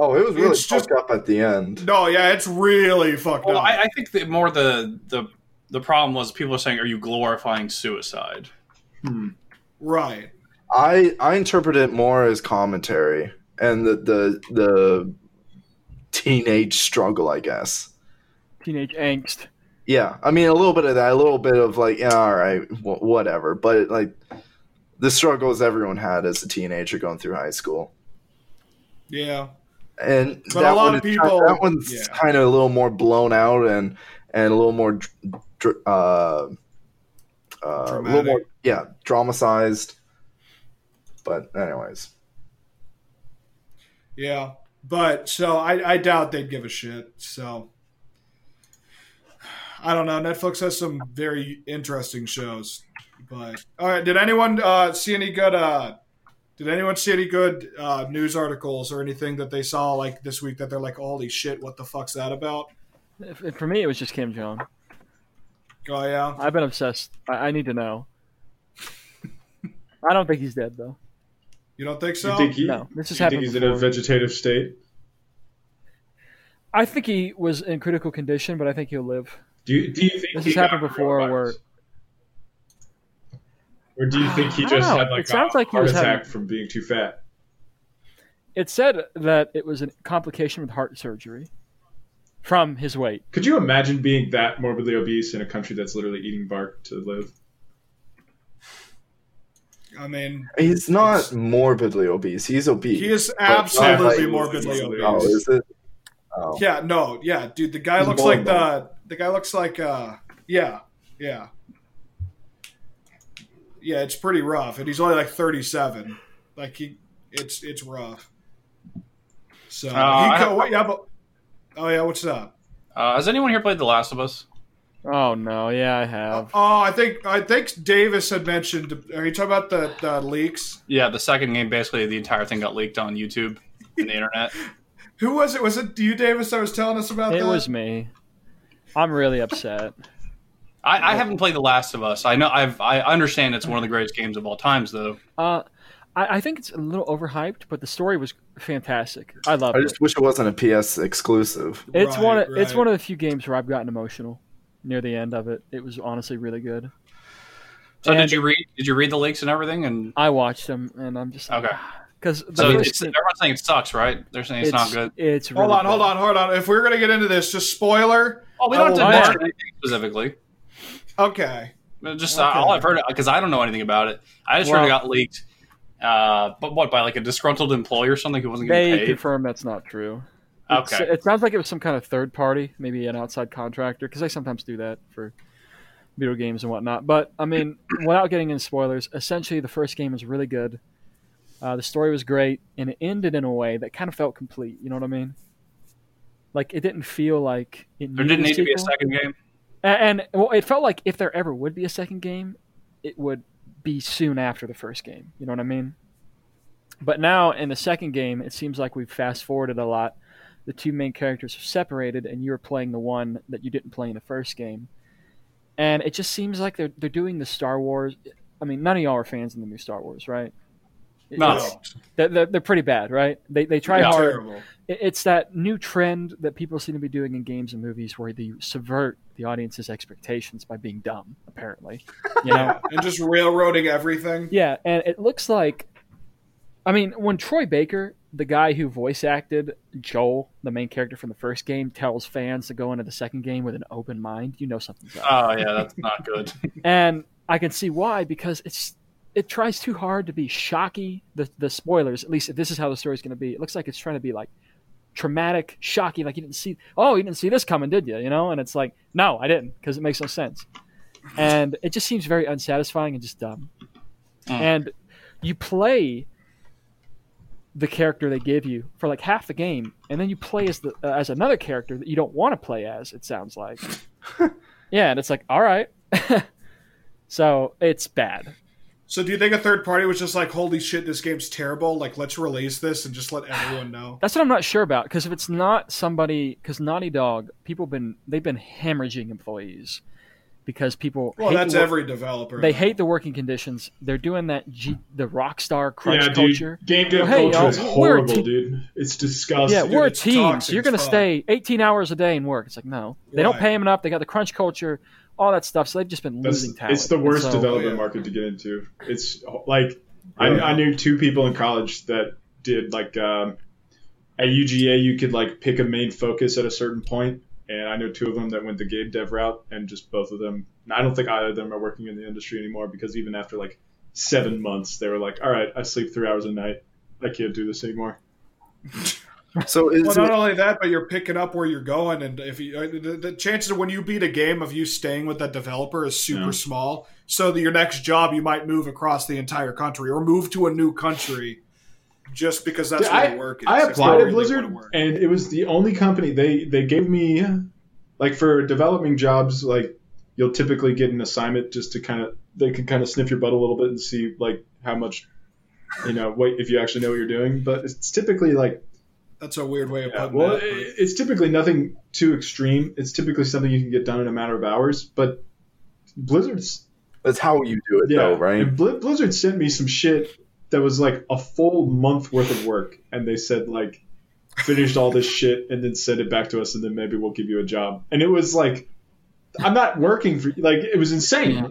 [SPEAKER 4] Oh, it was really
[SPEAKER 2] It's just-
[SPEAKER 4] fucked up at the end.
[SPEAKER 2] No, yeah, it's really fucked
[SPEAKER 6] Well,
[SPEAKER 2] up.
[SPEAKER 6] I, I think that more the the the problem was people are saying, "Are you glorifying suicide?"
[SPEAKER 3] Hmm.
[SPEAKER 2] right?
[SPEAKER 4] I I interpret it more as commentary, and the the the teenage struggle, I guess.
[SPEAKER 5] Teenage angst.
[SPEAKER 4] Yeah, I mean a little bit of that, a little bit of like, yeah, all right, wh- whatever. But like the struggles everyone had as a teenager going through high school,
[SPEAKER 2] Yeah.
[SPEAKER 4] and
[SPEAKER 2] But a lot of
[SPEAKER 4] is-
[SPEAKER 2] people-
[SPEAKER 4] that one's
[SPEAKER 2] yeah.
[SPEAKER 4] kind of a little more blown out and and a little more, dr- dr- uh, uh, a little
[SPEAKER 2] Dramatic.
[SPEAKER 4] more, yeah, dramatized. But anyways,
[SPEAKER 2] Yeah. But so I, I doubt they'd give a shit. So I don't know. Netflix has some very interesting shows. But all right, did anyone uh, see any good uh did anyone see any good uh, news articles or anything that they saw like this week that they're like, holy shit, what the fuck's that about?
[SPEAKER 5] If- if- For me, it was just Kim Jong.
[SPEAKER 2] Oh yeah.
[SPEAKER 5] I've been obsessed. I, I need to know. I don't think he's dead though.
[SPEAKER 2] You don't think so?
[SPEAKER 3] you think he,
[SPEAKER 5] No, this has
[SPEAKER 3] you think
[SPEAKER 5] happened.
[SPEAKER 3] he's in a
[SPEAKER 5] before.
[SPEAKER 3] vegetative state?
[SPEAKER 5] I think he was in critical condition, but I think he'll live.
[SPEAKER 3] Do you, do you think
[SPEAKER 5] This
[SPEAKER 3] he
[SPEAKER 5] has happened
[SPEAKER 3] got
[SPEAKER 5] before
[SPEAKER 3] coronavirus?
[SPEAKER 5] where-
[SPEAKER 3] Or do you think he
[SPEAKER 5] I don't
[SPEAKER 3] just
[SPEAKER 5] know.
[SPEAKER 3] had like
[SPEAKER 5] It sounds
[SPEAKER 3] a
[SPEAKER 5] like he
[SPEAKER 3] heart
[SPEAKER 5] was
[SPEAKER 3] attack
[SPEAKER 5] having-
[SPEAKER 3] from being too fat?
[SPEAKER 5] It said that it was a complication with heart surgery from his weight.
[SPEAKER 3] Could you imagine being that morbidly obese in a country that's literally eating bark to live?
[SPEAKER 2] I mean
[SPEAKER 4] he's not morbidly obese. He's obese.
[SPEAKER 2] he is
[SPEAKER 4] Absolutely
[SPEAKER 2] absolutely morbidly
[SPEAKER 3] absolutely.
[SPEAKER 2] obese.
[SPEAKER 4] oh, is it? Oh.
[SPEAKER 2] Yeah, no, yeah, dude. The guy
[SPEAKER 4] He's
[SPEAKER 2] looks
[SPEAKER 4] bald,
[SPEAKER 2] like the the guy looks like uh yeah, yeah. Yeah, it's pretty rough. And he's only like thirty seven. Like he it's it's rough. So
[SPEAKER 1] Uh,
[SPEAKER 2] he
[SPEAKER 1] I-
[SPEAKER 2] co- what- yeah, but, oh yeah, what's up?
[SPEAKER 1] Uh, has anyone here played The Last of Us?
[SPEAKER 5] Oh no, yeah, I have.
[SPEAKER 2] Oh, I think I think Davis had mentioned are you talking about the, the leaks?
[SPEAKER 1] Yeah, the second game basically the entire thing got leaked on YouTube and the internet.
[SPEAKER 2] Who was it? Was it you Davis that was telling us about
[SPEAKER 5] It
[SPEAKER 2] that?
[SPEAKER 5] was me. I'm really upset.
[SPEAKER 1] I, I haven't played The Last of Us. I know I've I understand it's one of the greatest games of all times though.
[SPEAKER 5] Uh, I, I think it's a little overhyped, but the story was fantastic. I love
[SPEAKER 4] I
[SPEAKER 5] it.
[SPEAKER 4] just wish it wasn't a PS exclusive.
[SPEAKER 5] It's
[SPEAKER 2] Right,
[SPEAKER 5] one. Of, It's
[SPEAKER 2] right.
[SPEAKER 5] one of the few games where I've gotten emotional near the end of it. It was honestly really good.
[SPEAKER 1] So
[SPEAKER 5] And-
[SPEAKER 1] did you read did you read the leaks and everything and
[SPEAKER 5] I watched them, and I'm just
[SPEAKER 1] Okay.
[SPEAKER 5] Because
[SPEAKER 1] so it's, everyone's saying it sucks, right? They're saying it's, not good.
[SPEAKER 5] It's
[SPEAKER 2] Hold
[SPEAKER 5] really
[SPEAKER 2] on, hold
[SPEAKER 5] bad.
[SPEAKER 2] on, hold on. If we're gonna get into this, just spoiler.
[SPEAKER 1] Oh, we don't have
[SPEAKER 2] Oh,
[SPEAKER 1] to mention
[SPEAKER 5] yeah.
[SPEAKER 1] anything specifically.
[SPEAKER 2] Okay.
[SPEAKER 1] But Just uh,
[SPEAKER 2] Okay.
[SPEAKER 1] all I've heard because I don't know anything about it. I just heard
[SPEAKER 5] Well-
[SPEAKER 1] it got leaked. Uh, but what by like a disgruntled employee or something who wasn't getting
[SPEAKER 5] They
[SPEAKER 1] paid?
[SPEAKER 5] confirm that's not true. It's-
[SPEAKER 1] Okay.
[SPEAKER 5] It sounds like it was some kind of third party, maybe an outside contractor, because they sometimes do that for video games and whatnot. But I mean, without getting into spoilers, essentially the first game was really good. Uh, the story was great, and it ended in a way that kind of felt complete. You know what I mean? Like it didn't feel like it
[SPEAKER 1] There
[SPEAKER 5] needed
[SPEAKER 1] didn't need to be a
[SPEAKER 5] sequel.
[SPEAKER 1] second game.
[SPEAKER 5] And, and well, it felt like if there ever would be a second game, it would be soon after the first game. You know what I mean? But now in the second game, it seems like we've fast forwarded a lot. The two main characters are separated, and you're playing the one that you didn't play in the first game. And it just seems like they're they're doing the Star Wars. I mean, none of y'all are fans of the new Star Wars, right?
[SPEAKER 1] No.
[SPEAKER 5] It's- They're, they're, they're pretty bad, right? They, they try
[SPEAKER 1] Yeah.
[SPEAKER 5] hard
[SPEAKER 2] Terrible.
[SPEAKER 5] it- it's that new trend that people seem to be doing in games and movies where they subvert the audience's expectations by being dumb apparently you know
[SPEAKER 2] and just railroading everything.
[SPEAKER 5] yeah and it looks like i mean when troy baker the guy who voice acted joel the main character from the first game tells fans to go into the second game with an open mind you know something's up
[SPEAKER 1] Oh yeah, that's not good.
[SPEAKER 5] and I can see why because it's it tries too hard to be shocky. The the spoilers, at least if this is how the story's going to be, it looks like it's trying to be like traumatic, shocky. Like you didn't see, oh, you didn't see this coming, did you? You know, and it's like, no, I didn't, because it makes no sense, and it just seems very unsatisfying and just dumb. And you play the character they give you for like half the game, and then you play as the uh, as another character that you don't want to play as. It sounds like, yeah, and it's like, all right. So it's bad.
[SPEAKER 2] So do you think a third party was just like, holy shit, this game's terrible. Like, let's release this and just let everyone know.
[SPEAKER 5] That's what I'm not sure about. Because if it's not somebody, because Naughty Dog, people been they've been hemorrhaging employees because people
[SPEAKER 2] Well,
[SPEAKER 5] hate
[SPEAKER 2] that's
[SPEAKER 5] the, wor-
[SPEAKER 2] every developer.
[SPEAKER 5] they
[SPEAKER 2] though.
[SPEAKER 5] hate the working conditions. They're doing that G, the Rockstar crunch
[SPEAKER 3] yeah,
[SPEAKER 5] culture.
[SPEAKER 3] dude. Game dev
[SPEAKER 5] Well, hey,
[SPEAKER 3] culture
[SPEAKER 5] y'all,
[SPEAKER 3] is
[SPEAKER 5] we're a
[SPEAKER 3] horrible,
[SPEAKER 5] team-
[SPEAKER 3] dude. It's
[SPEAKER 5] Yeah,
[SPEAKER 3] disgusting.
[SPEAKER 5] we're a
[SPEAKER 2] it's
[SPEAKER 5] team.
[SPEAKER 2] toxic
[SPEAKER 5] So you're gonna
[SPEAKER 2] as fuck.
[SPEAKER 5] stay 18 hours a day and work. It's like no, they don't
[SPEAKER 2] Right.
[SPEAKER 5] pay them enough. They got the crunch culture, all that stuff. So they've just been
[SPEAKER 3] That's-
[SPEAKER 5] losing talent.
[SPEAKER 3] it's the worst
[SPEAKER 5] So-
[SPEAKER 3] development
[SPEAKER 2] yeah.
[SPEAKER 3] market to get into. It's like I, I knew two people in college that did like um, at UGA you could like pick a main focus at a certain point, and I know two of them that went the game dev route, and just both of them. I don't think either of them are working in the industry anymore because even after like seven months, they were like, "All right, I sleep three hours a night. I can't do this anymore."
[SPEAKER 4] So is
[SPEAKER 2] Well, not
[SPEAKER 4] it,
[SPEAKER 2] only that, but you're picking up where you're going, and if you, uh, the, the chances of when you beat a game of you staying with that developer is super
[SPEAKER 3] Yeah.
[SPEAKER 2] small. So that your next job, you might move across the entire country or move to a new country, just because that's
[SPEAKER 3] Dude,
[SPEAKER 2] where the work is.
[SPEAKER 3] I
[SPEAKER 2] That's
[SPEAKER 3] applied
[SPEAKER 2] where
[SPEAKER 3] at
[SPEAKER 2] they
[SPEAKER 3] Blizzard,
[SPEAKER 2] wanna work.
[SPEAKER 3] and it was the only company they they gave me, like for developing jobs, like you'll typically get an assignment just to kind of they could kind of sniff your butt a little bit and see like how much, you know, what if you actually know what you're doing. But it's typically like,
[SPEAKER 2] That's a weird way of
[SPEAKER 3] yeah,
[SPEAKER 2] putting
[SPEAKER 3] well,
[SPEAKER 2] it. but-
[SPEAKER 3] it- it's typically nothing too extreme. It's typically something you can get done in a matter of hours. But Blizzard's
[SPEAKER 4] that's how you do it though, right?
[SPEAKER 3] and Bli- Blizzard sent me some shit that was like a full month worth of work, and they said like finished all this shit and then send it back to us, and then maybe we'll give you a job. And it was like, I'm not working for like it was insane.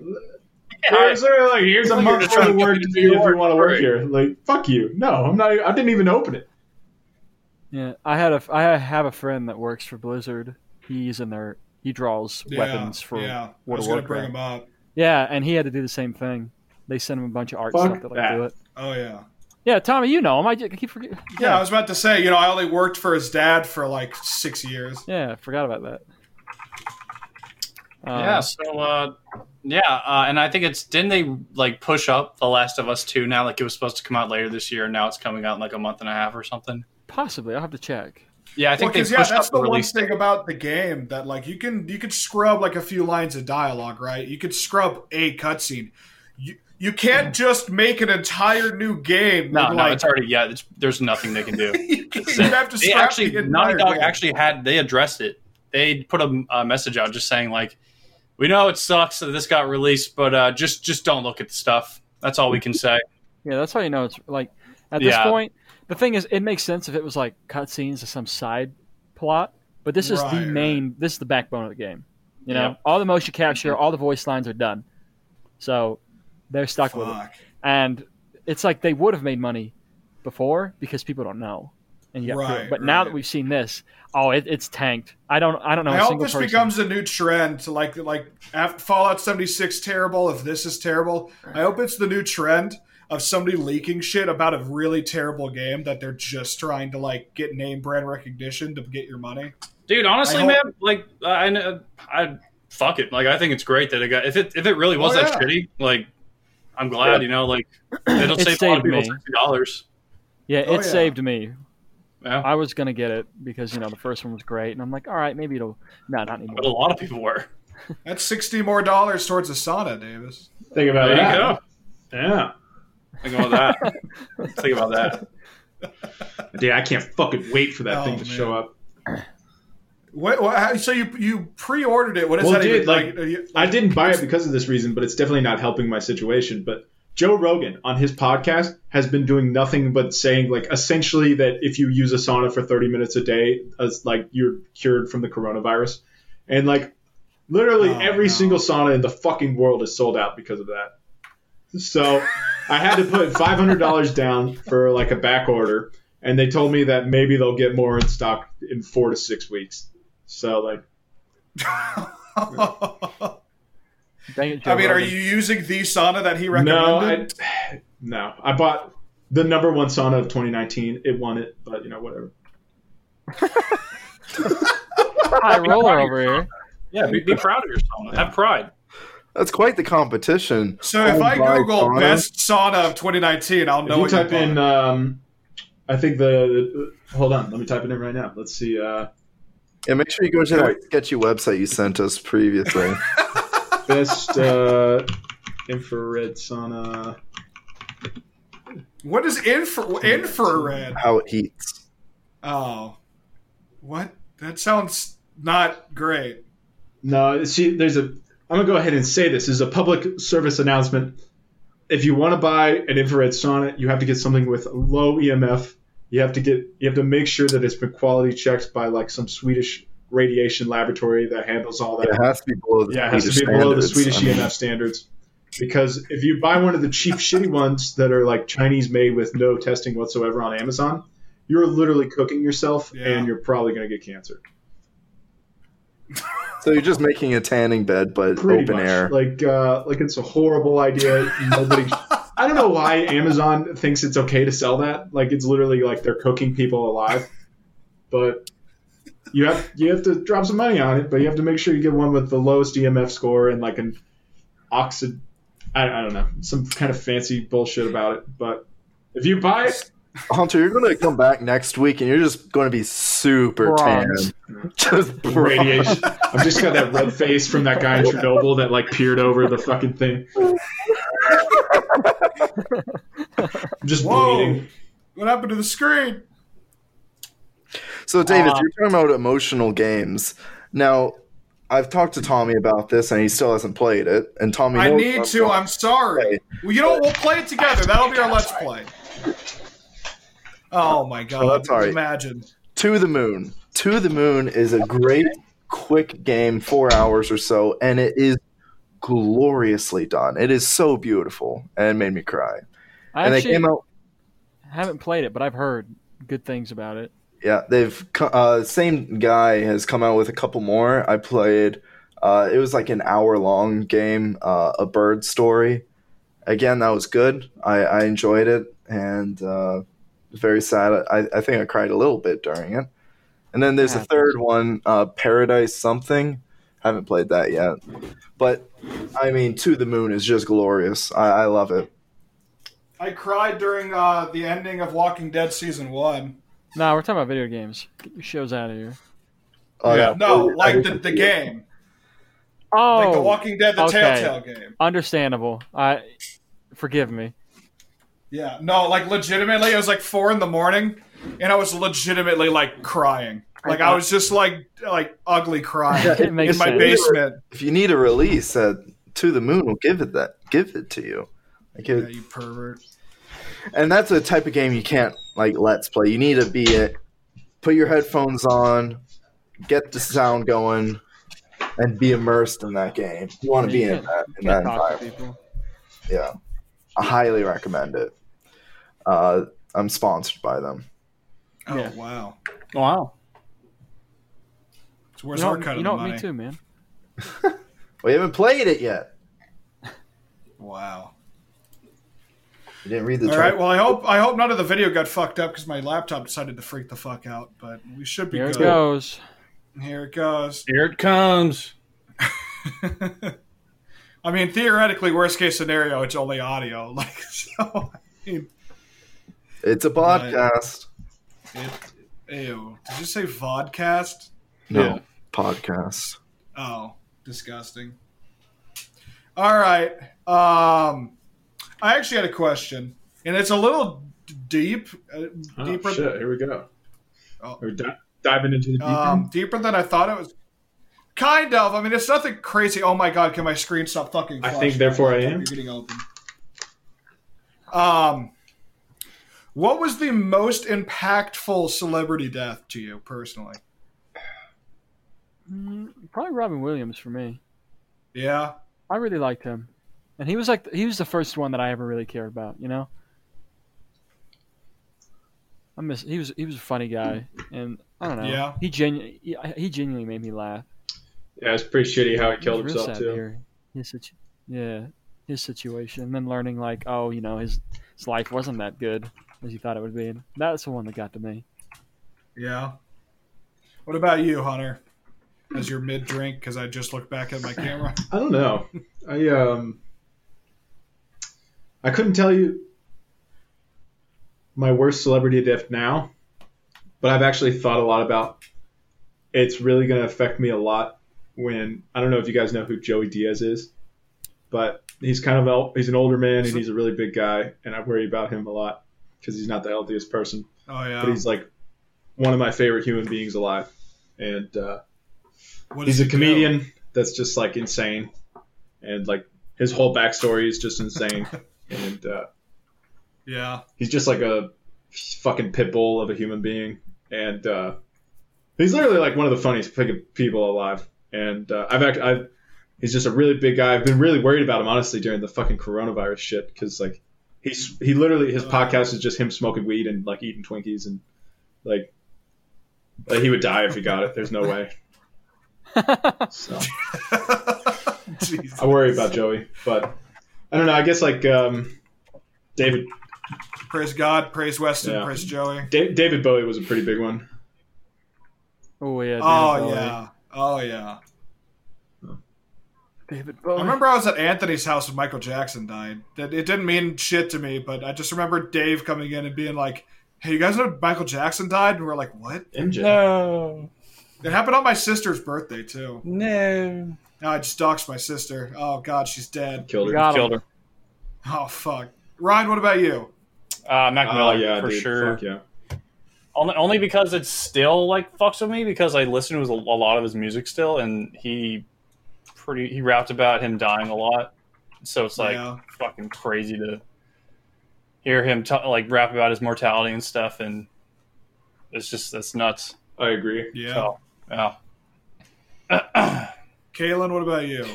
[SPEAKER 3] I was literally like, here's a
[SPEAKER 1] Well, you're
[SPEAKER 3] month
[SPEAKER 1] just
[SPEAKER 3] worth
[SPEAKER 1] trying
[SPEAKER 3] of
[SPEAKER 1] to
[SPEAKER 3] work
[SPEAKER 1] get
[SPEAKER 3] to
[SPEAKER 1] into
[SPEAKER 3] do if
[SPEAKER 1] your
[SPEAKER 3] you want to work
[SPEAKER 1] work.
[SPEAKER 3] here. Like, fuck you. No, I'm not. I didn't even open it.
[SPEAKER 5] Yeah, I had a I have a friend that works for Blizzard. He's in there. He draws
[SPEAKER 2] yeah,
[SPEAKER 5] weapons for
[SPEAKER 2] yeah. I
[SPEAKER 5] World
[SPEAKER 2] was
[SPEAKER 5] of
[SPEAKER 2] going to bring
[SPEAKER 5] Warcraft.
[SPEAKER 2] him up.
[SPEAKER 5] Yeah, and he had to do the same thing. They sent him a bunch of art
[SPEAKER 3] Fuck
[SPEAKER 5] stuff that like
[SPEAKER 3] that.
[SPEAKER 5] do it.
[SPEAKER 2] Oh yeah.
[SPEAKER 5] Yeah, Tommy, you know him. I, ju- I keep forgetting.
[SPEAKER 2] yeah, I was about to say. You know, I only worked for his dad for like six years.
[SPEAKER 5] Yeah, I forgot about that. Uh,
[SPEAKER 2] Um,
[SPEAKER 1] yeah. So, uh, yeah, uh, and I think it's didn't they like push up The Last of Us two now? Like it was supposed to come out later this year, and now it's coming out in like a month and a half or something.
[SPEAKER 5] possibly. I'll have to check.
[SPEAKER 1] Yeah, I think
[SPEAKER 2] well,
[SPEAKER 1] they
[SPEAKER 2] 'cause, yeah,
[SPEAKER 1] pushed
[SPEAKER 2] that's
[SPEAKER 1] up
[SPEAKER 2] the
[SPEAKER 1] the
[SPEAKER 2] one
[SPEAKER 1] release.
[SPEAKER 2] thing about the game that like you can you can scrub like a few lines of dialogue, right? You could scrub a cutscene. You you can't just make an entire new game.
[SPEAKER 1] Mm. No,
[SPEAKER 2] and,
[SPEAKER 1] no,
[SPEAKER 2] like,
[SPEAKER 1] it's already yeah. It's, there's nothing they can do.
[SPEAKER 2] you can't-
[SPEAKER 1] That's
[SPEAKER 2] you
[SPEAKER 1] it.
[SPEAKER 2] have to
[SPEAKER 1] they
[SPEAKER 2] scrap
[SPEAKER 1] actually
[SPEAKER 2] the entire
[SPEAKER 1] Naughty Dog
[SPEAKER 2] game.
[SPEAKER 1] actually had they addressed it. They put a, a message out just saying like, "We know it sucks that this got released, but uh, just just don't look at the stuff. That's all we can say."
[SPEAKER 5] Yeah, that's how you know it's like at this
[SPEAKER 1] Yeah.
[SPEAKER 5] point. The thing is, it makes sense if it was like cutscenes to some side plot, but this is
[SPEAKER 2] Right,
[SPEAKER 5] the main. This is the backbone of the game. You know,
[SPEAKER 1] Yeah.
[SPEAKER 5] all the motion capture, all the voice lines are done, so they're stuck with it.
[SPEAKER 2] Fuck.
[SPEAKER 5] And it's like they would have made money before because people don't know. And yet,
[SPEAKER 2] Right,
[SPEAKER 5] but now
[SPEAKER 2] right.
[SPEAKER 5] that we've seen this, oh, it, it's tanked. I don't. I don't know.
[SPEAKER 2] I
[SPEAKER 5] a
[SPEAKER 2] hope
[SPEAKER 5] single
[SPEAKER 2] this
[SPEAKER 5] person.
[SPEAKER 2] becomes a new trend to like like after Fallout 76 terrible if this is terrible. I hope it's the new trend of somebody leaking shit about a really terrible game that they're just trying to like get name brand recognition to get your money.
[SPEAKER 1] Dude, honestly,
[SPEAKER 2] I hope-
[SPEAKER 1] man, like I, kn- I fuck it. Like I think it's great that it got if it if it really was
[SPEAKER 2] Oh,
[SPEAKER 1] that
[SPEAKER 2] yeah.
[SPEAKER 1] shitty. Like I'm glad, you know, like it'll
[SPEAKER 5] It
[SPEAKER 1] save a lot
[SPEAKER 5] saved
[SPEAKER 1] of people
[SPEAKER 5] me.
[SPEAKER 1] sixty dollars.
[SPEAKER 5] Yeah, it
[SPEAKER 2] Oh, yeah.
[SPEAKER 5] saved me.
[SPEAKER 1] Yeah.
[SPEAKER 5] I was gonna get it because you know the first one was great, and I'm like, all right, maybe it'll. No, not anymore.
[SPEAKER 1] But a lot of people were.
[SPEAKER 2] That's 60 more dollars towards Asana, Davis.
[SPEAKER 3] Think about
[SPEAKER 1] There
[SPEAKER 3] that.
[SPEAKER 1] you go.
[SPEAKER 3] Yeah.
[SPEAKER 1] Think about that. Think about that.
[SPEAKER 3] Dude, I can't fucking wait for that
[SPEAKER 2] Oh,
[SPEAKER 3] thing to
[SPEAKER 2] man.
[SPEAKER 3] show up.
[SPEAKER 2] What, what, how, so you you pre-ordered it. What is
[SPEAKER 3] Well,
[SPEAKER 2] that
[SPEAKER 3] dude,
[SPEAKER 2] even
[SPEAKER 3] like,
[SPEAKER 2] like? are you-
[SPEAKER 3] I didn't buy it because of this reason, but it's definitely not helping my situation. But Joe Rogan on his podcast has been doing nothing but saying like essentially that if you use a sauna for 30 minutes a day, as like you're cured from the coronavirus, and like literally
[SPEAKER 2] Oh,
[SPEAKER 3] every
[SPEAKER 2] no.
[SPEAKER 3] single sauna in the fucking world is sold out because of that. So I had to put $500 down for like a back order, and they told me that maybe they'll get more in stock in four to six weeks. So like.
[SPEAKER 5] Dang it, Joe
[SPEAKER 2] I mean, are
[SPEAKER 5] Rogan.
[SPEAKER 2] you using the sauna that he
[SPEAKER 3] No, I,
[SPEAKER 2] recommended?
[SPEAKER 3] no. I bought the number one sauna of 2019. It won it, but you know whatever.
[SPEAKER 5] high roller over here?
[SPEAKER 1] Yeah, be, be proud of yourself. Have pride.
[SPEAKER 4] That's quite the competition.
[SPEAKER 2] so if
[SPEAKER 4] Oh
[SPEAKER 2] I
[SPEAKER 4] my
[SPEAKER 2] Google
[SPEAKER 4] God.
[SPEAKER 2] best sauna of 2019, I'll
[SPEAKER 3] If
[SPEAKER 2] know
[SPEAKER 3] you
[SPEAKER 2] what you
[SPEAKER 3] type in,
[SPEAKER 2] bought.
[SPEAKER 3] um, I think the, the- Hold on, let me type it in right now. Let's see. Uh,
[SPEAKER 4] And make sure you go to that sketchy website you sent us previously.
[SPEAKER 3] best uh, infrared sauna.
[SPEAKER 2] What is infra- infrared?
[SPEAKER 4] how it heats.
[SPEAKER 2] Oh, what? That sounds not great.
[SPEAKER 3] No, see, there's a. I'm gonna go ahead and say this. This is a public service announcement. If you want to buy an infrared sauna, you have to get something with low EMF. You have to get. You have to make sure that it's been quality checked by like some Swedish radiation laboratory that handles all that.
[SPEAKER 4] It has to be below the
[SPEAKER 3] Yeah, it
[SPEAKER 4] Swedish
[SPEAKER 3] has to be below the
[SPEAKER 4] standards.
[SPEAKER 3] Swedish
[SPEAKER 4] I mean,
[SPEAKER 3] EMF standards. Because if you buy one of the cheap, shitty ones that are like Chinese made with no testing whatsoever on Amazon, you're literally cooking yourself,
[SPEAKER 2] Yeah.
[SPEAKER 3] and you're probably gonna get cancer.
[SPEAKER 4] So you're just making a tanning bed, but
[SPEAKER 3] Pretty
[SPEAKER 4] open
[SPEAKER 3] much.
[SPEAKER 4] air.
[SPEAKER 3] Like, uh, like it's a horrible idea. Nobody. I don't know why Amazon thinks it's okay to sell that. Like, it's literally like they're cooking people alive. But you have you have to drop some money on it, but you have to make sure you get one with the lowest EMF score and like an oxid. I, I don't know some kind of fancy bullshit about it. But if you buy it,
[SPEAKER 4] Hunter, you're going to come back next week and you're just going to be super
[SPEAKER 5] Bronze.
[SPEAKER 4] tan. Just bronze.
[SPEAKER 3] radiation. I've just got that red face from that guy in Chernobyl that like peered over the fucking thing. I'm just
[SPEAKER 2] Whoa.
[SPEAKER 3] bleeding.
[SPEAKER 2] What happened to the screen?
[SPEAKER 4] So, David,
[SPEAKER 2] Uh,
[SPEAKER 4] you're talking about emotional games. Now, I've talked to Tommy about this, and he still hasn't played it. And Tommy,
[SPEAKER 2] I
[SPEAKER 4] knows
[SPEAKER 2] need
[SPEAKER 4] about
[SPEAKER 2] to.
[SPEAKER 4] it.
[SPEAKER 2] I'm sorry. Well, you know what? We'll play it together. That'll be our let's play. Oh my god!
[SPEAKER 4] Oh, that's all right.
[SPEAKER 2] Imagine.
[SPEAKER 4] To the Moon. To the Moon is a great, quick game, four hours or so, and it is gloriously done. It is so beautiful, and it made me cry.
[SPEAKER 5] I
[SPEAKER 4] and they
[SPEAKER 5] actually
[SPEAKER 4] came out.
[SPEAKER 5] haven't played it, but I've heard good things about it.
[SPEAKER 4] Yeah, they've co- uh, same guy has come out with a couple more. I played. Uh, it was like an hour long game, uh, a bird story. Again, that was good. I, I enjoyed it, and uh, very sad. I, I think I cried a little bit during it. And then there's a
[SPEAKER 5] Yeah.
[SPEAKER 4] third one, uh, Paradise something. Haven't played that yet, but I mean, To the Moon is just glorious. I, I love it.
[SPEAKER 2] I cried during uh, the ending of Walking Dead season one.
[SPEAKER 5] No, we're talking about video games. Get your shows out of here.
[SPEAKER 4] Oh, yeah.
[SPEAKER 2] No, like the, the game,
[SPEAKER 5] Oh,
[SPEAKER 2] like the Walking Dead, the
[SPEAKER 5] okay.
[SPEAKER 2] Telltale game.
[SPEAKER 5] understandable. I forgive me.
[SPEAKER 2] Yeah, no, like legitimately, it was like four in the morning, and I was legitimately like crying. Like I was just like like ugly crying
[SPEAKER 5] It
[SPEAKER 2] in my
[SPEAKER 5] makes sense.
[SPEAKER 2] basement.
[SPEAKER 4] if you need a release, uh, To the Moon will give it that give it to you. Like
[SPEAKER 2] Yeah,
[SPEAKER 4] it,
[SPEAKER 2] you pervert.
[SPEAKER 4] and that's a type of game you can't like let's play. You need to be it. Put your headphones on, get the sound going, and be immersed in that game. You want to be in that in that
[SPEAKER 5] Can't talk to
[SPEAKER 4] environment.
[SPEAKER 5] people.
[SPEAKER 4] Yeah, I highly recommend it. Uh, I'm sponsored by them.
[SPEAKER 2] Oh
[SPEAKER 5] Yeah.
[SPEAKER 2] wow,
[SPEAKER 6] Wow.
[SPEAKER 2] so
[SPEAKER 5] You
[SPEAKER 2] where's
[SPEAKER 5] know,
[SPEAKER 2] our cut
[SPEAKER 5] you
[SPEAKER 2] of
[SPEAKER 5] know
[SPEAKER 2] the
[SPEAKER 5] what,
[SPEAKER 2] money?
[SPEAKER 5] me too, man.
[SPEAKER 4] We haven't played it yet.
[SPEAKER 2] Wow.
[SPEAKER 4] You didn't read the.
[SPEAKER 2] All
[SPEAKER 4] term-
[SPEAKER 2] right. Well, I hope I hope none of the video got fucked up because my laptop decided to freak the fuck out. But we should be
[SPEAKER 5] Here it
[SPEAKER 2] good.
[SPEAKER 5] goes.
[SPEAKER 2] Here it goes.
[SPEAKER 6] Here it comes.
[SPEAKER 2] I mean, theoretically, worst case scenario, it's only audio. Like so.
[SPEAKER 4] It's a podcast.
[SPEAKER 2] It, ew. Did you say vodcast?
[SPEAKER 4] No
[SPEAKER 6] Yeah.
[SPEAKER 4] podcast.
[SPEAKER 2] Oh, disgusting. All right. Um, I actually had a question, and it's a little d- deep, uh,
[SPEAKER 3] Oh,
[SPEAKER 2] deeper,
[SPEAKER 3] shit, here we go.
[SPEAKER 2] Oh.
[SPEAKER 3] We're di- diving into the deep
[SPEAKER 2] um,
[SPEAKER 3] end.
[SPEAKER 2] deeper than I thought it was. Kind of. I mean, it's nothing crazy. Oh my god, can my screen stop fucking?
[SPEAKER 3] I think
[SPEAKER 2] flashing?
[SPEAKER 3] therefore I
[SPEAKER 2] You're
[SPEAKER 3] am.
[SPEAKER 2] getting open. Um, what was the most impactful celebrity death to you personally?
[SPEAKER 5] Mm, Probably Robin Williams for me.
[SPEAKER 2] Yeah.
[SPEAKER 5] I really liked him, and he was like he was the first one that I ever really cared about. You know, I miss he was he was a funny guy, and I don't know.
[SPEAKER 2] Yeah.
[SPEAKER 5] he genu- he, he genuinely made me laugh.
[SPEAKER 3] Yeah, it's pretty shitty how he
[SPEAKER 5] It
[SPEAKER 3] killed
[SPEAKER 5] was real
[SPEAKER 3] himself
[SPEAKER 5] sad
[SPEAKER 3] too.
[SPEAKER 5] hearing His situ- yeah, his situation, and then learning like oh you know his his life wasn't that good as he thought it would be. And that's the one that got to me.
[SPEAKER 2] Yeah. What about you, Hunter? As your mid drink, because I just looked back at my camera.
[SPEAKER 3] I don't know. I um, I couldn't tell you my worst celebrity death now, but I've actually thought a lot about. It's really going to affect me a lot when I don't know if you guys know who Joey Diaz is, but he's kind of el- he's an older man and he's a really big guy, and I worry about him a lot because he's not the healthiest person.
[SPEAKER 2] Oh yeah.
[SPEAKER 3] but he's like one of my favorite human beings alive, and uh,
[SPEAKER 2] What does
[SPEAKER 3] he's a
[SPEAKER 2] he do?
[SPEAKER 3] comedian that's just like insane, and like his whole backstory is just insane, and uh,
[SPEAKER 2] Yeah.
[SPEAKER 3] he's just like a fucking pit bull of a human being, and uh, he's literally like one of the funniest fucking people alive, and uh, I've act- I've he's just a really big guy. I've been really worried about him honestly during the fucking coronavirus shit because like. He's, he literally his podcast is just him smoking weed and like eating Twinkies and Like, like he would die if he got it. There's no way. So
[SPEAKER 2] Jesus.
[SPEAKER 3] I worry about Joey, but I don't know. I guess like um, David
[SPEAKER 2] Praise God, praise Weston,
[SPEAKER 3] Yeah.
[SPEAKER 2] praise Joey.
[SPEAKER 3] Da- David Bowie was a pretty big one.
[SPEAKER 5] Oh yeah. David
[SPEAKER 2] Oh
[SPEAKER 5] Bowie.
[SPEAKER 2] yeah. Oh yeah.
[SPEAKER 5] David Bowie.
[SPEAKER 2] I remember I was at Anthony's house when Michael Jackson died. That it didn't mean shit to me, but I just remember Dave coming in and being like, "Hey, you guys know Michael Jackson died?" And we're like, "What?"
[SPEAKER 3] MJ.
[SPEAKER 7] No,
[SPEAKER 2] It happened on my sister's birthday too.
[SPEAKER 7] no.
[SPEAKER 2] Now I just doxed my sister. Oh God, she's dead.
[SPEAKER 3] Killed her.
[SPEAKER 5] Got him.
[SPEAKER 7] Killed her.
[SPEAKER 2] Oh fuck. Ryan, what about you?
[SPEAKER 6] Uh, Mac
[SPEAKER 3] Oh,
[SPEAKER 6] Miller,
[SPEAKER 3] yeah,
[SPEAKER 6] for
[SPEAKER 3] dude.
[SPEAKER 6] sure.
[SPEAKER 3] Fuck yeah.
[SPEAKER 6] Only, only because it's still like fucks with me because I listen to his, a lot of his music still, and he pretty he rapped about him dying a lot, so it's like
[SPEAKER 2] Yeah.
[SPEAKER 6] fucking crazy to hear him t- like rap about his mortality and stuff, and it's just that's nuts.
[SPEAKER 3] I agree.
[SPEAKER 2] Yeah.
[SPEAKER 6] So, yeah.
[SPEAKER 2] Kaylin, what about you?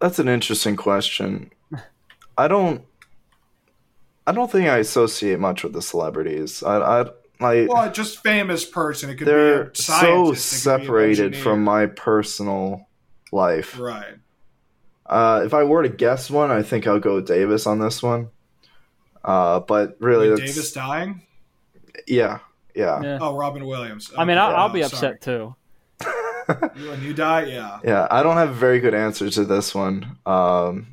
[SPEAKER 4] That's an interesting question. I don't. I don't think I associate much with the celebrities. I, I, I
[SPEAKER 2] Well, just famous person. It could be
[SPEAKER 4] they're
[SPEAKER 2] a
[SPEAKER 4] so
[SPEAKER 2] scientist. it could be an
[SPEAKER 4] separated
[SPEAKER 2] engineer.
[SPEAKER 4] from my personal life.
[SPEAKER 2] Right.
[SPEAKER 4] Uh, if I were to guess one, I think I'll go with Davis on this one. Uh, but really,
[SPEAKER 2] Wait,
[SPEAKER 4] that's,
[SPEAKER 2] Davis dying?
[SPEAKER 4] yeah, yeah,
[SPEAKER 5] Yeah.
[SPEAKER 2] Oh, Robin Williams.
[SPEAKER 5] I mean, I,
[SPEAKER 2] Okay,
[SPEAKER 5] I'll
[SPEAKER 2] oh,
[SPEAKER 5] be
[SPEAKER 2] sorry.
[SPEAKER 5] upset too.
[SPEAKER 2] You- When you die, yeah.
[SPEAKER 4] yeah. I don't have a very good answer to this one. Um,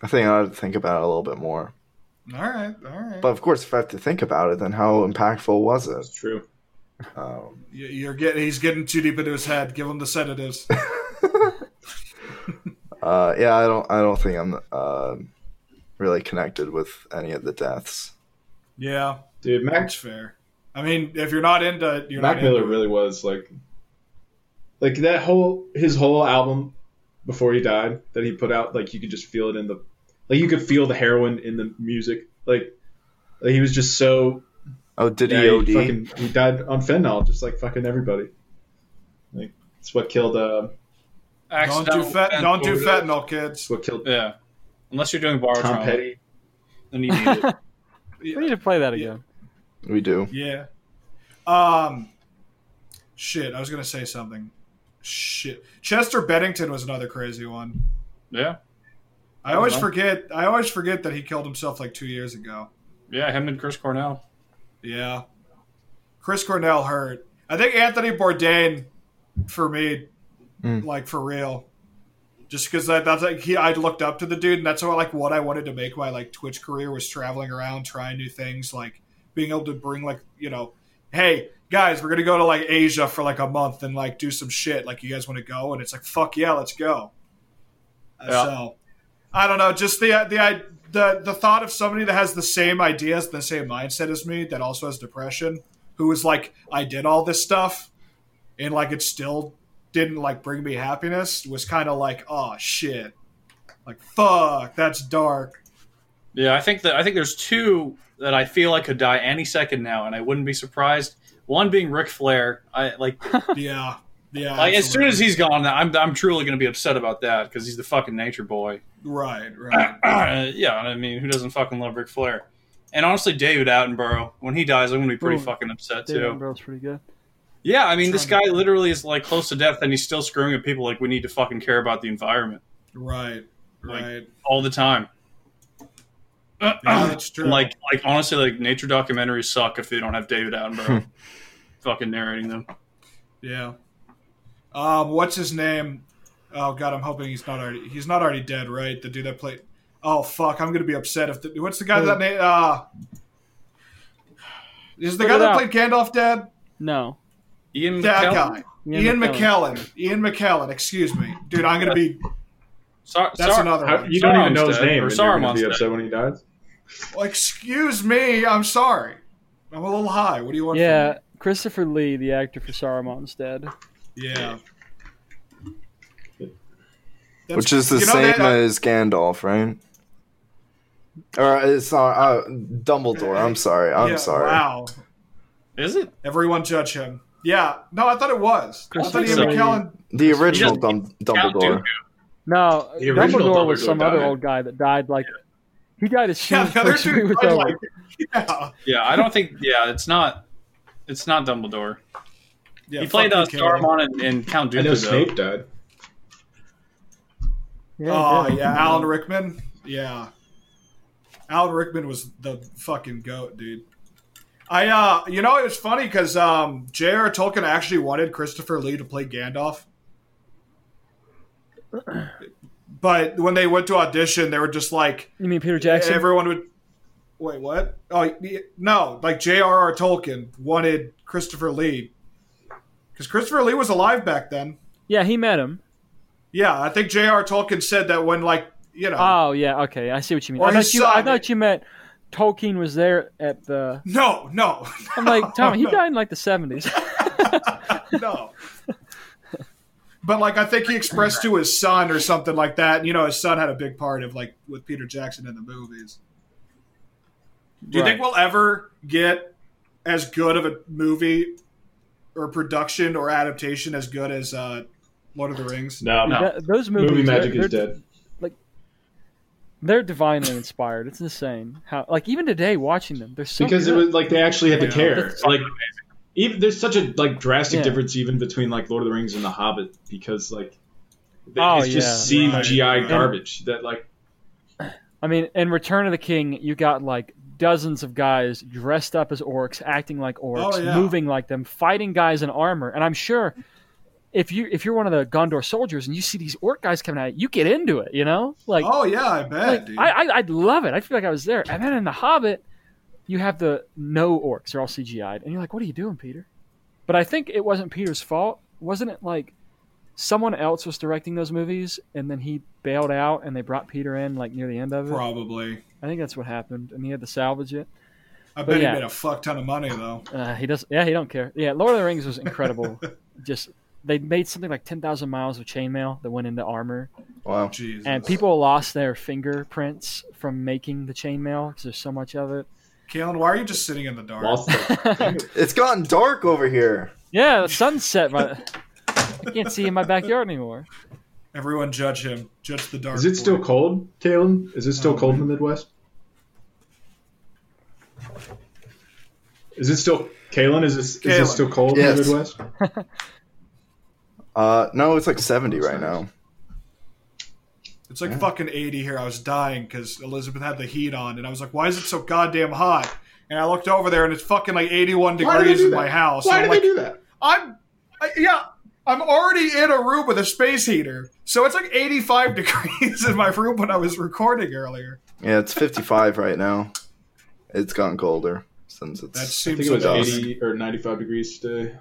[SPEAKER 4] I think I ought to think about it a little bit more.
[SPEAKER 2] All right, all right.
[SPEAKER 4] But of course, if I have to think about it, then how impactful was
[SPEAKER 3] That's
[SPEAKER 4] it?
[SPEAKER 3] true.
[SPEAKER 4] Um,
[SPEAKER 2] You- You're getting he's getting too deep into his head. Give him the sedatives.
[SPEAKER 4] uh, yeah, I don't. I don't think I'm uh, really connected with any of the deaths.
[SPEAKER 2] yeah,
[SPEAKER 3] Dude, Mac,
[SPEAKER 2] that's fair. I mean, if you're not into it, you're
[SPEAKER 3] Mac
[SPEAKER 2] not into
[SPEAKER 3] Miller
[SPEAKER 2] it.
[SPEAKER 3] really was like, like that whole his whole album before he died that he put out. Like you could just feel it in the, like you could feel the heroin in the music. Like, like he was just so.
[SPEAKER 4] Oh, did
[SPEAKER 3] yeah,
[SPEAKER 4] he
[SPEAKER 3] he,
[SPEAKER 4] OD?
[SPEAKER 3] fucking, he died on fentanyl, just like fucking everybody. Like it's what killed. Uh,
[SPEAKER 2] Don't do fat, don't do fentanyl, kids.
[SPEAKER 3] it's what killed
[SPEAKER 6] Yeah, unless you're doing borrowed
[SPEAKER 3] Tom
[SPEAKER 6] trauma,
[SPEAKER 3] Petty.
[SPEAKER 6] then you need it.
[SPEAKER 5] We need to play that
[SPEAKER 2] Yeah.
[SPEAKER 5] again.
[SPEAKER 4] we do.
[SPEAKER 2] Yeah. Um. Shit, I was gonna say something. Shit, Chester Bennington was another crazy one.
[SPEAKER 6] yeah,
[SPEAKER 2] I always
[SPEAKER 6] Uh-huh.
[SPEAKER 2] forget. I always forget that he killed himself like two years ago.
[SPEAKER 6] yeah. Him and Chris Cornell.
[SPEAKER 2] Yeah. Chris Cornell hurt. I think Anthony Bourdain, for me,
[SPEAKER 4] Mm.
[SPEAKER 2] like for real, just because that, that's like he, I looked up to the dude, and that's what like what I wanted to make my like Twitch career was traveling around, trying new things, like being able to bring like you know, hey guys, we're gonna go to like Asia for like a month and like do some shit. Like you guys want to go? And it's like fuck yeah, let's go. Uh,
[SPEAKER 6] Yeah.
[SPEAKER 2] So I don't know, just the the I. The, the thought of somebody that has the same ideas, the same mindset as me, that also has depression, who was like, I did all this stuff, and like it still didn't like bring me happiness, was kind of like, oh shit, like fuck, that's dark.
[SPEAKER 6] Yeah, I think that I think there's two that I feel like could die any second now, and I wouldn't be surprised. One being Ric Flair. I like,
[SPEAKER 2] Yeah, yeah.
[SPEAKER 6] like as soon as
[SPEAKER 2] absolutely.
[SPEAKER 6] he's gone, I'm I'm truly going to be upset about that because he's the fucking nature boy.
[SPEAKER 2] right, right,
[SPEAKER 6] yeah, I mean, who doesn't fucking love Ric Flair? And honestly, David Attenborough, when he dies, I'm going to be pretty
[SPEAKER 5] Ooh.
[SPEAKER 6] fucking upset
[SPEAKER 5] David
[SPEAKER 6] too.
[SPEAKER 5] Attenborough's pretty good.
[SPEAKER 6] Yeah, I mean, this guy literally is like close to death, and he's still screwing at people. Like, we need to fucking care about the environment
[SPEAKER 2] right,
[SPEAKER 6] Like,
[SPEAKER 2] right.
[SPEAKER 6] all the time.
[SPEAKER 2] Yeah, that's true.
[SPEAKER 6] Like, like honestly, like nature documentaries suck if they don't have David Attenborough fucking narrating them.
[SPEAKER 2] yeah. Um, what's his name? Oh god, I'm hoping he's not already he's not already dead, right? The dude that played. Oh fuck, I'm gonna be upset if the what's the guy that name? Uh, is the
[SPEAKER 5] Look
[SPEAKER 2] guy
[SPEAKER 5] it
[SPEAKER 2] that
[SPEAKER 5] up.
[SPEAKER 2] played Gandalf dead?
[SPEAKER 5] No.
[SPEAKER 6] Ian
[SPEAKER 2] That
[SPEAKER 6] McKellen?
[SPEAKER 2] guy. Ian, McKellen. Ian McKellen, excuse me. Dude, I'm going to be.
[SPEAKER 6] Sar-
[SPEAKER 2] That's
[SPEAKER 6] Sar-
[SPEAKER 2] another
[SPEAKER 3] How-
[SPEAKER 2] one.
[SPEAKER 3] you don't even know his
[SPEAKER 6] Saruman's dead,
[SPEAKER 3] name,
[SPEAKER 6] or
[SPEAKER 3] and you're gonna be
[SPEAKER 6] Saruman's
[SPEAKER 3] upset when he dies.
[SPEAKER 2] Well, excuse me. I'm sorry. I'm a little high. What do you want
[SPEAKER 5] Yeah, Christopher Lee, the actor for Saruman's dead.
[SPEAKER 2] from me? Yeah. That's-
[SPEAKER 4] Which is the
[SPEAKER 2] you know,
[SPEAKER 4] same
[SPEAKER 2] that- uh,
[SPEAKER 4] as Gandalf, right? Or it's not uh, Dumbledore. I'm sorry. I'm
[SPEAKER 2] yeah,
[SPEAKER 4] sorry.
[SPEAKER 2] Wow.
[SPEAKER 6] Is it?
[SPEAKER 2] Everyone judge him. Yeah. No, I thought it was. I
[SPEAKER 5] Chris
[SPEAKER 2] thought Ian
[SPEAKER 6] Lee.
[SPEAKER 2] McKellen.
[SPEAKER 4] The original
[SPEAKER 6] just-
[SPEAKER 4] Dum-
[SPEAKER 6] Count
[SPEAKER 4] Dumbledore.
[SPEAKER 6] Dooku.
[SPEAKER 5] No,
[SPEAKER 3] The original
[SPEAKER 5] Dumbledore was
[SPEAKER 3] Dumbledore
[SPEAKER 5] some other
[SPEAKER 3] died.
[SPEAKER 5] old guy that died like He got his
[SPEAKER 2] Yeah,
[SPEAKER 5] shoes
[SPEAKER 2] the other
[SPEAKER 5] first we
[SPEAKER 2] two.
[SPEAKER 5] was
[SPEAKER 2] tried,
[SPEAKER 5] over.
[SPEAKER 2] Like, yeah,
[SPEAKER 1] Yeah, I don't think. Yeah, it's not. It's not Dumbledore.
[SPEAKER 2] yeah.
[SPEAKER 1] he played
[SPEAKER 2] fuck
[SPEAKER 1] uh,
[SPEAKER 2] you, Caleb.
[SPEAKER 1] Saruman and, and Count
[SPEAKER 3] I know
[SPEAKER 1] Dooku. though.
[SPEAKER 3] Snape died.
[SPEAKER 5] Yeah,
[SPEAKER 2] Oh
[SPEAKER 5] yeah.
[SPEAKER 2] yeah, Alan Rickman. Yeah, Alan Rickman was the fucking goat, dude. I uh, you know, it was funny because um, J.R. Tolkien actually wanted Christopher Lee to play Gandalf, but when they went to audition, they were just like,
[SPEAKER 5] You mean Peter Jackson?
[SPEAKER 2] everyone would. Wait, what? Oh y- no! Like J.R.R. Tolkien wanted Christopher Lee because Christopher Lee was alive back then.
[SPEAKER 5] yeah, he met him.
[SPEAKER 2] Yeah, I think J.R. Tolkien said that when like you know.
[SPEAKER 5] Oh yeah, okay, I see what you mean.
[SPEAKER 2] Or
[SPEAKER 5] I
[SPEAKER 2] his
[SPEAKER 5] thought you, I
[SPEAKER 2] son.
[SPEAKER 5] thought you meant Tolkien was there at the.
[SPEAKER 2] No, no,
[SPEAKER 5] I'm like Tommy. He died in like the seventies.
[SPEAKER 2] no. But like, I think he expressed to his son or something like that. And, you know, his son had a big part of like with Peter Jackson in the movies. Do you think we'll ever get as good of a movie or production or adaptation as good as uh, Lord of the Rings?
[SPEAKER 3] No,
[SPEAKER 1] No.
[SPEAKER 5] those movies?
[SPEAKER 3] movie magic
[SPEAKER 5] they're,
[SPEAKER 3] is
[SPEAKER 5] they're-
[SPEAKER 3] dead.
[SPEAKER 5] They're divinely inspired. It's insane how, like, even today watching them, they're so
[SPEAKER 3] Because it
[SPEAKER 5] good.
[SPEAKER 3] was like they actually had to
[SPEAKER 2] Yeah.
[SPEAKER 3] care. Like even there's such a like drastic
[SPEAKER 5] Yeah.
[SPEAKER 3] difference even between like Lord of the Rings and The Hobbit because like they,
[SPEAKER 5] Oh,
[SPEAKER 3] it's just
[SPEAKER 2] yeah.
[SPEAKER 3] CGI
[SPEAKER 2] Right.
[SPEAKER 3] garbage that like
[SPEAKER 5] I mean, in Return of the King, you got like dozens of guys dressed up as orcs, acting like orcs,
[SPEAKER 2] Oh, yeah.
[SPEAKER 5] moving like them, fighting guys in armor. And I'm sure if you if you're one of the Gondor soldiers and you see these orc guys coming at you, you get into it. You know, like,
[SPEAKER 2] oh yeah, I bet,
[SPEAKER 5] like,
[SPEAKER 2] dude.
[SPEAKER 5] I, I I'd love it. I feel like I was there. And then in The Hobbit, you have the no orcs; they're all CGI'd, and you're like, what are you doing, Peter? But I think it wasn't Peter's fault. Wasn't it like someone else was directing those movies, and then he bailed out, and they brought Peter in like near the end of it.
[SPEAKER 2] Probably.
[SPEAKER 5] I think that's what happened, and he had to salvage it.
[SPEAKER 2] I
[SPEAKER 5] But
[SPEAKER 2] bet
[SPEAKER 5] yeah.
[SPEAKER 2] he made a fuck ton of money though.
[SPEAKER 5] Uh, he does. Yeah, he don't care. Yeah, Lord of the Rings was incredible. Just they made something like ten thousand miles of chainmail that went into armor,
[SPEAKER 4] Wow.
[SPEAKER 2] Jesus.
[SPEAKER 5] and people lost their fingerprints from making the chainmail because there's so much of it.
[SPEAKER 2] Kalen, why are you just sitting in the dark?
[SPEAKER 3] lost the
[SPEAKER 4] It's gotten dark over here.
[SPEAKER 5] yeah, the sunset. But I can't see in my backyard anymore.
[SPEAKER 2] Everyone judge him. Judge the dark.
[SPEAKER 3] Is it
[SPEAKER 2] boy.
[SPEAKER 3] still cold, Caleb? Is it still cold in the Midwest? Is it still Kalen? Is it, is it
[SPEAKER 2] Kalen.
[SPEAKER 3] still cold in
[SPEAKER 4] Yes.
[SPEAKER 3] the Midwest?
[SPEAKER 4] Uh, no, it's like 70 right now.
[SPEAKER 2] It's like fucking 80 here. I was dying because Elizabeth had the heat on, and I was like, why is it so goddamn hot? And I looked over there, and it's fucking like 81
[SPEAKER 3] Why do they
[SPEAKER 2] degrees
[SPEAKER 3] do
[SPEAKER 2] in
[SPEAKER 3] that?
[SPEAKER 2] my house. And
[SPEAKER 3] Why did
[SPEAKER 2] I'm like,
[SPEAKER 3] they do that?
[SPEAKER 2] I'm, I, yeah, I'm already in a room with a space heater. So it's like 85 degrees in my room when I was recording earlier.
[SPEAKER 4] Yeah, it's 55 right now. It's gotten colder since it's.
[SPEAKER 2] That
[SPEAKER 3] I
[SPEAKER 2] seems
[SPEAKER 3] think it was
[SPEAKER 2] so
[SPEAKER 4] Dusk.
[SPEAKER 3] 80 or 95 degrees today.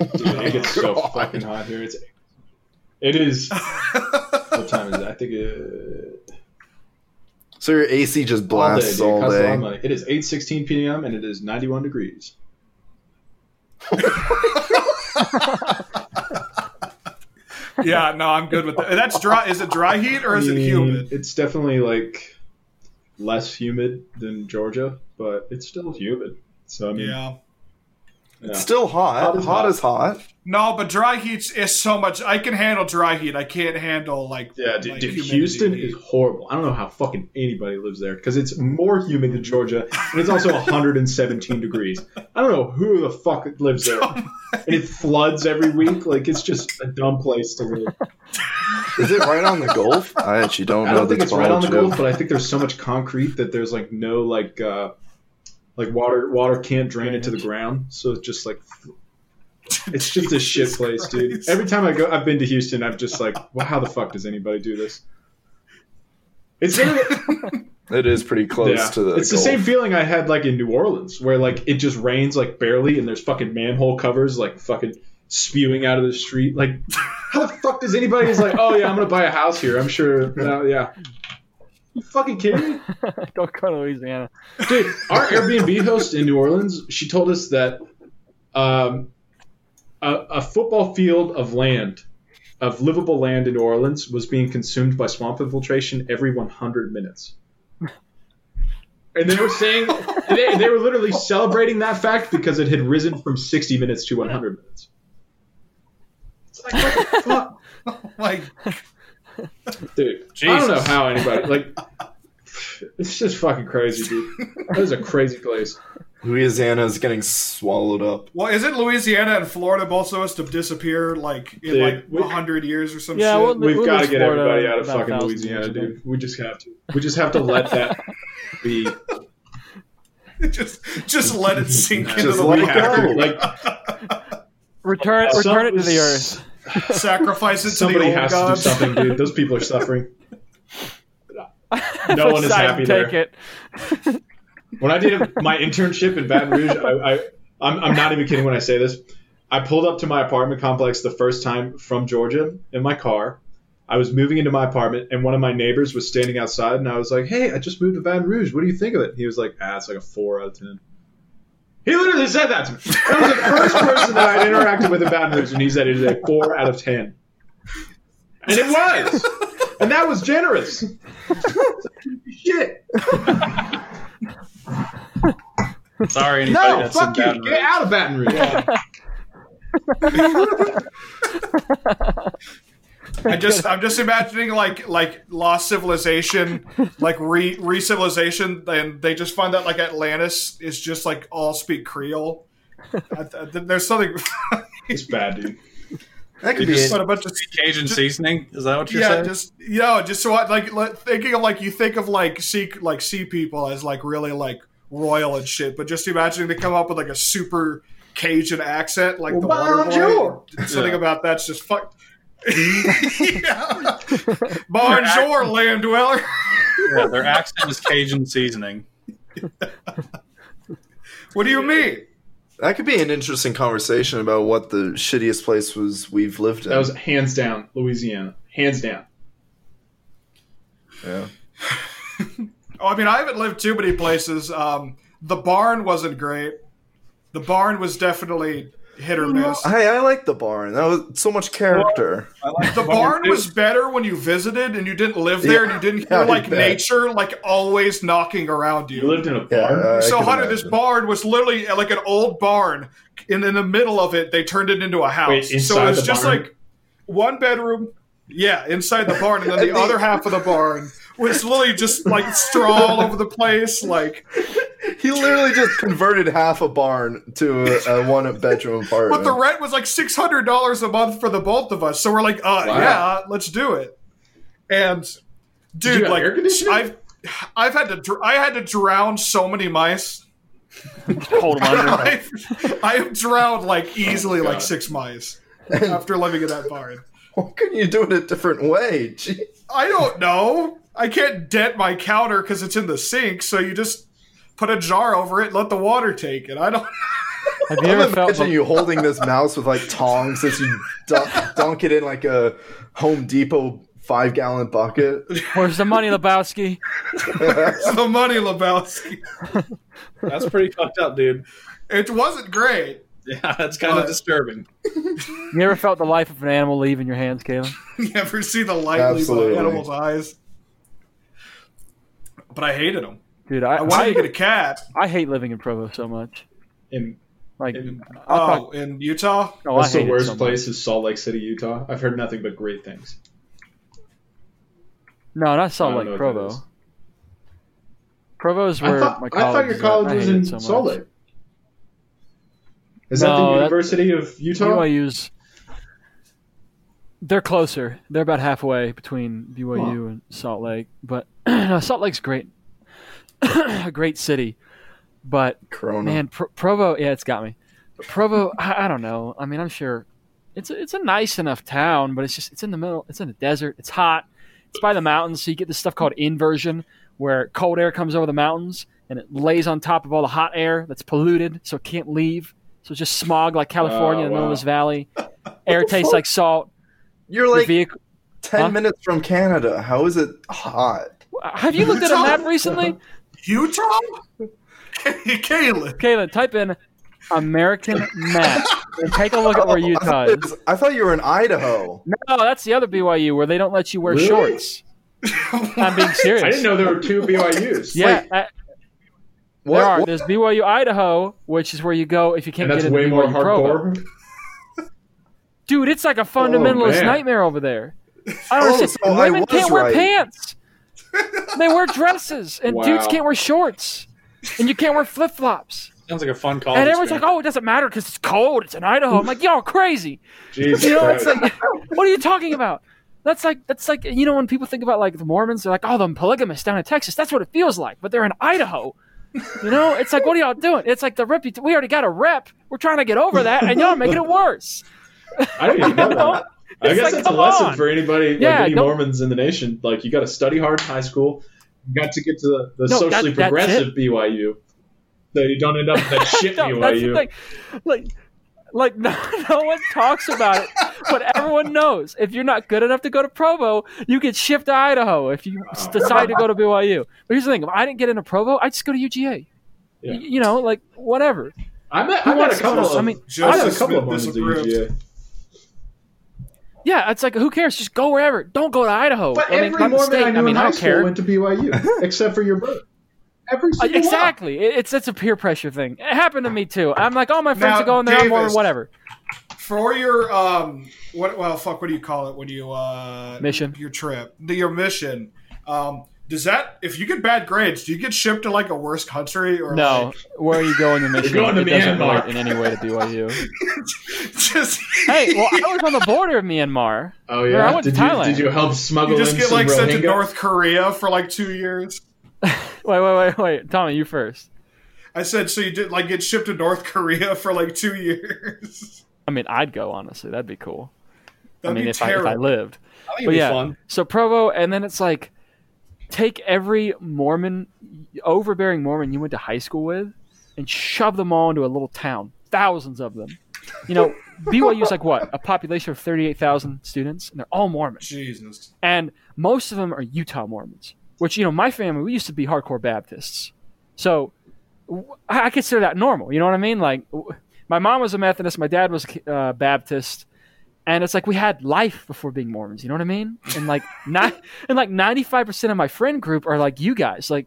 [SPEAKER 3] Dude, it gets so
[SPEAKER 4] God.
[SPEAKER 3] fucking hot here. It's, it is.
[SPEAKER 2] dumb.
[SPEAKER 3] What time is it? I think it,
[SPEAKER 4] So your AC
[SPEAKER 3] all day.
[SPEAKER 4] just
[SPEAKER 3] Dude,
[SPEAKER 4] blasts
[SPEAKER 3] it
[SPEAKER 4] all
[SPEAKER 3] costs a lot
[SPEAKER 4] day.
[SPEAKER 3] of money. It is 8:16 p.m. and it is 91 degrees.
[SPEAKER 2] yeah, no, I'm good with that. That's dry. Is it dry heat or is
[SPEAKER 3] I
[SPEAKER 2] it
[SPEAKER 3] mean,
[SPEAKER 2] humid?
[SPEAKER 3] It's definitely like less humid than Georgia, but it's still humid. So I mean,
[SPEAKER 2] Yeah.
[SPEAKER 4] It's still hot.
[SPEAKER 3] Hot is
[SPEAKER 4] hot
[SPEAKER 3] hot.
[SPEAKER 4] is hot.
[SPEAKER 2] No, but dry heat is so much. I can handle dry heat. I can't handle like
[SPEAKER 3] Yeah, dude,
[SPEAKER 2] like,
[SPEAKER 3] dude,
[SPEAKER 2] humidity.
[SPEAKER 3] Houston is horrible. I don't know how fucking anybody lives there because it's more humid than Georgia, and it's also 117 degrees. I don't know who the fuck lives there, and it floods every week. Like it's just a dumb place to live.
[SPEAKER 4] Is it right on the Gulf? I actually don't
[SPEAKER 3] I
[SPEAKER 4] know
[SPEAKER 3] don't think
[SPEAKER 4] the
[SPEAKER 3] it's right on the
[SPEAKER 4] topology of-
[SPEAKER 3] Gulf, but I think there's so much concrete that there's like no like uh like water water can't drain it to the ground, so it's just like it's just a shit
[SPEAKER 2] Jesus
[SPEAKER 3] place, dude.
[SPEAKER 2] Christ.
[SPEAKER 3] Every time I go, I've been to Houston, I'm just like, well, how the fuck does anybody do this? It's
[SPEAKER 4] It is pretty close
[SPEAKER 3] yeah.
[SPEAKER 4] to the.
[SPEAKER 3] it's the
[SPEAKER 4] Gulf.
[SPEAKER 3] same feeling I had like in New Orleans, where like it just rains like barely, and there's fucking manhole covers like fucking spewing out of the street. Like, how the fuck does anybody is like, oh yeah, I'm gonna buy a house here. I'm sure. No, yeah. You fucking kidding me,
[SPEAKER 5] Go go to Louisiana.
[SPEAKER 3] dude? Our Airbnb host in New Orleans, she told us that um, a, a football field of land, of livable land in New Orleans, was being consumed by swamp infiltration every 100 minutes. And they were saying they, they were literally celebrating that fact because it had risen from 60 minutes to 100 minutes. It's like what the fuck,
[SPEAKER 2] like
[SPEAKER 3] dude. I don't know how anybody like It's just fucking crazy, dude. that is a crazy place.
[SPEAKER 4] Louisiana is getting swallowed up.
[SPEAKER 2] Well, isn't Louisiana and Florida both supposed to disappear like in
[SPEAKER 3] Dude,
[SPEAKER 2] like
[SPEAKER 3] we-
[SPEAKER 2] like hundred years or some
[SPEAKER 5] Yeah,
[SPEAKER 2] shit?
[SPEAKER 5] well,
[SPEAKER 3] We've
[SPEAKER 5] We'll
[SPEAKER 3] got to
[SPEAKER 5] lose
[SPEAKER 3] get
[SPEAKER 5] Florida
[SPEAKER 3] everybody out of
[SPEAKER 5] about a
[SPEAKER 3] fucking
[SPEAKER 5] thousand years,
[SPEAKER 3] Louisiana,
[SPEAKER 5] I
[SPEAKER 3] dude. We just have to. We just have to let that be.
[SPEAKER 2] just just let it sink into
[SPEAKER 4] Just
[SPEAKER 2] the
[SPEAKER 4] let
[SPEAKER 3] We
[SPEAKER 4] it
[SPEAKER 2] water.
[SPEAKER 3] have to,
[SPEAKER 4] go.
[SPEAKER 3] like
[SPEAKER 5] Return,
[SPEAKER 3] some-
[SPEAKER 5] return it to the earth.
[SPEAKER 2] Sacrifice it to
[SPEAKER 3] Somebody
[SPEAKER 2] the old
[SPEAKER 3] has
[SPEAKER 2] gods.
[SPEAKER 3] to do something, dude. Those people are suffering. No one is
[SPEAKER 5] Poseidon,
[SPEAKER 3] happy
[SPEAKER 5] take
[SPEAKER 3] there.
[SPEAKER 5] it.
[SPEAKER 3] When I did my internship in Baton Rouge, I, I I'm, I'm not even kidding when I say this. I pulled up to my apartment complex the first time from Georgia in my car. I was moving into my apartment, and one of my neighbors was standing outside, and I was like, "Hey, I just moved to Baton Rouge. What do you think of it?" He was like, "Ah, it's like a four out of 10. He literally said that to me. That was the first person that I'd interacted with in Baton Rouge, and he said it is a four out of ten, and it was, and that was generous. Shit,
[SPEAKER 1] Sorry, anybody
[SPEAKER 3] no,
[SPEAKER 1] that's
[SPEAKER 3] fuck
[SPEAKER 1] in Baton
[SPEAKER 3] you, get
[SPEAKER 1] Rouge.
[SPEAKER 3] out of Baton Rouge.
[SPEAKER 2] I just I'm just imagining like like lost civilization, like re re civilization, and they just find that like Atlantis is just like all speak Creole. I, I, there's something,
[SPEAKER 3] It's bad, dude.
[SPEAKER 4] That could
[SPEAKER 1] You
[SPEAKER 4] be
[SPEAKER 1] just-
[SPEAKER 4] it.
[SPEAKER 2] but a bunch of
[SPEAKER 1] Cajun seasoning? Is that what you're
[SPEAKER 2] yeah,
[SPEAKER 1] saying?
[SPEAKER 2] just you know, just so I, like like, thinking of like you think of like sea like sea people as like really like royal and shit, but just imagining they come up with like a super Cajun accent, like the water
[SPEAKER 3] bonjour.
[SPEAKER 2] boy. Something
[SPEAKER 1] Yeah.
[SPEAKER 2] about that's just fucked. yeah. Bonjour, land dweller.
[SPEAKER 1] yeah, their accent is Cajun seasoning.
[SPEAKER 2] What do you mean?
[SPEAKER 4] That could be an interesting conversation about what the shittiest place was we've lived in.
[SPEAKER 3] That was hands down Louisiana. Hands down.
[SPEAKER 4] yeah.
[SPEAKER 2] Oh, I mean, I haven't lived too many places. Um, the barn wasn't great. The barn was definitely hit or miss.
[SPEAKER 4] I, I like the barn. That was so much character.
[SPEAKER 1] I like
[SPEAKER 2] The barn was better when you visited and you didn't live there and you didn't hear
[SPEAKER 4] Yeah, I
[SPEAKER 2] like
[SPEAKER 4] bet.
[SPEAKER 2] nature like always knocking around
[SPEAKER 3] You
[SPEAKER 2] you.
[SPEAKER 3] lived in a
[SPEAKER 4] Yeah,
[SPEAKER 3] barn.
[SPEAKER 4] I
[SPEAKER 2] so
[SPEAKER 4] can
[SPEAKER 2] Hunter, this
[SPEAKER 4] imagine.
[SPEAKER 2] barn was literally uh, like an old barn, and in the middle of it they turned it into a house.
[SPEAKER 3] Wait,
[SPEAKER 2] so
[SPEAKER 3] inside
[SPEAKER 2] it was
[SPEAKER 3] the
[SPEAKER 2] just
[SPEAKER 3] barn?
[SPEAKER 2] like one bedroom, yeah, inside the barn, and then the other half of the barn was literally just like straw all over the place, like
[SPEAKER 4] He literally just converted half a barn to a, a one bedroom
[SPEAKER 2] But
[SPEAKER 4] apartment.
[SPEAKER 2] the rent was like six hundred dollars a month for the both of us, so we're like, uh, yeah, let's do it. And
[SPEAKER 3] you
[SPEAKER 2] dude,
[SPEAKER 3] have
[SPEAKER 2] like
[SPEAKER 3] air conditioning?
[SPEAKER 2] I've I've had to dr- I had to drown so many mice.
[SPEAKER 5] Hold him under.
[SPEAKER 2] I've, I've drowned like easily
[SPEAKER 3] Oh God.
[SPEAKER 2] like six mice after living in that barn.
[SPEAKER 4] Why couldn't you do it a different way? Gee.
[SPEAKER 2] I don't know. I can't dent my counter because it's in the sink, so you just put a jar over it, let the water take it. I don't.
[SPEAKER 5] Have you
[SPEAKER 4] I'm
[SPEAKER 5] ever felt
[SPEAKER 4] imagining you holding this mouse with like tongs as you dunk, dunk it in like a Home Depot five gallon bucket.
[SPEAKER 5] where's the money, Lebowski?
[SPEAKER 2] the money, Lebowski.
[SPEAKER 1] That's pretty fucked up, dude.
[SPEAKER 2] It wasn't great.
[SPEAKER 1] Yeah, that's kind
[SPEAKER 2] What?
[SPEAKER 1] of disturbing.
[SPEAKER 5] You ever felt the life of an animal leave in your hands, Kalen?
[SPEAKER 2] You ever see the light leave an
[SPEAKER 4] Absolutely.
[SPEAKER 2] animal's eyes? But I hated him.
[SPEAKER 5] Dude, I,
[SPEAKER 2] I wanted to
[SPEAKER 5] I,
[SPEAKER 2] get a cat.
[SPEAKER 5] I hate living in Provo so much.
[SPEAKER 3] And
[SPEAKER 5] Like,
[SPEAKER 3] And-
[SPEAKER 5] I thought,
[SPEAKER 2] Oh, in Utah?
[SPEAKER 5] oh, I
[SPEAKER 3] that's the
[SPEAKER 5] hate it
[SPEAKER 3] worst
[SPEAKER 5] so much.
[SPEAKER 3] place is Salt Lake City, Utah. I've heard nothing but great things.
[SPEAKER 5] No, not
[SPEAKER 3] I
[SPEAKER 5] Salt
[SPEAKER 3] don't know
[SPEAKER 5] Lake,
[SPEAKER 3] what
[SPEAKER 5] Provo.
[SPEAKER 3] that is.
[SPEAKER 5] Provo's
[SPEAKER 3] I
[SPEAKER 5] where
[SPEAKER 3] thought,
[SPEAKER 5] my college.
[SPEAKER 3] I thought your
[SPEAKER 5] is at, and
[SPEAKER 3] college
[SPEAKER 5] I
[SPEAKER 3] was
[SPEAKER 5] hate it
[SPEAKER 3] in
[SPEAKER 5] so
[SPEAKER 3] Salt
[SPEAKER 5] much.
[SPEAKER 3] Lake. Is
[SPEAKER 5] No,
[SPEAKER 3] that the
[SPEAKER 5] that-
[SPEAKER 3] University of Utah?
[SPEAKER 5] BYU's. They're closer. They're about halfway between BYU and Salt Lake, but no, Salt Lake's great, a great city. But
[SPEAKER 4] Corona.
[SPEAKER 5] man, Pro- Provo, yeah, it's got me. But Provo, I, I don't know. I mean, I'm sure it's a, it's a nice enough town, but it's just it's in the middle. It's in the desert. It's hot. It's by the mountains, so you get this stuff called inversion, where cold air comes over the mountains and it lays on top of all the hot air that's polluted, so it can't leave. So it's just smog like California
[SPEAKER 3] Oh,
[SPEAKER 5] in the middle
[SPEAKER 3] wow.
[SPEAKER 5] of this valley. Air tastes like salt.
[SPEAKER 4] You're
[SPEAKER 5] Your
[SPEAKER 4] like
[SPEAKER 5] vehicle.
[SPEAKER 4] ten
[SPEAKER 5] huh?
[SPEAKER 4] minutes from Canada. How is it hot?
[SPEAKER 5] Have you looked at a
[SPEAKER 2] Utah?
[SPEAKER 5] map recently,
[SPEAKER 2] Utah? Caleb.
[SPEAKER 5] Kaylin? Type in American map and take a look at where
[SPEAKER 4] Oh, I,
[SPEAKER 5] Utah
[SPEAKER 4] thought
[SPEAKER 5] is.
[SPEAKER 4] it was- I thought you were in Idaho.
[SPEAKER 5] No, that's the other BYU where they don't let you wear
[SPEAKER 3] Really?
[SPEAKER 5] shorts. I'm being serious.
[SPEAKER 3] I didn't know there were two BYUs.
[SPEAKER 5] Yeah, I-
[SPEAKER 4] What?
[SPEAKER 5] there are.
[SPEAKER 4] what-
[SPEAKER 5] There's BYU Idaho, which is where you go if you can't
[SPEAKER 3] and that's
[SPEAKER 5] get into
[SPEAKER 3] way
[SPEAKER 5] BYU
[SPEAKER 3] more
[SPEAKER 5] Provo.
[SPEAKER 3] hardcore.
[SPEAKER 5] Dude, it's like a fundamentalist
[SPEAKER 3] Oh, man.
[SPEAKER 5] nightmare over there. I
[SPEAKER 4] Oh,
[SPEAKER 5] don't understand.
[SPEAKER 4] so I
[SPEAKER 5] Women
[SPEAKER 4] was
[SPEAKER 5] can't wear
[SPEAKER 4] right.
[SPEAKER 5] pants. They wear dresses, and
[SPEAKER 3] Wow.
[SPEAKER 5] dudes can't wear shorts, and you can't wear flip flops.
[SPEAKER 1] Sounds like a fun college.
[SPEAKER 5] And everyone's like,
[SPEAKER 1] experience.
[SPEAKER 5] "Oh, it doesn't matter because it's cold. It's in Idaho." I'm like, "Y'all crazy."
[SPEAKER 3] Jesus
[SPEAKER 5] You know, it's
[SPEAKER 3] Christ.
[SPEAKER 5] like, what are you talking about? That's like that's like you know when people think about like the Mormons, they're like, oh, them polygamists down in Texas. That's what it feels like, but they're in Idaho. You know, it's like, what are y'all doing? It's like the rep. We already got a rep. We're trying to get over that, and y'all are making it worse.
[SPEAKER 3] I didn't even know that. I
[SPEAKER 5] It's
[SPEAKER 3] guess
[SPEAKER 5] like,
[SPEAKER 3] that's a
[SPEAKER 5] come
[SPEAKER 3] lesson
[SPEAKER 5] on.
[SPEAKER 3] for anybody, like
[SPEAKER 5] Yeah,
[SPEAKER 3] any
[SPEAKER 5] no-
[SPEAKER 3] Mormons in the nation. Like, you got to study hard in high school. You got to get to the, the
[SPEAKER 5] No, that-
[SPEAKER 3] socially
[SPEAKER 5] that's
[SPEAKER 3] progressive BYU. So you don't end up with that shit
[SPEAKER 5] No, that's
[SPEAKER 3] BYU.
[SPEAKER 5] the thing. Like, like no, no one talks about it, but everyone knows if you're not good enough to go to Provo, you get shipped to Idaho if you s- decide to go to BYU. But here's the thing: if I didn't get into Provo, I just go to UGA.
[SPEAKER 3] Yeah.
[SPEAKER 5] Y- You know, like whatever.
[SPEAKER 3] I met, I
[SPEAKER 5] Who
[SPEAKER 3] met
[SPEAKER 5] wants
[SPEAKER 3] a
[SPEAKER 5] to
[SPEAKER 3] couple
[SPEAKER 5] go to-
[SPEAKER 3] of,
[SPEAKER 5] I mean,
[SPEAKER 3] I met a
[SPEAKER 2] Joseph
[SPEAKER 3] couple of
[SPEAKER 2] Smith
[SPEAKER 3] Mormons at
[SPEAKER 2] disapproved.
[SPEAKER 3] UGA.
[SPEAKER 5] Yeah, it's like who cares? Just go wherever. Don't go to Idaho.
[SPEAKER 3] But
[SPEAKER 5] I mean,
[SPEAKER 3] every
[SPEAKER 5] Clemson
[SPEAKER 3] Mormon
[SPEAKER 5] State,
[SPEAKER 3] I knew in
[SPEAKER 5] mean, I
[SPEAKER 3] high
[SPEAKER 5] don't
[SPEAKER 3] school
[SPEAKER 5] care.
[SPEAKER 3] went to BYU, except for your brother. Every
[SPEAKER 5] Uh,
[SPEAKER 3] single one.
[SPEAKER 5] exactly. It- It's it's a peer pressure thing. It happened to me too. I'm like, all my friends
[SPEAKER 2] Now,
[SPEAKER 5] are going there. I'm going
[SPEAKER 2] Davis-
[SPEAKER 5] whatever.
[SPEAKER 2] for your um what well fuck what do you call it when you uh
[SPEAKER 5] Mission.
[SPEAKER 2] your trip the- your mission um does that if you get bad grades do you get shipped to like a worse country or
[SPEAKER 5] No, where are you going in Michigan?
[SPEAKER 3] going to
[SPEAKER 5] it doesn't
[SPEAKER 3] Myanmar.
[SPEAKER 5] relate in any way to BYU.
[SPEAKER 2] like, just
[SPEAKER 5] hey, well, I was on the border of Myanmar.
[SPEAKER 3] Oh
[SPEAKER 5] Or I
[SPEAKER 3] yeah.
[SPEAKER 5] went to
[SPEAKER 3] Did you,
[SPEAKER 5] Thailand.
[SPEAKER 3] did you help smuggle
[SPEAKER 2] you just
[SPEAKER 3] in
[SPEAKER 2] get
[SPEAKER 3] some
[SPEAKER 2] like sent to
[SPEAKER 3] Rohingya?
[SPEAKER 2] North Korea for like two years
[SPEAKER 5] Wait, wait, wait, wait. Tommy, you first.
[SPEAKER 2] I said so you did like get shipped to North Korea for like two years
[SPEAKER 5] I mean, I'd go, honestly. That'd be cool.
[SPEAKER 2] that'd
[SPEAKER 5] I mean,
[SPEAKER 2] be
[SPEAKER 5] if I, if I
[SPEAKER 2] terrible
[SPEAKER 5] lived.
[SPEAKER 1] I think
[SPEAKER 5] But
[SPEAKER 1] it'd
[SPEAKER 5] yeah,
[SPEAKER 1] be fun.
[SPEAKER 5] so Provo, and then it's like take every Mormon, overbearing Mormon you went to high school with, and shove them all into a little town. Thousands of them. You know, BYU's like what? A population of 38,000 students, and they're all Mormon.
[SPEAKER 2] Jesus
[SPEAKER 5] and most of them are Utah Mormons. Which you know, my family we used to be hardcore Baptists, so w- I I consider that normal. You know what I mean? Like, w- my mom was a Methodist, my dad was uh, Baptist, and it's like we had life before being Mormons. You know what I mean? And like ni- and like ninety five percent of my friend group are like you guys, like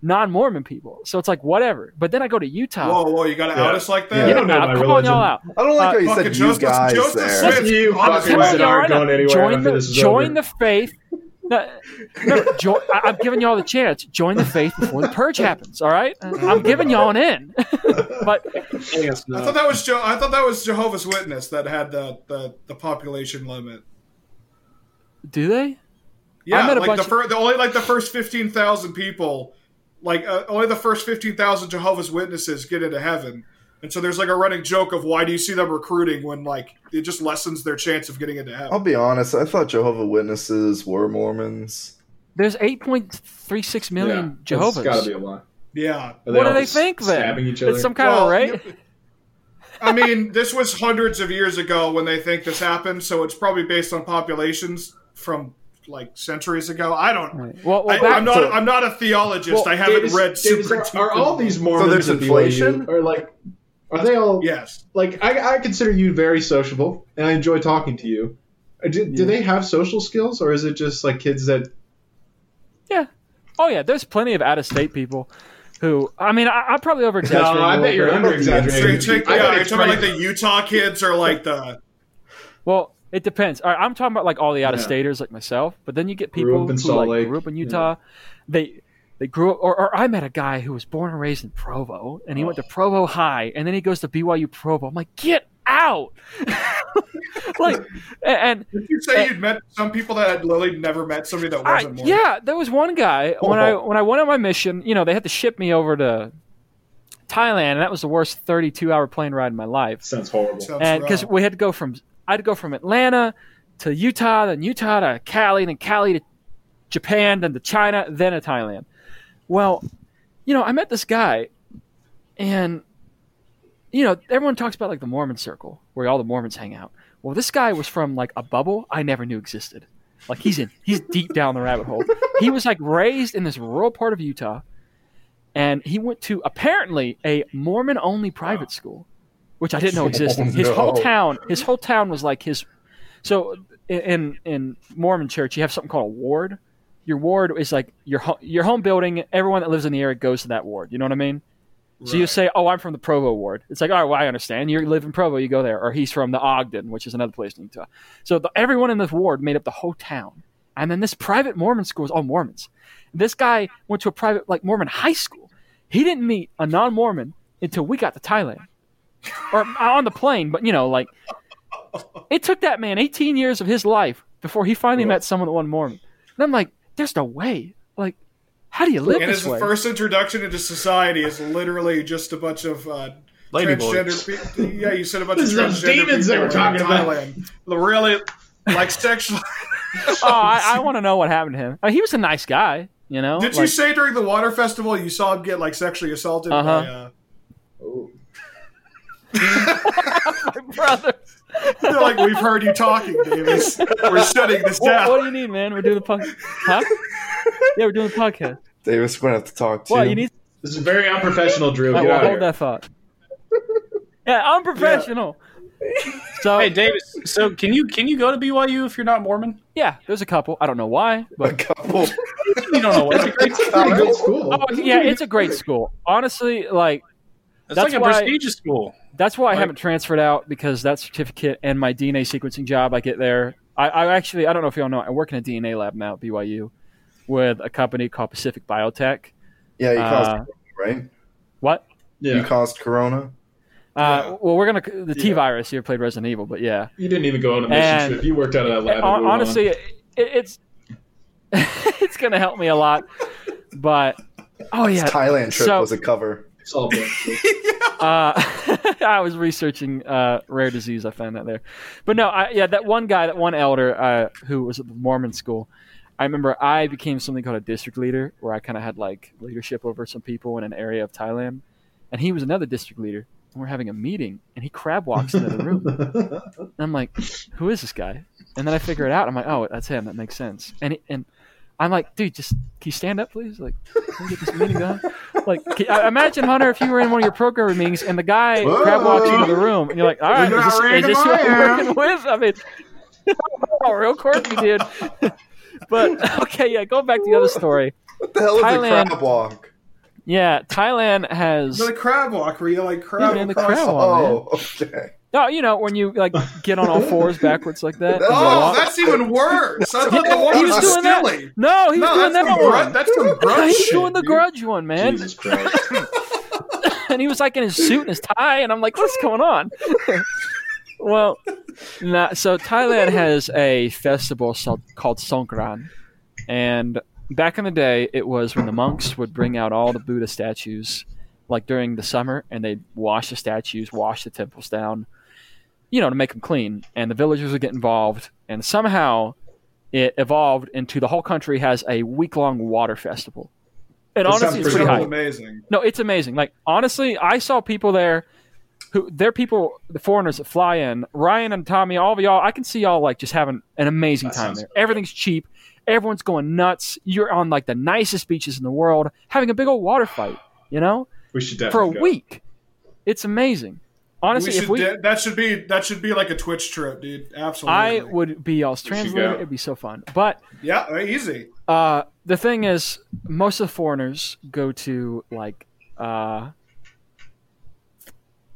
[SPEAKER 5] non Mormon people. So it's like whatever. But then I go to Utah.
[SPEAKER 2] whoa whoa you gotta out us like that
[SPEAKER 3] You don't know
[SPEAKER 5] I'm
[SPEAKER 3] my
[SPEAKER 5] calling
[SPEAKER 3] religion.
[SPEAKER 5] y'all out.
[SPEAKER 4] I don't like
[SPEAKER 5] Uh,
[SPEAKER 4] how you
[SPEAKER 2] fucking
[SPEAKER 4] said you
[SPEAKER 2] Joseph-
[SPEAKER 4] guys
[SPEAKER 2] Joseph
[SPEAKER 4] there.
[SPEAKER 2] Smith.
[SPEAKER 3] Fuck you
[SPEAKER 2] Honest
[SPEAKER 3] fuckers
[SPEAKER 2] way.
[SPEAKER 3] that aren't
[SPEAKER 5] Carolina,
[SPEAKER 3] going anywhere
[SPEAKER 5] Join
[SPEAKER 3] after
[SPEAKER 5] the,
[SPEAKER 3] this is
[SPEAKER 5] join
[SPEAKER 3] over.
[SPEAKER 5] the faith. No, no, jo- I, am giving y'all the chance. Join the faith before the purge happens. All right, I'm giving y'all an in. but
[SPEAKER 1] I guess
[SPEAKER 2] I
[SPEAKER 1] not.
[SPEAKER 2] thought that was Je- I thought that was Jehovah's Witness that had the the, the population limit.
[SPEAKER 5] do they?
[SPEAKER 2] Yeah,
[SPEAKER 5] I met a
[SPEAKER 2] like
[SPEAKER 5] bunch
[SPEAKER 2] the
[SPEAKER 5] of-
[SPEAKER 2] first, the only like the first fifteen thousand people, like uh, only the first fifteen thousand Jehovah's Witnesses get into heaven, and so there's like a running joke of why do you see them recruiting when like it just lessens their chance of getting into
[SPEAKER 4] I'll
[SPEAKER 2] heaven.
[SPEAKER 4] be honest. I thought Jehovah Witnesses were Mormons.
[SPEAKER 5] There's 8.36
[SPEAKER 3] Yeah,
[SPEAKER 5] million
[SPEAKER 3] It's got to be
[SPEAKER 5] Jehovahs.
[SPEAKER 3] a lie.
[SPEAKER 2] Yeah,
[SPEAKER 3] Are
[SPEAKER 5] What do
[SPEAKER 3] all
[SPEAKER 5] they
[SPEAKER 3] just
[SPEAKER 5] think then?
[SPEAKER 3] Stabbing each other.
[SPEAKER 5] It's some kind
[SPEAKER 2] Well,
[SPEAKER 5] of right.
[SPEAKER 2] I mean this was hundreds of years ago when they think this happened, so it's probably based on populations from like centuries ago. I don't. know.
[SPEAKER 5] Right. Well, well,
[SPEAKER 2] I,
[SPEAKER 5] back,
[SPEAKER 2] am not.
[SPEAKER 4] So-
[SPEAKER 2] I'm not a theologist.
[SPEAKER 5] Well,
[SPEAKER 2] I haven't
[SPEAKER 3] Davis-
[SPEAKER 2] read
[SPEAKER 3] Davis,
[SPEAKER 2] super.
[SPEAKER 3] are, are all these Mormons
[SPEAKER 4] there's
[SPEAKER 3] at BYU,
[SPEAKER 4] inflation?
[SPEAKER 3] Or like, are they all?
[SPEAKER 2] Yes.
[SPEAKER 3] Like, I, I consider you very sociable, and I enjoy talking to you. Uh, Do, do
[SPEAKER 5] Yeah.
[SPEAKER 3] they have social skills, or is it just like kids that?
[SPEAKER 5] yeah. Oh yeah. There's plenty of out of state people. Who I mean, I, I probably over
[SPEAKER 3] No,
[SPEAKER 5] exaggerating.
[SPEAKER 3] I bet you're
[SPEAKER 4] I'm not
[SPEAKER 3] under
[SPEAKER 2] So you
[SPEAKER 3] exaggerating.
[SPEAKER 2] take,
[SPEAKER 3] I
[SPEAKER 2] yeah,
[SPEAKER 3] bet
[SPEAKER 2] you're
[SPEAKER 3] it's
[SPEAKER 2] talking like
[SPEAKER 3] pretty-
[SPEAKER 2] the Utah kids or like the
[SPEAKER 5] Well, it depends. All right, I'm talking about like all the out of staters like myself, but then you get
[SPEAKER 3] Grew
[SPEAKER 5] people
[SPEAKER 3] up in
[SPEAKER 5] who
[SPEAKER 3] Salt
[SPEAKER 5] like
[SPEAKER 3] Lake.
[SPEAKER 5] grew up in
[SPEAKER 3] Yeah.
[SPEAKER 5] Utah. They they grew up, or, or I met a guy who was born and raised in Provo, and he went to
[SPEAKER 3] Oh.
[SPEAKER 5] Provo High, and then he goes to BYU Provo. I'm like, get out! like, and, and
[SPEAKER 2] Did you say
[SPEAKER 5] Uh,
[SPEAKER 2] you'd met some people that had literally never met somebody that
[SPEAKER 5] I,
[SPEAKER 2] wasn't Mormon?
[SPEAKER 5] yeah, there was one guy when I
[SPEAKER 3] Oh.
[SPEAKER 5] when I went on my mission. You know, they had to ship me over to Thailand, and that was the worst 32 hour plane ride in my life.
[SPEAKER 3] Sounds horrible.
[SPEAKER 2] Sounds
[SPEAKER 5] and because
[SPEAKER 2] wrong.
[SPEAKER 5] we had to go from I had to go from Atlanta to Utah, then Utah to Cali, then Cali to Japan, then to China, then to Thailand. Well, you know, I met this guy, and you know, everyone talks about like the Mormon circle where all the Mormons hang out. Well, this guy was from like a bubble I never knew existed. Like he's in, he's deep down the rabbit hole. He was like raised in this rural part of Utah, and he went to apparently a Mormon-only private school, which I didn't know existed. his whole
[SPEAKER 4] no.
[SPEAKER 5] town, his whole town was like his. So in in Mormon church, you have something called a ward. Your ward is like your ho- your home building. Everyone that lives in the area goes to that ward. You know what I mean? So you say, "Oh, I'm from the Provo ward." It's like, "All right, well, I understand. You live in Provo, you go there." Or he's from the Ogden, which is another place in Utah. So the, everyone in this ward made up the whole town. And then this private Mormon school is all Mormons. This guy went to a private, like Mormon high school. He didn't meet a non Mormon until we got to Thailand or uh, on the plane, but you know, like it took that man 18 years of his life before he finally met someone that wasn't Mormon. And I'm like, there's no way. Like, how do you live
[SPEAKER 2] And
[SPEAKER 5] this
[SPEAKER 2] his
[SPEAKER 5] way?
[SPEAKER 2] first introduction into society is literally just a bunch of uh,
[SPEAKER 1] Lady
[SPEAKER 2] transgender people. Yeah, you said a bunch of
[SPEAKER 3] These are
[SPEAKER 2] transgender
[SPEAKER 3] demons they
[SPEAKER 2] people
[SPEAKER 3] were talking
[SPEAKER 2] in
[SPEAKER 3] about.
[SPEAKER 2] Thailand. Really, like sexual.
[SPEAKER 5] oh, I, I want to know what happened to him. I mean, he was a nice guy, you know.
[SPEAKER 2] Did you
[SPEAKER 5] like-
[SPEAKER 2] say during the water festival you saw him get like sexually assaulted?
[SPEAKER 5] Uh-huh.
[SPEAKER 2] By, uh,
[SPEAKER 5] my brother?
[SPEAKER 2] they're like, we've heard you talking, Davis. We're shutting this
[SPEAKER 5] What,
[SPEAKER 2] down.
[SPEAKER 5] what do you need, man? We're doing the podcast. Huh? Yeah, we're doing the podcast.
[SPEAKER 4] Davis, we're gonna have to talk to
[SPEAKER 5] Well,
[SPEAKER 4] you.
[SPEAKER 5] you need.
[SPEAKER 3] This is very unprofessional, Drew.
[SPEAKER 5] All right,
[SPEAKER 3] Get
[SPEAKER 5] Oh,
[SPEAKER 3] out
[SPEAKER 5] well,
[SPEAKER 3] of
[SPEAKER 5] hold
[SPEAKER 3] here.
[SPEAKER 5] that thought. Yeah, I'm professional. So
[SPEAKER 1] Hey, Davis. So can you can you go to BYU if you're not Mormon?
[SPEAKER 5] yeah, there's a couple. I don't know why,
[SPEAKER 4] a
[SPEAKER 5] but
[SPEAKER 4] couple.
[SPEAKER 1] You don't know what. It's, Oh, a great,
[SPEAKER 3] It's a pretty good school.
[SPEAKER 5] oh, yeah, it's a great school. Honestly, like
[SPEAKER 1] it's
[SPEAKER 5] That's
[SPEAKER 1] like a
[SPEAKER 5] why-
[SPEAKER 1] prestigious school.
[SPEAKER 5] That's why I
[SPEAKER 1] Like-
[SPEAKER 5] haven't transferred out because that certificate and my DNA sequencing job I get there. I, I actually I don't know if y'all know I work in a DNA lab now at BYU with a company called Pacific Biotech.
[SPEAKER 4] Yeah, you caused
[SPEAKER 5] Uh,
[SPEAKER 4] right.
[SPEAKER 5] What?
[SPEAKER 4] You
[SPEAKER 3] Yeah,
[SPEAKER 4] caused corona.
[SPEAKER 5] Uh,
[SPEAKER 2] Yeah.
[SPEAKER 5] Well, we're gonna the T
[SPEAKER 3] Yeah.
[SPEAKER 5] virus here played Resident Evil, but yeah.
[SPEAKER 3] you didn't even go on a mission
[SPEAKER 5] And-
[SPEAKER 3] trip. You worked out of that lab. in
[SPEAKER 5] Hon-
[SPEAKER 3] Wuhan.
[SPEAKER 5] honestly, it, it's it's gonna help me a lot. But oh yeah,
[SPEAKER 4] This Thailand trip
[SPEAKER 5] So-
[SPEAKER 4] was a cover.
[SPEAKER 3] it's all bullshit.
[SPEAKER 5] uh, I was researching uh, rare disease. I found that there, but no, I, yeah, that one guy, that one elder uh, who was at the Mormon school. I remember I became something called a district leader, where I kind of had like leadership over some people in an area of Thailand, and he was another district leader. And we're having a meeting, and he crab walks into the room. And I'm like, who is this guy? And then I figure it out. I'm like, oh, that's him. That makes sense. And he, and I'm like, dude, just can you stand up, please? Like, can we get this meeting done? Like, can, I- imagine Hunter if you were in one of your programming meetings and the guy crab walks into the room, and you're like, all right,
[SPEAKER 2] You're
[SPEAKER 5] is this,
[SPEAKER 2] not
[SPEAKER 5] is this
[SPEAKER 2] random, I
[SPEAKER 5] what we're
[SPEAKER 2] am.
[SPEAKER 5] working with? I mean, oh, real quirky, dude. but okay, yeah, going back to the other story.
[SPEAKER 4] What the hell is
[SPEAKER 5] Thailand-
[SPEAKER 4] a crab walk?
[SPEAKER 5] Yeah, Thailand has
[SPEAKER 2] The crab walk where you like crab
[SPEAKER 5] Yeah, man, the
[SPEAKER 2] across
[SPEAKER 5] crab
[SPEAKER 2] the-
[SPEAKER 5] walk. Oh,
[SPEAKER 4] Oh, okay.
[SPEAKER 5] no, you know, when you like get on all fours backwards like that. and
[SPEAKER 2] Oh,
[SPEAKER 5] walk.
[SPEAKER 2] that's even worse. I thought
[SPEAKER 5] Yeah,
[SPEAKER 2] the one
[SPEAKER 5] he
[SPEAKER 2] was
[SPEAKER 5] was doing that.
[SPEAKER 2] silly.
[SPEAKER 5] no, he's
[SPEAKER 2] No,
[SPEAKER 5] doing
[SPEAKER 2] that's
[SPEAKER 5] that
[SPEAKER 2] some,
[SPEAKER 5] one.
[SPEAKER 2] grud- that's some grudge
[SPEAKER 5] he's
[SPEAKER 2] shit,
[SPEAKER 5] doing the
[SPEAKER 2] dude.
[SPEAKER 5] grudge one, man.
[SPEAKER 3] Jesus Christ.
[SPEAKER 5] and he was like in his suit and his tie, and I'm like, what's going on? well, nah, so Thailand has a festival so- called Songkran, and back in the day, it was when the monks would bring out all the Buddha statues, like during the summer, and they'd wash the statues, wash the temples down, you know, to make them clean. And the villagers would get involved, and somehow it evolved into the whole country has a week long water festival. And
[SPEAKER 3] That
[SPEAKER 5] honestly,
[SPEAKER 3] sounds
[SPEAKER 5] it's
[SPEAKER 2] So
[SPEAKER 5] pretty
[SPEAKER 3] pretty
[SPEAKER 5] high.
[SPEAKER 3] cool.
[SPEAKER 2] amazing.
[SPEAKER 5] No, it's amazing. Like honestly, I saw people there who they're people the foreigners that fly in. Ryan and Tommy, all of y'all, I can see y'all like just having an amazing
[SPEAKER 3] That
[SPEAKER 5] time
[SPEAKER 3] sounds
[SPEAKER 5] there. Everything's cheap. Everyone's going nuts. You're on like the nicest beaches in the world, having a big old water fight, you know?
[SPEAKER 3] We should
[SPEAKER 5] For a
[SPEAKER 3] definitely go.
[SPEAKER 5] week. It's amazing. Honestly,
[SPEAKER 2] we
[SPEAKER 5] if
[SPEAKER 2] should
[SPEAKER 5] we
[SPEAKER 2] de- that should be that should be like a Twitch trip, dude. Absolutely.
[SPEAKER 5] I would be y'all's
[SPEAKER 3] should
[SPEAKER 5] translator,
[SPEAKER 3] go.
[SPEAKER 5] it'd be so fun. But
[SPEAKER 2] Yeah, easy.
[SPEAKER 5] Uh, the thing is, most of the foreigners go to like uh,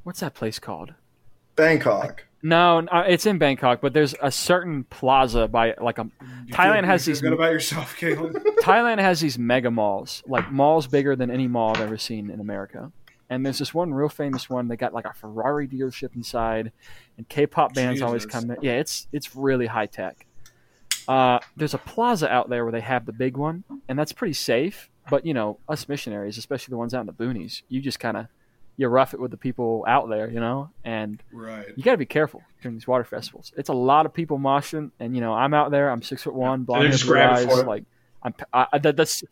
[SPEAKER 5] what's that place called?
[SPEAKER 4] Bangkok.
[SPEAKER 5] No, n- uh, it's in Bangkok, but there's a certain plaza by like a
[SPEAKER 2] You
[SPEAKER 5] Thailand
[SPEAKER 2] feel-
[SPEAKER 5] has
[SPEAKER 2] you feel
[SPEAKER 5] these-
[SPEAKER 2] good about yourself, Caitlin.
[SPEAKER 5] Thailand has these mega malls, like malls bigger than any mall I've ever seen in America. And there's this one real famous one. They got like a Ferrari dealership inside, and K-pop bands always
[SPEAKER 2] Jesus.
[SPEAKER 5] come there. Yeah, it's it's really high tech. Uh, there's a plaza out there where they have the big one, and that's pretty safe. But you know, us missionaries, especially the ones out in the boonies, you just kind of you rough it with the people out there, you know, and
[SPEAKER 2] right.
[SPEAKER 5] you got to be careful during these water festivals. It's a lot of people moshing, and you know I'm out there. I'm six foot one, blonde
[SPEAKER 3] they're
[SPEAKER 5] hair,
[SPEAKER 3] just
[SPEAKER 5] blue
[SPEAKER 3] grabbing for
[SPEAKER 5] eyes.
[SPEAKER 3] it.
[SPEAKER 5] Like I'm, I, I- that, that's,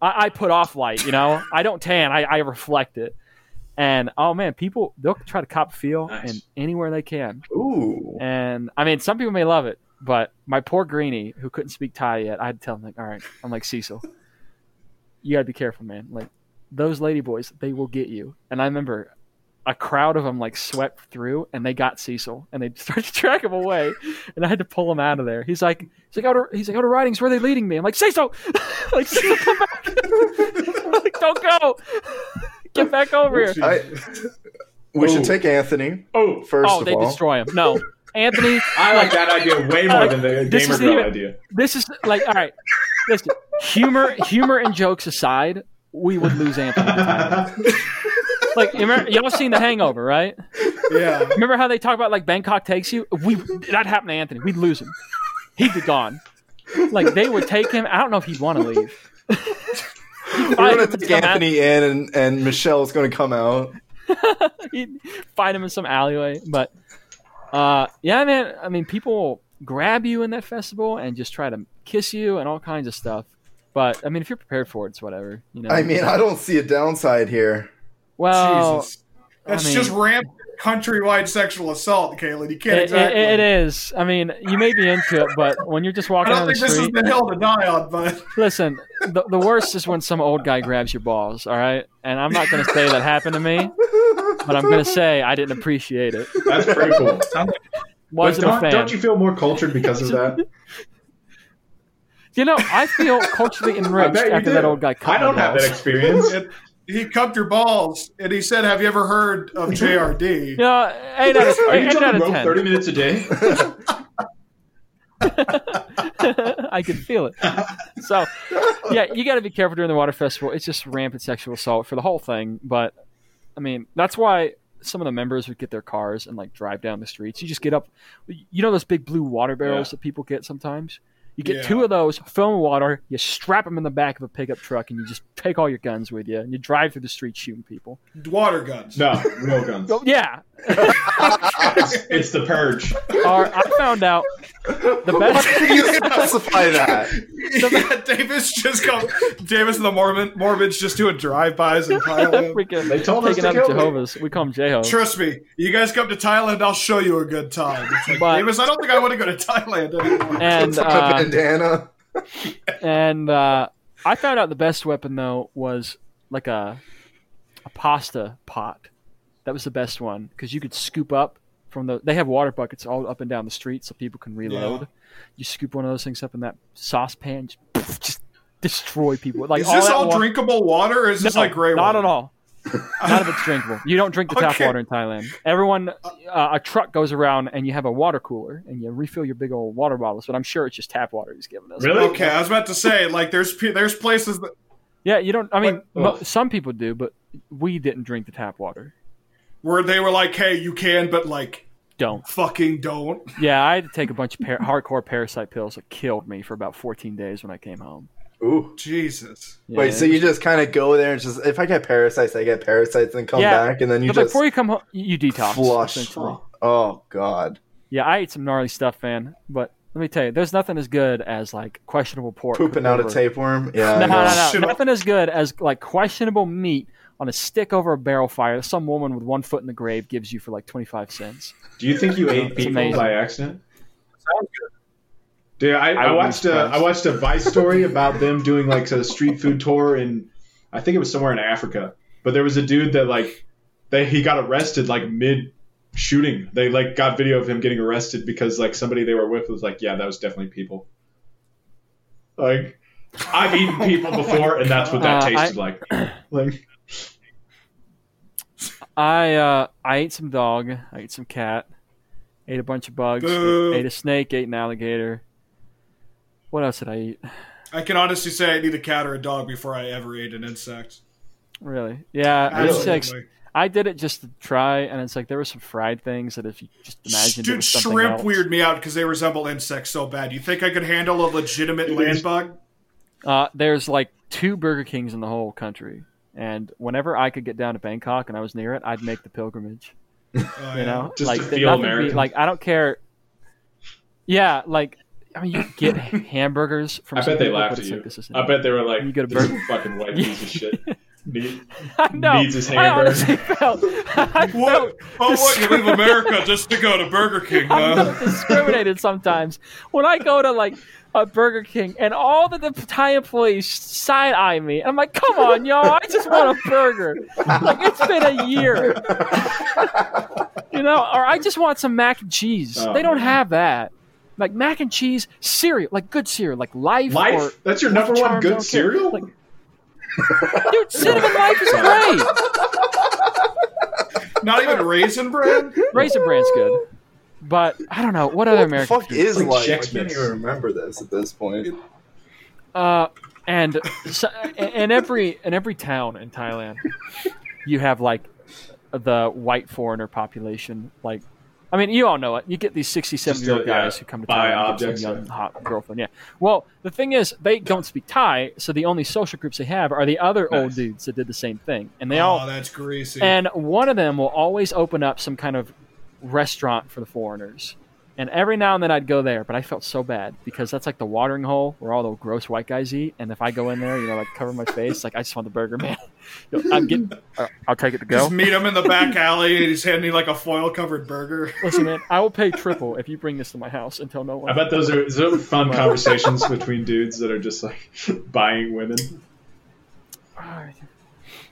[SPEAKER 5] I, I put off light. You know, I don't tan. I, I reflect it. And oh man, people they'll try to cop feel
[SPEAKER 3] Nice.
[SPEAKER 5] and anywhere they can.
[SPEAKER 4] Ooh.
[SPEAKER 5] And I mean, some people may love it, but my poor greenie who couldn't speak Thai yet, I had to tell him like, all right, I'm like Cecil, you got to be careful, man. Like those lady boys, they will get you. And I remember a crowd of them like swept through, and they got Cecil, and they started to track him away, and I had to pull him out of there. He's like, he's like, out of, he's like, out of writings, where are they leading me? I'm like, Cecil, like, Cecil, come back, like, don't go, get back over here.
[SPEAKER 4] I, we should take Anthony
[SPEAKER 3] Oh,
[SPEAKER 4] first
[SPEAKER 5] oh,
[SPEAKER 4] of
[SPEAKER 5] they
[SPEAKER 4] all.
[SPEAKER 5] destroy him. No, Anthony,
[SPEAKER 3] I like that idea way more than the
[SPEAKER 5] This
[SPEAKER 3] gamer
[SPEAKER 5] is the-
[SPEAKER 3] girl idea.
[SPEAKER 5] this is like all right. Listen, humor, humor, and jokes aside, we would lose Anthony. to Thailand. Like, remember, y'all seen The Hangover, right?
[SPEAKER 2] Yeah.
[SPEAKER 5] Remember how they talk about like Bangkok takes you? We that happened to Anthony. We'd lose him. He'd be gone. Like they would take him. I don't know if he'd want to leave.
[SPEAKER 4] We're gonna take Anthony in, and, and Michelle's gonna come out.
[SPEAKER 5] He'd find him in some alleyway. But uh, yeah, man. I mean, people grab you in that festival and just try to kiss you and all kinds of stuff. But I mean, if you're prepared for it, it's whatever. You know.
[SPEAKER 4] I mean, I don't see a downside here.
[SPEAKER 5] well,
[SPEAKER 2] Jesus. That's
[SPEAKER 5] Oh, mean-
[SPEAKER 2] just rampant countrywide sexual assault, Caitlin. You can't
[SPEAKER 5] it-
[SPEAKER 2] exactly.
[SPEAKER 5] it- it is. I mean, you may be into it, but when you're just
[SPEAKER 2] I
[SPEAKER 5] walking
[SPEAKER 2] don't
[SPEAKER 5] on the
[SPEAKER 2] think this is
[SPEAKER 5] street,
[SPEAKER 2] the hill to die on, but
[SPEAKER 5] Listen, the, the worst is when some old guy grabs your balls, all right? And I'm not going to say that happened to me, but I'm going to say I didn't appreciate it.
[SPEAKER 3] That's pretty cool. But
[SPEAKER 5] Wasn't a
[SPEAKER 3] don't,
[SPEAKER 5] fan.
[SPEAKER 3] don't you feel more cultured because of that?
[SPEAKER 5] You know, I feel culturally
[SPEAKER 3] I
[SPEAKER 5] enriched
[SPEAKER 3] bet you
[SPEAKER 5] after
[SPEAKER 3] do.
[SPEAKER 5] that old guy cut
[SPEAKER 3] I don't
[SPEAKER 5] my
[SPEAKER 3] have that
[SPEAKER 5] balls.
[SPEAKER 3] experience.
[SPEAKER 2] it, he cupped your balls and he said, Have you ever heard of JRD?
[SPEAKER 5] You know, 8 out of,
[SPEAKER 3] Are you
[SPEAKER 5] eight out
[SPEAKER 3] jumping
[SPEAKER 5] of
[SPEAKER 3] rope
[SPEAKER 5] 10.
[SPEAKER 3] thirty minutes a day?
[SPEAKER 5] I could feel it. So, yeah, you got to be careful during the water festival. It's just rampant sexual assault for the whole thing. But I mean, that's why some of the members would get their cars and like drive down the streets. You just get up, you know, those big blue water barrels that people get sometimes. You get
[SPEAKER 2] Yeah.
[SPEAKER 5] two of those, fill 'em with water, you strap them in the back of a pickup truck, and you just take all your guns with you, and you drive through the streets shooting people.
[SPEAKER 2] Water guns.
[SPEAKER 3] No, real guns.
[SPEAKER 5] Oh, yeah,
[SPEAKER 3] It's the purge.
[SPEAKER 5] or I found out the best.
[SPEAKER 4] you specify that?
[SPEAKER 2] yeah, Davis just come. Davis and the Mormon Mormons just doing drive-bys in Thailand.
[SPEAKER 5] Freaking
[SPEAKER 3] They told us
[SPEAKER 5] taking
[SPEAKER 3] to
[SPEAKER 5] out
[SPEAKER 3] kill me.
[SPEAKER 5] Jehovah's. We call them Jeho.
[SPEAKER 2] Trust me, you guys come to Thailand, I'll show you a good time. It's like,
[SPEAKER 5] But-
[SPEAKER 2] Davis, I don't think I want to go to Thailand anymore.
[SPEAKER 5] And
[SPEAKER 4] Put
[SPEAKER 5] uh,
[SPEAKER 4] a bandana.
[SPEAKER 5] and uh, I found out the best weapon though was like a a pasta pot. That was the best one because you could scoop up from the. They have water buckets all up and down the street, so people can reload. You scoop one of those things up in that saucepan, just, poof, just destroy people. Like
[SPEAKER 2] Is this
[SPEAKER 5] that
[SPEAKER 2] all
[SPEAKER 5] wa-
[SPEAKER 2] drinkable water? Or is this
[SPEAKER 5] No,
[SPEAKER 2] like gray
[SPEAKER 5] Not
[SPEAKER 2] water?
[SPEAKER 5] at all. None of it's drinkable. You don't drink the tap
[SPEAKER 2] Okay.
[SPEAKER 5] water in Thailand. Everyone, uh, a truck goes around and you have a water cooler and you refill your big old water bottles. But I'm sure it's just tap water he's giving us.
[SPEAKER 3] Really?
[SPEAKER 2] Okay, I was about to say like there's pe- there's places that
[SPEAKER 5] Yeah, you don't. I mean, mo-
[SPEAKER 3] Well-
[SPEAKER 5] some people do, but we didn't drink the tap water.
[SPEAKER 2] where they were like, hey, you can, but like
[SPEAKER 5] Don't.
[SPEAKER 2] fucking don't.
[SPEAKER 5] Yeah, I had to take a bunch of par- hardcore parasite pills that killed me for about 14 days when I came home.
[SPEAKER 4] Ooh.
[SPEAKER 2] Jesus.
[SPEAKER 5] Yeah,
[SPEAKER 4] Wait, so
[SPEAKER 5] it
[SPEAKER 4] you
[SPEAKER 5] was-
[SPEAKER 4] just kind of go there and just if I get parasites, I get parasites, and come
[SPEAKER 5] Yeah,
[SPEAKER 4] back, and then you
[SPEAKER 5] but
[SPEAKER 4] just
[SPEAKER 5] before you come home, you detox.
[SPEAKER 4] flush.
[SPEAKER 5] essentially.
[SPEAKER 4] Oh god.
[SPEAKER 5] Yeah, I ate some gnarly stuff, man. But let me tell you, there's nothing as good as like questionable pork
[SPEAKER 4] Pooping
[SPEAKER 5] cooked
[SPEAKER 4] out a
[SPEAKER 5] over-
[SPEAKER 4] tapeworm. Yeah. I
[SPEAKER 5] No, no,
[SPEAKER 4] know.
[SPEAKER 5] no,
[SPEAKER 2] Shit.
[SPEAKER 5] no. Nothing as good as like questionable meat on a stick over a barrel fire that some woman with one foot in the grave gives you for like 25 cents.
[SPEAKER 3] Do you think you ate
[SPEAKER 5] It's
[SPEAKER 3] people
[SPEAKER 5] amazing.
[SPEAKER 3] by accident? Dude, I,
[SPEAKER 5] I
[SPEAKER 3] I,
[SPEAKER 5] wouldn't
[SPEAKER 3] watched
[SPEAKER 5] be
[SPEAKER 3] a
[SPEAKER 5] surprised.
[SPEAKER 3] I watched a Vice story about them doing like a street food tour in I think it was somewhere in Africa. But there was a dude that like they he got arrested like mid shooting. They like got video of him getting arrested because like somebody they were with was like, yeah, that was definitely people. Like I've eaten people before, and that's what that
[SPEAKER 5] Uh, I-
[SPEAKER 3] tasted like. Like
[SPEAKER 5] I uh, I ate some dog. I ate some cat. Ate a bunch of bugs.
[SPEAKER 2] Boo.
[SPEAKER 5] Ate a snake. Ate an alligator. What else did I eat?
[SPEAKER 2] I can honestly say I need a cat or a dog before I ever ate an insect.
[SPEAKER 5] Really? Yeah, I just, like,
[SPEAKER 2] Absolutely.
[SPEAKER 5] I did it just to try, and it's like there were some fried things that if you just imagined, it
[SPEAKER 2] Dude,
[SPEAKER 5] was something
[SPEAKER 2] shrimp
[SPEAKER 5] else.
[SPEAKER 2] weird me out because they resemble insects so bad. You think I could handle a legitimate land bug?
[SPEAKER 5] Uh, there's like two Burger Kings in the whole country, and whenever I could get down to Bangkok and I was near it, I'd make the pilgrimage.
[SPEAKER 2] Oh,
[SPEAKER 5] You know,
[SPEAKER 3] Just
[SPEAKER 5] like
[SPEAKER 3] to
[SPEAKER 5] th-
[SPEAKER 3] feel
[SPEAKER 5] nothing be-
[SPEAKER 3] American.
[SPEAKER 5] like I don't care. Yeah, like I mean, you get hamburgers from.
[SPEAKER 3] I
[SPEAKER 5] some
[SPEAKER 3] bet they
[SPEAKER 5] people,
[SPEAKER 3] laughed
[SPEAKER 5] but
[SPEAKER 3] at
[SPEAKER 5] it's
[SPEAKER 3] you.
[SPEAKER 5] Like, this isn't
[SPEAKER 3] I bet they were like,
[SPEAKER 5] You get a
[SPEAKER 3] this is
[SPEAKER 5] burger.
[SPEAKER 3] a fucking white piece of shit. Neat.
[SPEAKER 5] I know.
[SPEAKER 3] Needs his
[SPEAKER 5] I
[SPEAKER 3] hamburger.
[SPEAKER 5] honestly felt, I felt
[SPEAKER 2] What? Oh, what? You leave America just to go to Burger King,
[SPEAKER 5] I
[SPEAKER 2] huh?
[SPEAKER 5] felt discriminated sometimes when I go to like a Burger King and all the, the Thai employees side eye me. I'm like, come on, y'all! I just want a burger. Like it's been a year, you know, or I just want some mac and cheese.
[SPEAKER 3] Oh,
[SPEAKER 5] they don't
[SPEAKER 3] man.
[SPEAKER 5] have that. Like mac and cheese cereal, like good cereal, like life.
[SPEAKER 3] Life?
[SPEAKER 5] or
[SPEAKER 3] That's your number one
[SPEAKER 5] Charms, I don't care.
[SPEAKER 3] good cereal?
[SPEAKER 5] Like, dude, cinnamon life is
[SPEAKER 3] Sorry.
[SPEAKER 5] great.
[SPEAKER 2] Not even raisin bread?
[SPEAKER 5] Raisin Bran's good. But I don't know what other
[SPEAKER 4] what the
[SPEAKER 5] American
[SPEAKER 4] fuck
[SPEAKER 5] food?
[SPEAKER 4] is
[SPEAKER 3] Like
[SPEAKER 4] life? I
[SPEAKER 3] Chex
[SPEAKER 4] can't
[SPEAKER 3] Mix.
[SPEAKER 4] even remember this at this point.
[SPEAKER 5] Uh, and so, in every in every town in Thailand, you have like the white foreigner population. Like, I mean, you all know it. You get these sixty-seven year old
[SPEAKER 3] Just, uh, yeah,
[SPEAKER 5] guys who come to
[SPEAKER 3] buy
[SPEAKER 5] Thailand and get
[SPEAKER 3] objects
[SPEAKER 5] some young
[SPEAKER 3] and-
[SPEAKER 5] hot girlfriend. Yeah. Well, the thing is, they don't speak Thai, so the only social groups they have are the other old
[SPEAKER 3] Nice.
[SPEAKER 5] dudes that did the same thing, and they all
[SPEAKER 2] Oh, that's greasy.
[SPEAKER 5] and one of them will always open up some kind of restaurant for the foreigners. And every now and then I'd go there, but I felt so bad because that's like the watering hole where all the gross white guys eat. And if I go in there, you know, like cover my face, like I just want the burger, man. You know, I'm getting, uh, I'll take it to
[SPEAKER 2] Just
[SPEAKER 5] go.
[SPEAKER 2] meet him in the back alley, and he's handing like a foil covered burger.
[SPEAKER 5] Listen, man, I will pay triple if you bring this to my house and tell no one.
[SPEAKER 3] I bet those are, those are fun conversations between dudes that are just like buying women.
[SPEAKER 5] Alright.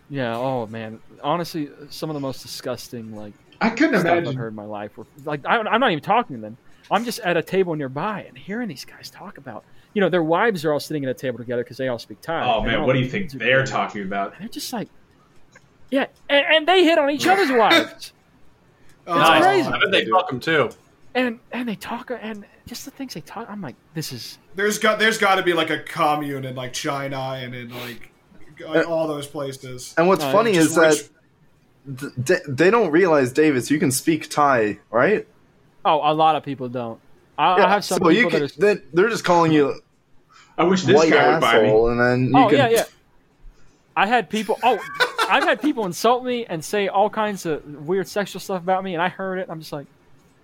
[SPEAKER 5] Yeah. Oh man. Honestly, some of the most disgusting like
[SPEAKER 3] I couldn't
[SPEAKER 5] stuff I've
[SPEAKER 3] imagine.
[SPEAKER 5] heard in my life. Were, like I, I'm not even talking to them. I'm just at a table nearby and hearing these guys talk about. You know, their wives are all sitting at a table together because they all speak Thai.
[SPEAKER 3] Oh
[SPEAKER 5] And
[SPEAKER 3] man,
[SPEAKER 5] all
[SPEAKER 3] what do
[SPEAKER 5] the
[SPEAKER 3] you think
[SPEAKER 5] dudes are
[SPEAKER 3] they're
[SPEAKER 5] doing-
[SPEAKER 3] talking about?
[SPEAKER 5] They're just like, yeah, and, and they hit on each other's wives,
[SPEAKER 2] Oh,
[SPEAKER 5] Nice. crazy.
[SPEAKER 1] I bet they fuck him too.
[SPEAKER 5] and and they talk, and just the things they talk. I'm like, this is
[SPEAKER 2] There's got there's got to be like a commune in like China and in like
[SPEAKER 5] Uh,
[SPEAKER 2] all those places.
[SPEAKER 4] And what's
[SPEAKER 5] No,
[SPEAKER 4] funny
[SPEAKER 2] Just
[SPEAKER 4] is
[SPEAKER 2] rich-
[SPEAKER 4] that th- they- they don't realize, Davis, you can speak Thai, right?
[SPEAKER 5] oh, a lot of people don't. I, I have some
[SPEAKER 4] so you
[SPEAKER 5] people
[SPEAKER 4] can,
[SPEAKER 5] that are.
[SPEAKER 4] then they're just calling you
[SPEAKER 3] I wish this
[SPEAKER 4] white
[SPEAKER 3] guy would buy me.
[SPEAKER 4] asshole, and then you
[SPEAKER 5] Oh
[SPEAKER 4] can.
[SPEAKER 5] yeah, yeah. I had people. Oh, I've had people insult me and say all kinds of weird sexual stuff about me, and I heard it. I'm just like,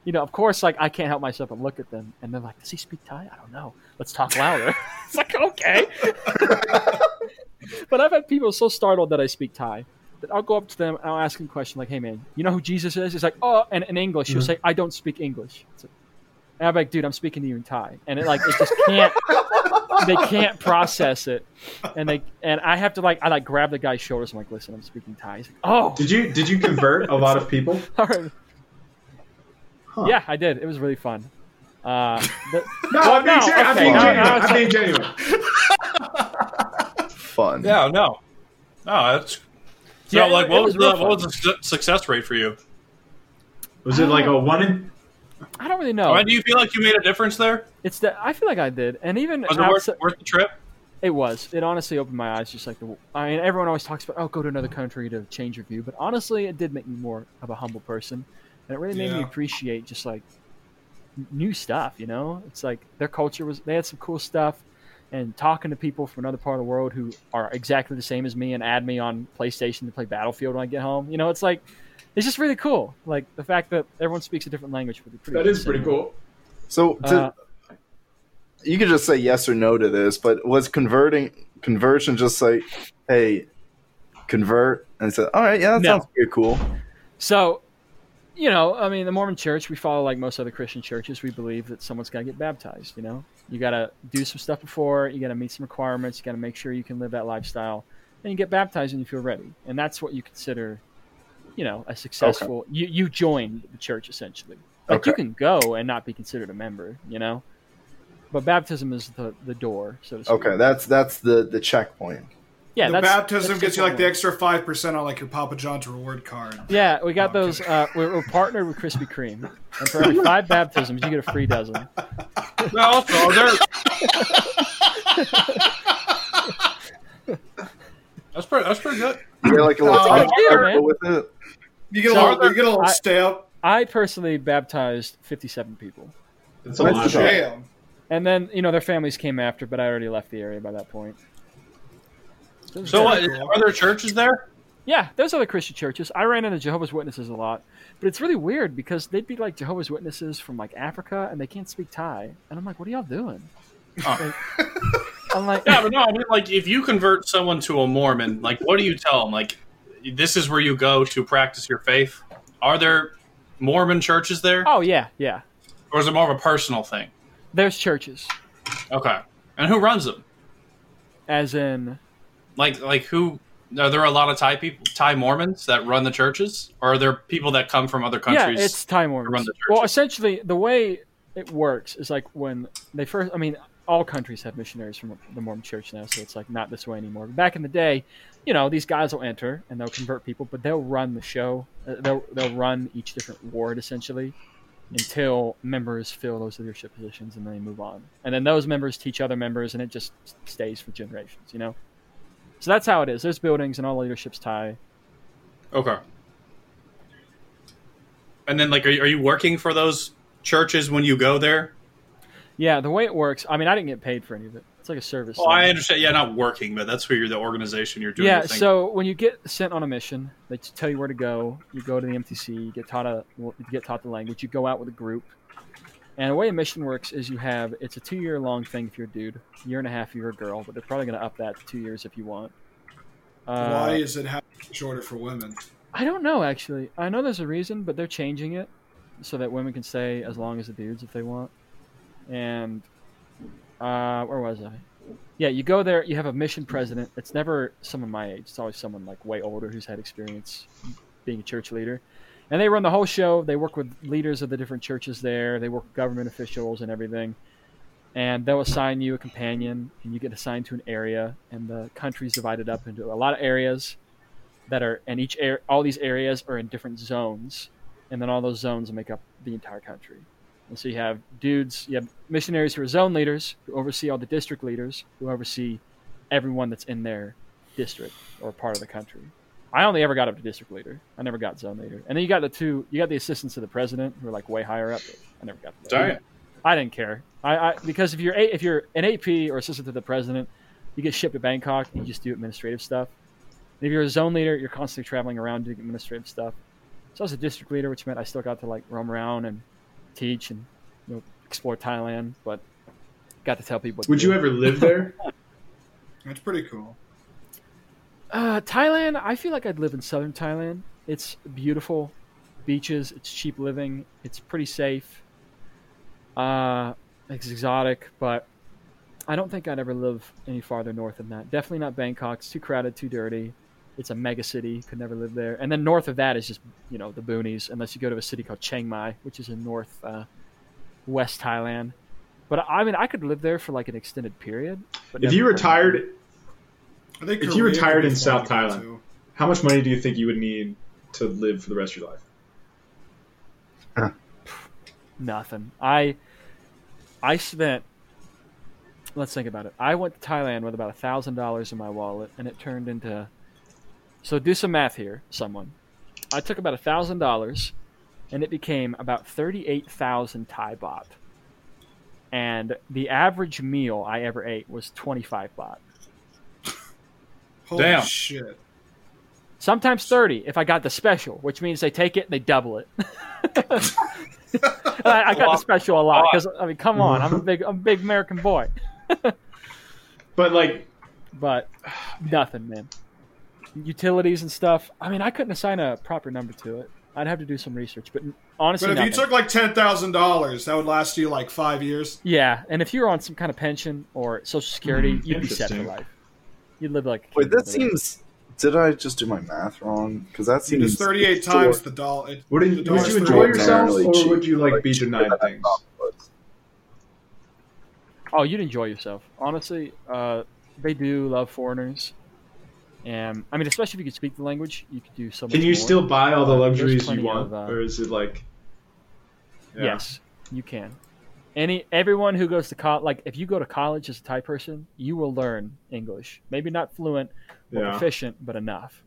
[SPEAKER 5] you know, of course, like I can't help myself and look at them, and they're like, "Does he speak Thai? I don't know. Let's talk louder." it's like okay, but I've had people so startled that I speak Thai that I'll go up to them and I'll ask them a question like, "Hey man, you know who Jesus is?" It's like, "Oh," and in English, you'll say, "I don't speak English." It's like, and I'm like, "Dude, I'm speaking to you in Thai," and it like it just can't. they can't process it and they and I have to like I like grab the guy's shoulders. I'm like, listen, I'm speaking Thai. He's like, oh,
[SPEAKER 3] Did you did you convert a lot of people?
[SPEAKER 5] all right.
[SPEAKER 3] Huh.
[SPEAKER 5] yeah, I did. It was really fun. Uh, the-
[SPEAKER 3] No,
[SPEAKER 5] Well,
[SPEAKER 3] I'm being
[SPEAKER 5] no,
[SPEAKER 3] genuine. I'm
[SPEAKER 5] okay,
[SPEAKER 3] being
[SPEAKER 5] no, no,
[SPEAKER 3] genuine.
[SPEAKER 5] it's
[SPEAKER 3] I'm being genuine.
[SPEAKER 4] Fun.
[SPEAKER 1] Yeah, no, no, Oh, that's. So,
[SPEAKER 5] Yeah, it-
[SPEAKER 1] like,
[SPEAKER 5] it
[SPEAKER 1] what was,
[SPEAKER 5] was real
[SPEAKER 1] the what was
[SPEAKER 5] fun.
[SPEAKER 1] the su- success rate for you?
[SPEAKER 3] Was it like a one in?
[SPEAKER 5] I don't really
[SPEAKER 1] I
[SPEAKER 5] know.
[SPEAKER 1] mean, do you feel like you made a difference there?
[SPEAKER 5] It's that I feel like I did, and even
[SPEAKER 1] Was it worth,
[SPEAKER 5] outside-
[SPEAKER 1] worth the trip?
[SPEAKER 5] It was. It honestly opened my eyes. Just like the, I mean, everyone always talks about, oh, go to another country to change your view. But honestly, it did make me more of a humble person, and it really made me
[SPEAKER 2] Yeah.
[SPEAKER 5] appreciate just like n- new stuff. You know, it's like their culture was. They had some cool stuff, and talking to people from another part of the world who are exactly the same as me and add me on PlayStation to play Battlefield when I get home. You know, it's like it's just really cool. Like the fact that everyone speaks a different language. But they're pretty
[SPEAKER 3] That
[SPEAKER 5] much
[SPEAKER 3] is
[SPEAKER 5] the same.
[SPEAKER 3] pretty cool.
[SPEAKER 4] So to,
[SPEAKER 5] Uh,
[SPEAKER 4] you could just say yes or no to this, but was converting conversion just like, hey, convert, and said, all right, yeah, that
[SPEAKER 5] No.
[SPEAKER 4] sounds pretty cool.
[SPEAKER 5] So, you know, I mean, the Mormon church, we follow like most other Christian churches. We believe that someone's got to get baptized, you know? You got to do some stuff before, you got to meet some requirements, you got to make sure you can live that lifestyle, and you get baptized when you feel ready. And that's what you consider, you know, a successful. You, you joined the church essentially. Like you
[SPEAKER 4] Okay.
[SPEAKER 5] can go and not be considered a member, you know? But baptism is the, the door, so to speak.
[SPEAKER 4] Okay, that's that's the the checkpoint.
[SPEAKER 5] Yeah,
[SPEAKER 2] the
[SPEAKER 5] that's,
[SPEAKER 2] baptism
[SPEAKER 5] that's
[SPEAKER 2] gets you like the
[SPEAKER 5] one.
[SPEAKER 2] extra five percent on like your Papa John's reward card.
[SPEAKER 5] Yeah, we got
[SPEAKER 2] No, I'm
[SPEAKER 5] those.
[SPEAKER 2] kidding.
[SPEAKER 5] Uh, we're, we're partnered with Krispy Kreme, and for every five baptisms, you get a free dozen.
[SPEAKER 1] No, also, there. that's pretty. That's pretty good.
[SPEAKER 4] You get like a little
[SPEAKER 2] Oh,
[SPEAKER 4] time
[SPEAKER 5] yeah,
[SPEAKER 4] card
[SPEAKER 5] man.
[SPEAKER 4] with it.
[SPEAKER 2] You get a
[SPEAKER 5] So-
[SPEAKER 2] little, you get a little
[SPEAKER 5] I-
[SPEAKER 2] stamp.
[SPEAKER 5] I personally baptized fifty-seven people,
[SPEAKER 3] It's a
[SPEAKER 4] Nice
[SPEAKER 3] lot.
[SPEAKER 4] job.
[SPEAKER 2] Damn.
[SPEAKER 5] and then you know their families came after, but I already left the area by that point. It was
[SPEAKER 1] So,
[SPEAKER 5] good.
[SPEAKER 1] what, are there churches there?
[SPEAKER 5] Yeah, there's other Christian churches. I ran into Jehovah's Witnesses a lot, but it's really weird because they'd be like Jehovah's Witnesses from like Africa, and they can't speak Thai, and I'm like, what are y'all doing?
[SPEAKER 1] Oh.
[SPEAKER 5] Like, I'm like,
[SPEAKER 1] Yeah, but no. I mean, like, if you convert someone to a Mormon, like, what do you tell them? Like, this is where you go to practice your faith. Are there Mormon churches there,
[SPEAKER 5] oh yeah, yeah.
[SPEAKER 1] or is it more of a personal thing?
[SPEAKER 5] There's churches,
[SPEAKER 1] Okay, and who runs them?
[SPEAKER 5] as in
[SPEAKER 1] Like, like who? Are there a lot of Thai people, Thai Mormons that run the churches, or are there people that come from other countries?
[SPEAKER 5] Yeah, it's time
[SPEAKER 1] run
[SPEAKER 5] Mormons.
[SPEAKER 1] the churches.
[SPEAKER 5] Well, essentially, the way it works is like when they first. I mean, all countries have missionaries from the Mormon Church now, so it's like not this way anymore. But back in the day, you know, these guys will enter and they'll convert people, but they'll run the show. Uh, They'll they'll run each different ward essentially, until members fill those leadership positions and then they move on. And then those members teach other members and it just stays for generations, you know? So that's how it is. There's buildings and all leaderships tie.
[SPEAKER 1] Okay. And then, like, are you, are you working for those churches when you go there?
[SPEAKER 5] Yeah, the way it works, I mean, I didn't get paid for any of it. It's like a service.
[SPEAKER 6] Oh,
[SPEAKER 1] Well, Oh, I
[SPEAKER 5] thing.
[SPEAKER 1] understand. Yeah, not working, but that's where you're the organization. You're doing.
[SPEAKER 5] Yeah,
[SPEAKER 1] the thing.
[SPEAKER 5] so when you get sent on a mission, they just tell you where to go. You go to the MTC, you get taught a you get taught the language. You go out with a group, and the way a mission works is you have it's a two year long thing if you're a dude, year and a half if you're a girl, but they're probably going to up that to two years if you want.
[SPEAKER 2] Why
[SPEAKER 5] Uh,
[SPEAKER 2] is it half shorter for women?
[SPEAKER 5] I don't know actually. I know there's a reason, but they're changing it so that women can stay as long as the dudes if they want. And uh, where was I? Yeah, you go there. You have a mission president. It's never someone my age. It's always someone like way older who's had experience being a church leader. And they run the whole show. They work with leaders of the different churches there. They work with government officials and everything. And they'll assign you a companion, and you get assigned to an area. And the country's divided up into a lot of areas that are, and each air, all these areas are in different zones. And then all those zones make up the entire country. And so you have dudes, you have missionaries who are zone leaders, who oversee all the district leaders, who oversee everyone that's in their district or part of the country. I only ever got up to district leader. I never got zone leader. And then you got the two, you got the assistants to the president who are like way higher up. I never got to that.
[SPEAKER 1] Sorry.
[SPEAKER 5] I didn't care. I, I because if you're a, if you're an AP or assistant to the president, you get shipped to Bangkok and you just do administrative stuff. And if you're a zone leader, you're constantly traveling around doing administrative stuff. So I was a district leader, which meant I still got to like roam around and teach and you know, explore Thailand, but got to tell people. what to
[SPEAKER 3] Would
[SPEAKER 5] do.
[SPEAKER 3] you ever live there?
[SPEAKER 2] That's pretty cool.
[SPEAKER 5] Uh, Thailand. I feel like I'd live in southern Thailand. It's beautiful, beaches. It's cheap living. It's pretty safe. Uh, it's exotic, but I don't think I'd ever live any farther north than that. Definitely not Bangkok. It's too crowded, too dirty. It's a mega city. Could never live there. And then north of that is just you know the boonies, unless you go to a city called Chiang Mai, which is in north uh, west Thailand. But I mean, I could live there for like an extended period. But
[SPEAKER 3] if
[SPEAKER 5] never
[SPEAKER 3] you
[SPEAKER 5] permanently.
[SPEAKER 3] retired,
[SPEAKER 2] I think
[SPEAKER 3] If you retired in
[SPEAKER 2] could be
[SPEAKER 3] South
[SPEAKER 2] fun to go
[SPEAKER 3] Thailand.
[SPEAKER 2] to.
[SPEAKER 3] how much money do you think you would need to live for the rest of your life?
[SPEAKER 5] Nothing. I I spent let's think about it. I went to Thailand with about a thousand dollars in my wallet and it turned into so do some math here, someone. I took about a thousand dollars and it became about thirty eight thousand Thai baht. And the average meal I ever ate was twenty five baht.
[SPEAKER 2] Holy
[SPEAKER 1] Damn.
[SPEAKER 2] shit!
[SPEAKER 5] Sometimes thirty if I got the special, which means they take it and they double it. I, I got the special a lot because I mean, come on, I'm a big, I'm a big American boy.
[SPEAKER 3] But like,
[SPEAKER 5] but nothing, man. Utilities and stuff. I mean, I couldn't assign a proper number to it. I'd have to do some research, but honestly,
[SPEAKER 2] But if you
[SPEAKER 5] nothing.
[SPEAKER 2] took like ten thousand dollars, that would last you like five years.
[SPEAKER 5] yeah, and if you were on some kind of pension or Social Security,
[SPEAKER 3] Hmm,
[SPEAKER 5] you'd be set for
[SPEAKER 3] interesting.
[SPEAKER 5] life. You'd live like a
[SPEAKER 4] Wait,
[SPEAKER 5] king
[SPEAKER 4] that
[SPEAKER 5] over there.
[SPEAKER 4] seems. Did I just do my math wrong? Because that
[SPEAKER 2] It
[SPEAKER 4] seems
[SPEAKER 2] was thirty-eight
[SPEAKER 4] short.
[SPEAKER 2] times the dollar.
[SPEAKER 3] wouldn't
[SPEAKER 2] The
[SPEAKER 3] would
[SPEAKER 2] dollar's
[SPEAKER 3] you enjoy
[SPEAKER 2] pretty
[SPEAKER 3] yourself,
[SPEAKER 4] extraordinarily
[SPEAKER 3] or
[SPEAKER 4] cheap,
[SPEAKER 3] would you like
[SPEAKER 4] like,
[SPEAKER 3] be
[SPEAKER 4] cheaper
[SPEAKER 3] denied
[SPEAKER 4] than I
[SPEAKER 3] things?
[SPEAKER 4] thought it was.
[SPEAKER 5] Oh, you'd enjoy yourself. Honestly, uh, they do love foreigners, and I mean, especially if you could speak the language, you could do so much.
[SPEAKER 3] Can you
[SPEAKER 5] more.
[SPEAKER 3] still buy all the
[SPEAKER 5] Uh, there's
[SPEAKER 3] luxuries
[SPEAKER 5] plenty
[SPEAKER 3] you
[SPEAKER 5] of,
[SPEAKER 3] want,
[SPEAKER 5] uh,
[SPEAKER 3] or is it like? Yeah.
[SPEAKER 5] Yes, you can. Any everyone who goes to college, like if you go to college as a Thai person, you will learn English. Maybe not fluent or
[SPEAKER 3] Yeah.
[SPEAKER 5] proficient, but enough.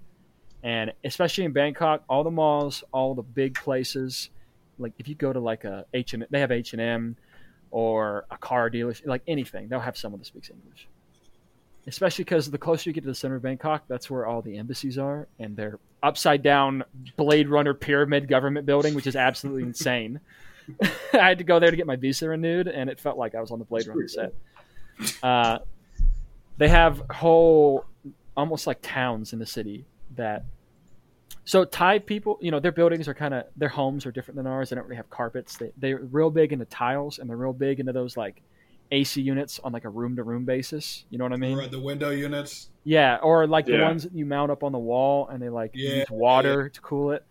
[SPEAKER 5] And especially in Bangkok, all the malls, all the big places, like if you go to like a H and they have H and M or a car dealership, like anything, they'll have someone that speaks English. Especially because the closer you get to the center of Bangkok, that's where all the embassies are, and they're upside down Blade Runner pyramid government building, which is absolutely insane. I had to go there to get my visa renewed, and it felt like I was on the Blade Runner set. Uh, they have whole, almost like towns in the city that. So Thai people, you know, their buildings are kind of their homes are different than ours. They don't really have carpets. They they're real big into tiles, and they're real big into those like AC units on like a room to room basis. You know what I mean?
[SPEAKER 2] Or the window units.
[SPEAKER 5] Yeah, or like the
[SPEAKER 3] Yeah.
[SPEAKER 5] ones that you mount up on the wall and they like
[SPEAKER 2] Yeah,
[SPEAKER 5] use water to cool it.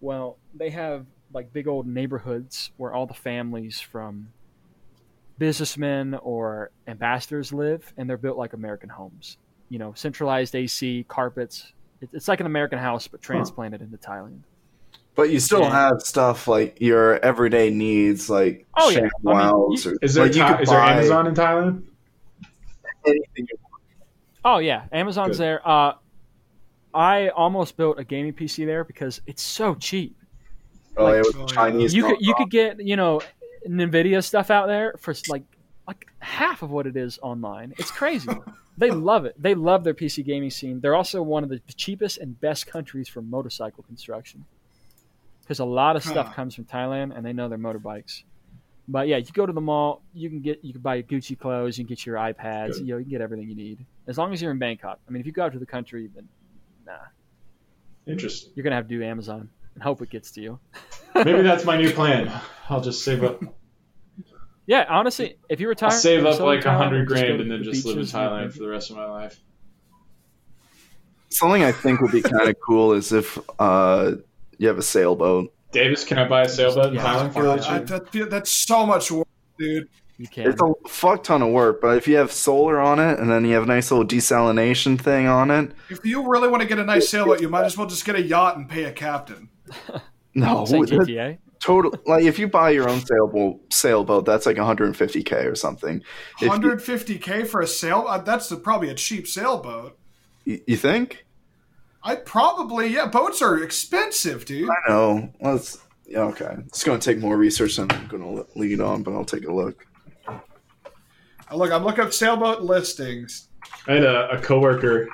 [SPEAKER 5] Well, they have like big old neighborhoods where all the families from businessmen or ambassadors live, and they're built like American homes. You know, centralized AC, carpets. It- It's like an American house, but transplanted into Thailand.
[SPEAKER 4] But you still have stuff like your everyday needs, like
[SPEAKER 5] Oh, yeah. I mean,
[SPEAKER 4] ShamWows or
[SPEAKER 3] Is there
[SPEAKER 4] like, you
[SPEAKER 3] Tha-
[SPEAKER 4] could
[SPEAKER 3] is there
[SPEAKER 4] buy
[SPEAKER 3] Amazon in Thailand?
[SPEAKER 4] anything you
[SPEAKER 5] Oh yeah, Amazon's
[SPEAKER 3] Good.
[SPEAKER 5] there. Uh, I almost built a gaming PC there because it's so cheap.
[SPEAKER 4] Oh,
[SPEAKER 5] Like,
[SPEAKER 4] it was
[SPEAKER 2] oh, yeah.
[SPEAKER 4] Chinese.
[SPEAKER 5] you could you
[SPEAKER 4] knockoff.
[SPEAKER 5] could get you know Nvidia stuff out there for like like half of what it is online. It's crazy. they love it. They love their PC gaming scene. They're also one of the cheapest and best countries for motorcycle construction because a lot of stuff
[SPEAKER 2] Huh.
[SPEAKER 5] comes from Thailand and they know their motorbikes. But yeah, you go to the mall, you can get you can buy Gucci clothes, you can get your iPads,
[SPEAKER 3] Good.
[SPEAKER 5] you know, you can get everything you need as long as you're in Bangkok. I mean, if you go out to the country, then nah,
[SPEAKER 3] Interesting.
[SPEAKER 5] you're gonna have to do Amazon and hope it gets to you.
[SPEAKER 3] Maybe that's my new plan. I'll just save up.
[SPEAKER 5] Yeah, honestly, if you retire,
[SPEAKER 3] I'll save
[SPEAKER 5] go
[SPEAKER 3] up
[SPEAKER 5] to
[SPEAKER 3] like
[SPEAKER 5] Thailand
[SPEAKER 3] a hundred
[SPEAKER 5] go
[SPEAKER 3] grand
[SPEAKER 5] to
[SPEAKER 3] and then
[SPEAKER 5] the
[SPEAKER 3] just live in
[SPEAKER 5] beaches
[SPEAKER 3] Thailand
[SPEAKER 5] and-
[SPEAKER 3] for the rest of my life.
[SPEAKER 4] Something I think would be kind of cool is if uh, you have a sailboat.
[SPEAKER 3] Davis, can I buy a sailboat in
[SPEAKER 5] Yeah.
[SPEAKER 3] Thailand for
[SPEAKER 2] Wow, I-
[SPEAKER 3] that?
[SPEAKER 2] that feel- that's so much work, dude.
[SPEAKER 5] You can.
[SPEAKER 4] It's a fuck ton of work, but if you have solar on it and then you have a nice little desalination thing on it,
[SPEAKER 2] If you really want to get a nice sailboat, you might as well just get a yacht and pay a captain.
[SPEAKER 4] no,
[SPEAKER 5] Say
[SPEAKER 4] that's
[SPEAKER 5] GTA.
[SPEAKER 4] total. Like if you buy your own sailboat, sailboat that's like 150k or something. If you-
[SPEAKER 2] 150k for a sail? Uh, that's probably a cheap sailboat.
[SPEAKER 4] you, you think?
[SPEAKER 2] I probably yeah. Boats are expensive, dude.
[SPEAKER 4] I know. Let's. Yeah, okay. It's going to take more research than I'm going to lead on, but I'll take a look.
[SPEAKER 2] Uh, Look, I'm looking up sailboat listings.
[SPEAKER 3] I had a, a coworker.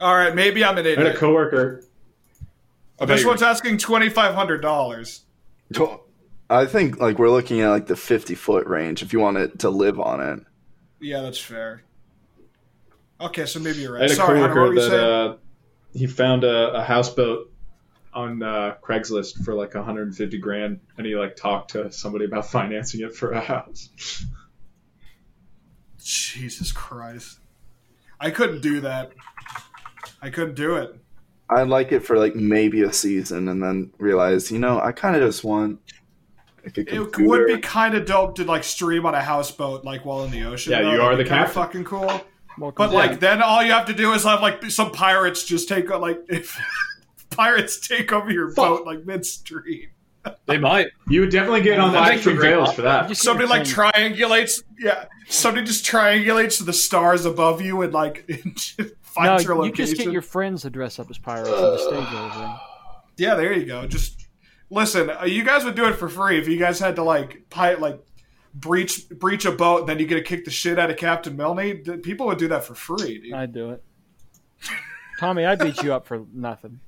[SPEAKER 2] All right, maybe I'm an
[SPEAKER 3] I had a
[SPEAKER 2] idiot.
[SPEAKER 3] coworker.
[SPEAKER 1] I bet
[SPEAKER 2] This
[SPEAKER 1] you're-
[SPEAKER 2] one's asking twenty five hundred dollars.
[SPEAKER 4] I think like we're looking at like the 50 foot range if you want it to live on it.
[SPEAKER 2] Yeah, that's fair. Okay, so maybe you're
[SPEAKER 3] I
[SPEAKER 2] right.
[SPEAKER 3] had a
[SPEAKER 2] Sorry, Hunter, what were
[SPEAKER 3] coworker
[SPEAKER 2] you
[SPEAKER 3] that
[SPEAKER 2] saying?
[SPEAKER 3] uh, he found a, a houseboat on uh, Craigslist for like 150 grand, and he like talked to somebody about financing it for a house.
[SPEAKER 2] Jesus Christ, I couldn't do that. I couldn't do it.
[SPEAKER 4] I'd like it for like maybe a season and then realize, you know, I kind of just want like a
[SPEAKER 2] It
[SPEAKER 4] computer.
[SPEAKER 2] would be kind of dope to like stream on a houseboat, like while in the ocean.
[SPEAKER 3] Yeah,
[SPEAKER 2] though.
[SPEAKER 3] you are
[SPEAKER 2] That'd be
[SPEAKER 3] the
[SPEAKER 2] kinda Fucking
[SPEAKER 3] captain.
[SPEAKER 2] cool.
[SPEAKER 5] Welcome
[SPEAKER 2] But
[SPEAKER 5] to-
[SPEAKER 2] like, then all you have to do is have like some pirates just take like if pirates take over your boat like midstream.
[SPEAKER 1] They might.
[SPEAKER 3] you would definitely get on the
[SPEAKER 1] That'd
[SPEAKER 3] extra
[SPEAKER 1] be great.
[SPEAKER 3] rails for that.
[SPEAKER 5] You see
[SPEAKER 2] Somebody
[SPEAKER 5] the
[SPEAKER 2] like
[SPEAKER 5] thing.
[SPEAKER 2] triangulates. Yeah, somebody just triangulates the stars above you and like
[SPEAKER 5] No,
[SPEAKER 2] finds your
[SPEAKER 5] you
[SPEAKER 2] location.
[SPEAKER 5] just get your friends to dress up as pirates and just stage everything.
[SPEAKER 2] Yeah, there you go. Just listen. uh, You guys would do it for free if you guys had to like pi- like breach breach a boat, and then you get to kick the shit out of Captain Milne. th- People would do that for free. Dude.
[SPEAKER 5] I'd do it. Tommy, I beat you up for nothing.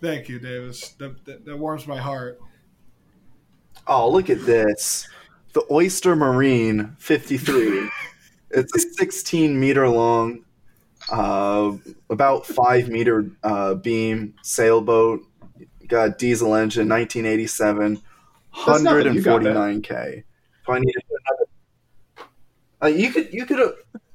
[SPEAKER 2] Thank you, Davis. That, that, that warms my heart.
[SPEAKER 4] oh, look at this. The Oyster Marine 53. it's a 16 meter long, uh, about 5 meter uh, beam sailboat. Got a diesel engine, 1987,
[SPEAKER 3] That's nothing. You got that.
[SPEAKER 4] 149k. If I needed another, uh, you could you could have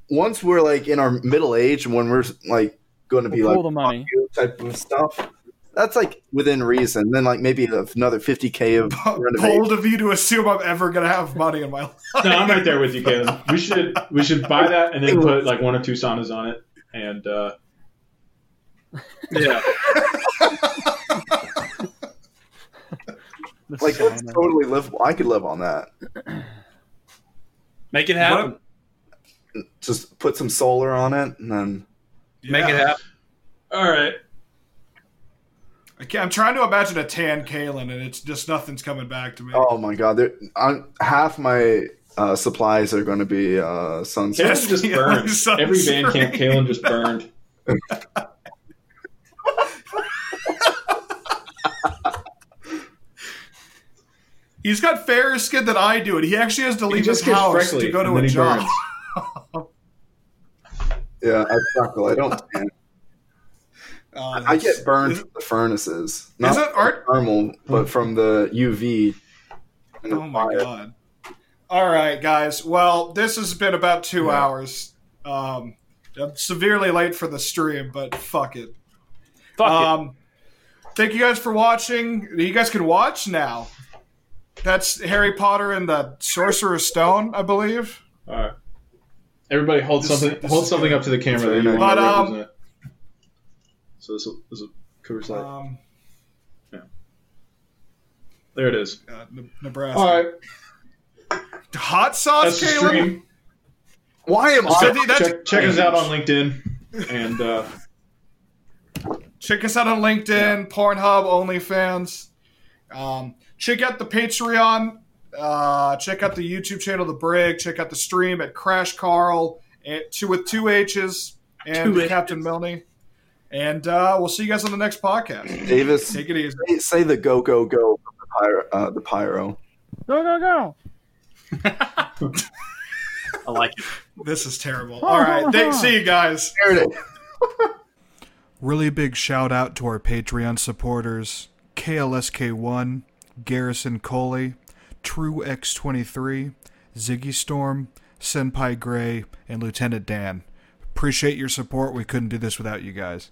[SPEAKER 4] once we're like in our middle age and when we're like going to be
[SPEAKER 5] We'll
[SPEAKER 4] like
[SPEAKER 5] pool the money.
[SPEAKER 4] "Fuck you" type of stuff. That's like within reason. Then like maybe another 50k of renovation.
[SPEAKER 2] Bold of you to assume I'm ever gonna have money in my life.
[SPEAKER 3] No, I'm right there with you, Caleb. We should we should buy that and then put like one or two saunas on it, and uh,
[SPEAKER 1] Yeah.
[SPEAKER 5] This
[SPEAKER 4] Like
[SPEAKER 5] is
[SPEAKER 4] that's
[SPEAKER 5] fine.
[SPEAKER 4] totally livable. I could live on that.
[SPEAKER 1] Make it happen.
[SPEAKER 4] Just put some solar on it and then
[SPEAKER 1] Make it happen.
[SPEAKER 3] all right.
[SPEAKER 2] I can't, I'm trying to imagine a tan Kalen, and it's just nothing's coming back to me.
[SPEAKER 4] Oh my god! There, I'm, half my uh, supplies are going to be uh, sunset.
[SPEAKER 3] Caleb just
[SPEAKER 2] Yeah,
[SPEAKER 3] burned.
[SPEAKER 2] sounds
[SPEAKER 3] Every van camp,
[SPEAKER 2] great.
[SPEAKER 3] Caleb just burned.
[SPEAKER 2] He's got fairer skin than I do, and he actually has to
[SPEAKER 3] He
[SPEAKER 2] leave his
[SPEAKER 3] just gets
[SPEAKER 2] house
[SPEAKER 3] freckly
[SPEAKER 2] to go to
[SPEAKER 3] and
[SPEAKER 2] a
[SPEAKER 3] then he
[SPEAKER 2] job.
[SPEAKER 3] burns.
[SPEAKER 4] Yeah, I freckle. I don't. tan.
[SPEAKER 2] Uh,
[SPEAKER 4] I
[SPEAKER 2] that's-
[SPEAKER 4] get burned
[SPEAKER 2] Is,
[SPEAKER 4] from the furnaces, not
[SPEAKER 2] is it art?
[SPEAKER 4] thermal, but from the UV. and the
[SPEAKER 2] Oh my
[SPEAKER 4] fire.
[SPEAKER 2] god! All right, guys. Well, this has been about two hours. Um, I'm severely late for the stream, but fuck it.
[SPEAKER 5] Fuck it.
[SPEAKER 2] um, Thank you guys for watching. You guys can watch now. That's Harry Potter and the Sorcerer's Stone, I believe.
[SPEAKER 3] All right. Everybody, hold
[SPEAKER 2] This-
[SPEAKER 3] something.
[SPEAKER 2] this
[SPEAKER 3] hold
[SPEAKER 2] is
[SPEAKER 3] something
[SPEAKER 2] good.
[SPEAKER 3] up to the camera
[SPEAKER 4] That's
[SPEAKER 3] that you
[SPEAKER 4] very
[SPEAKER 3] want
[SPEAKER 2] nice.
[SPEAKER 3] to
[SPEAKER 2] But, um,
[SPEAKER 3] represent. So this will, this will cover slide.
[SPEAKER 2] Um,
[SPEAKER 3] There it is.
[SPEAKER 2] uh, N- Nebraska.
[SPEAKER 3] All right,
[SPEAKER 2] Hot sauce,
[SPEAKER 3] that's the
[SPEAKER 2] Caleb.
[SPEAKER 3] stream.
[SPEAKER 4] Why am
[SPEAKER 2] So
[SPEAKER 4] I?
[SPEAKER 2] the- that's-
[SPEAKER 3] check, check us out on LinkedIn and uh,
[SPEAKER 2] Check us out on LinkedIn, Pornhub, OnlyFans. Um, check out the Patreon. Uh, check out the YouTube channel, The Brig. Check out the stream at Crash Carl at two, with two H's and
[SPEAKER 1] Two H's.
[SPEAKER 2] Captain Milne. And uh, we'll see you guys on the next podcast.
[SPEAKER 4] Davis,
[SPEAKER 2] Take it easy.
[SPEAKER 4] say- say the go, go, go, from the pyro. Uh, the pyro.
[SPEAKER 5] Go go go!
[SPEAKER 1] I like it.
[SPEAKER 2] This is terrible. All right. Thanks. See you guys.
[SPEAKER 4] There it is.
[SPEAKER 2] Really big shout out to our Patreon supporters KLSK1, Garrison Coley, True X23, Ziggy Storm, Senpai Gray, and Lieutenant Dan. Appreciate your support. We couldn't do this without you guys.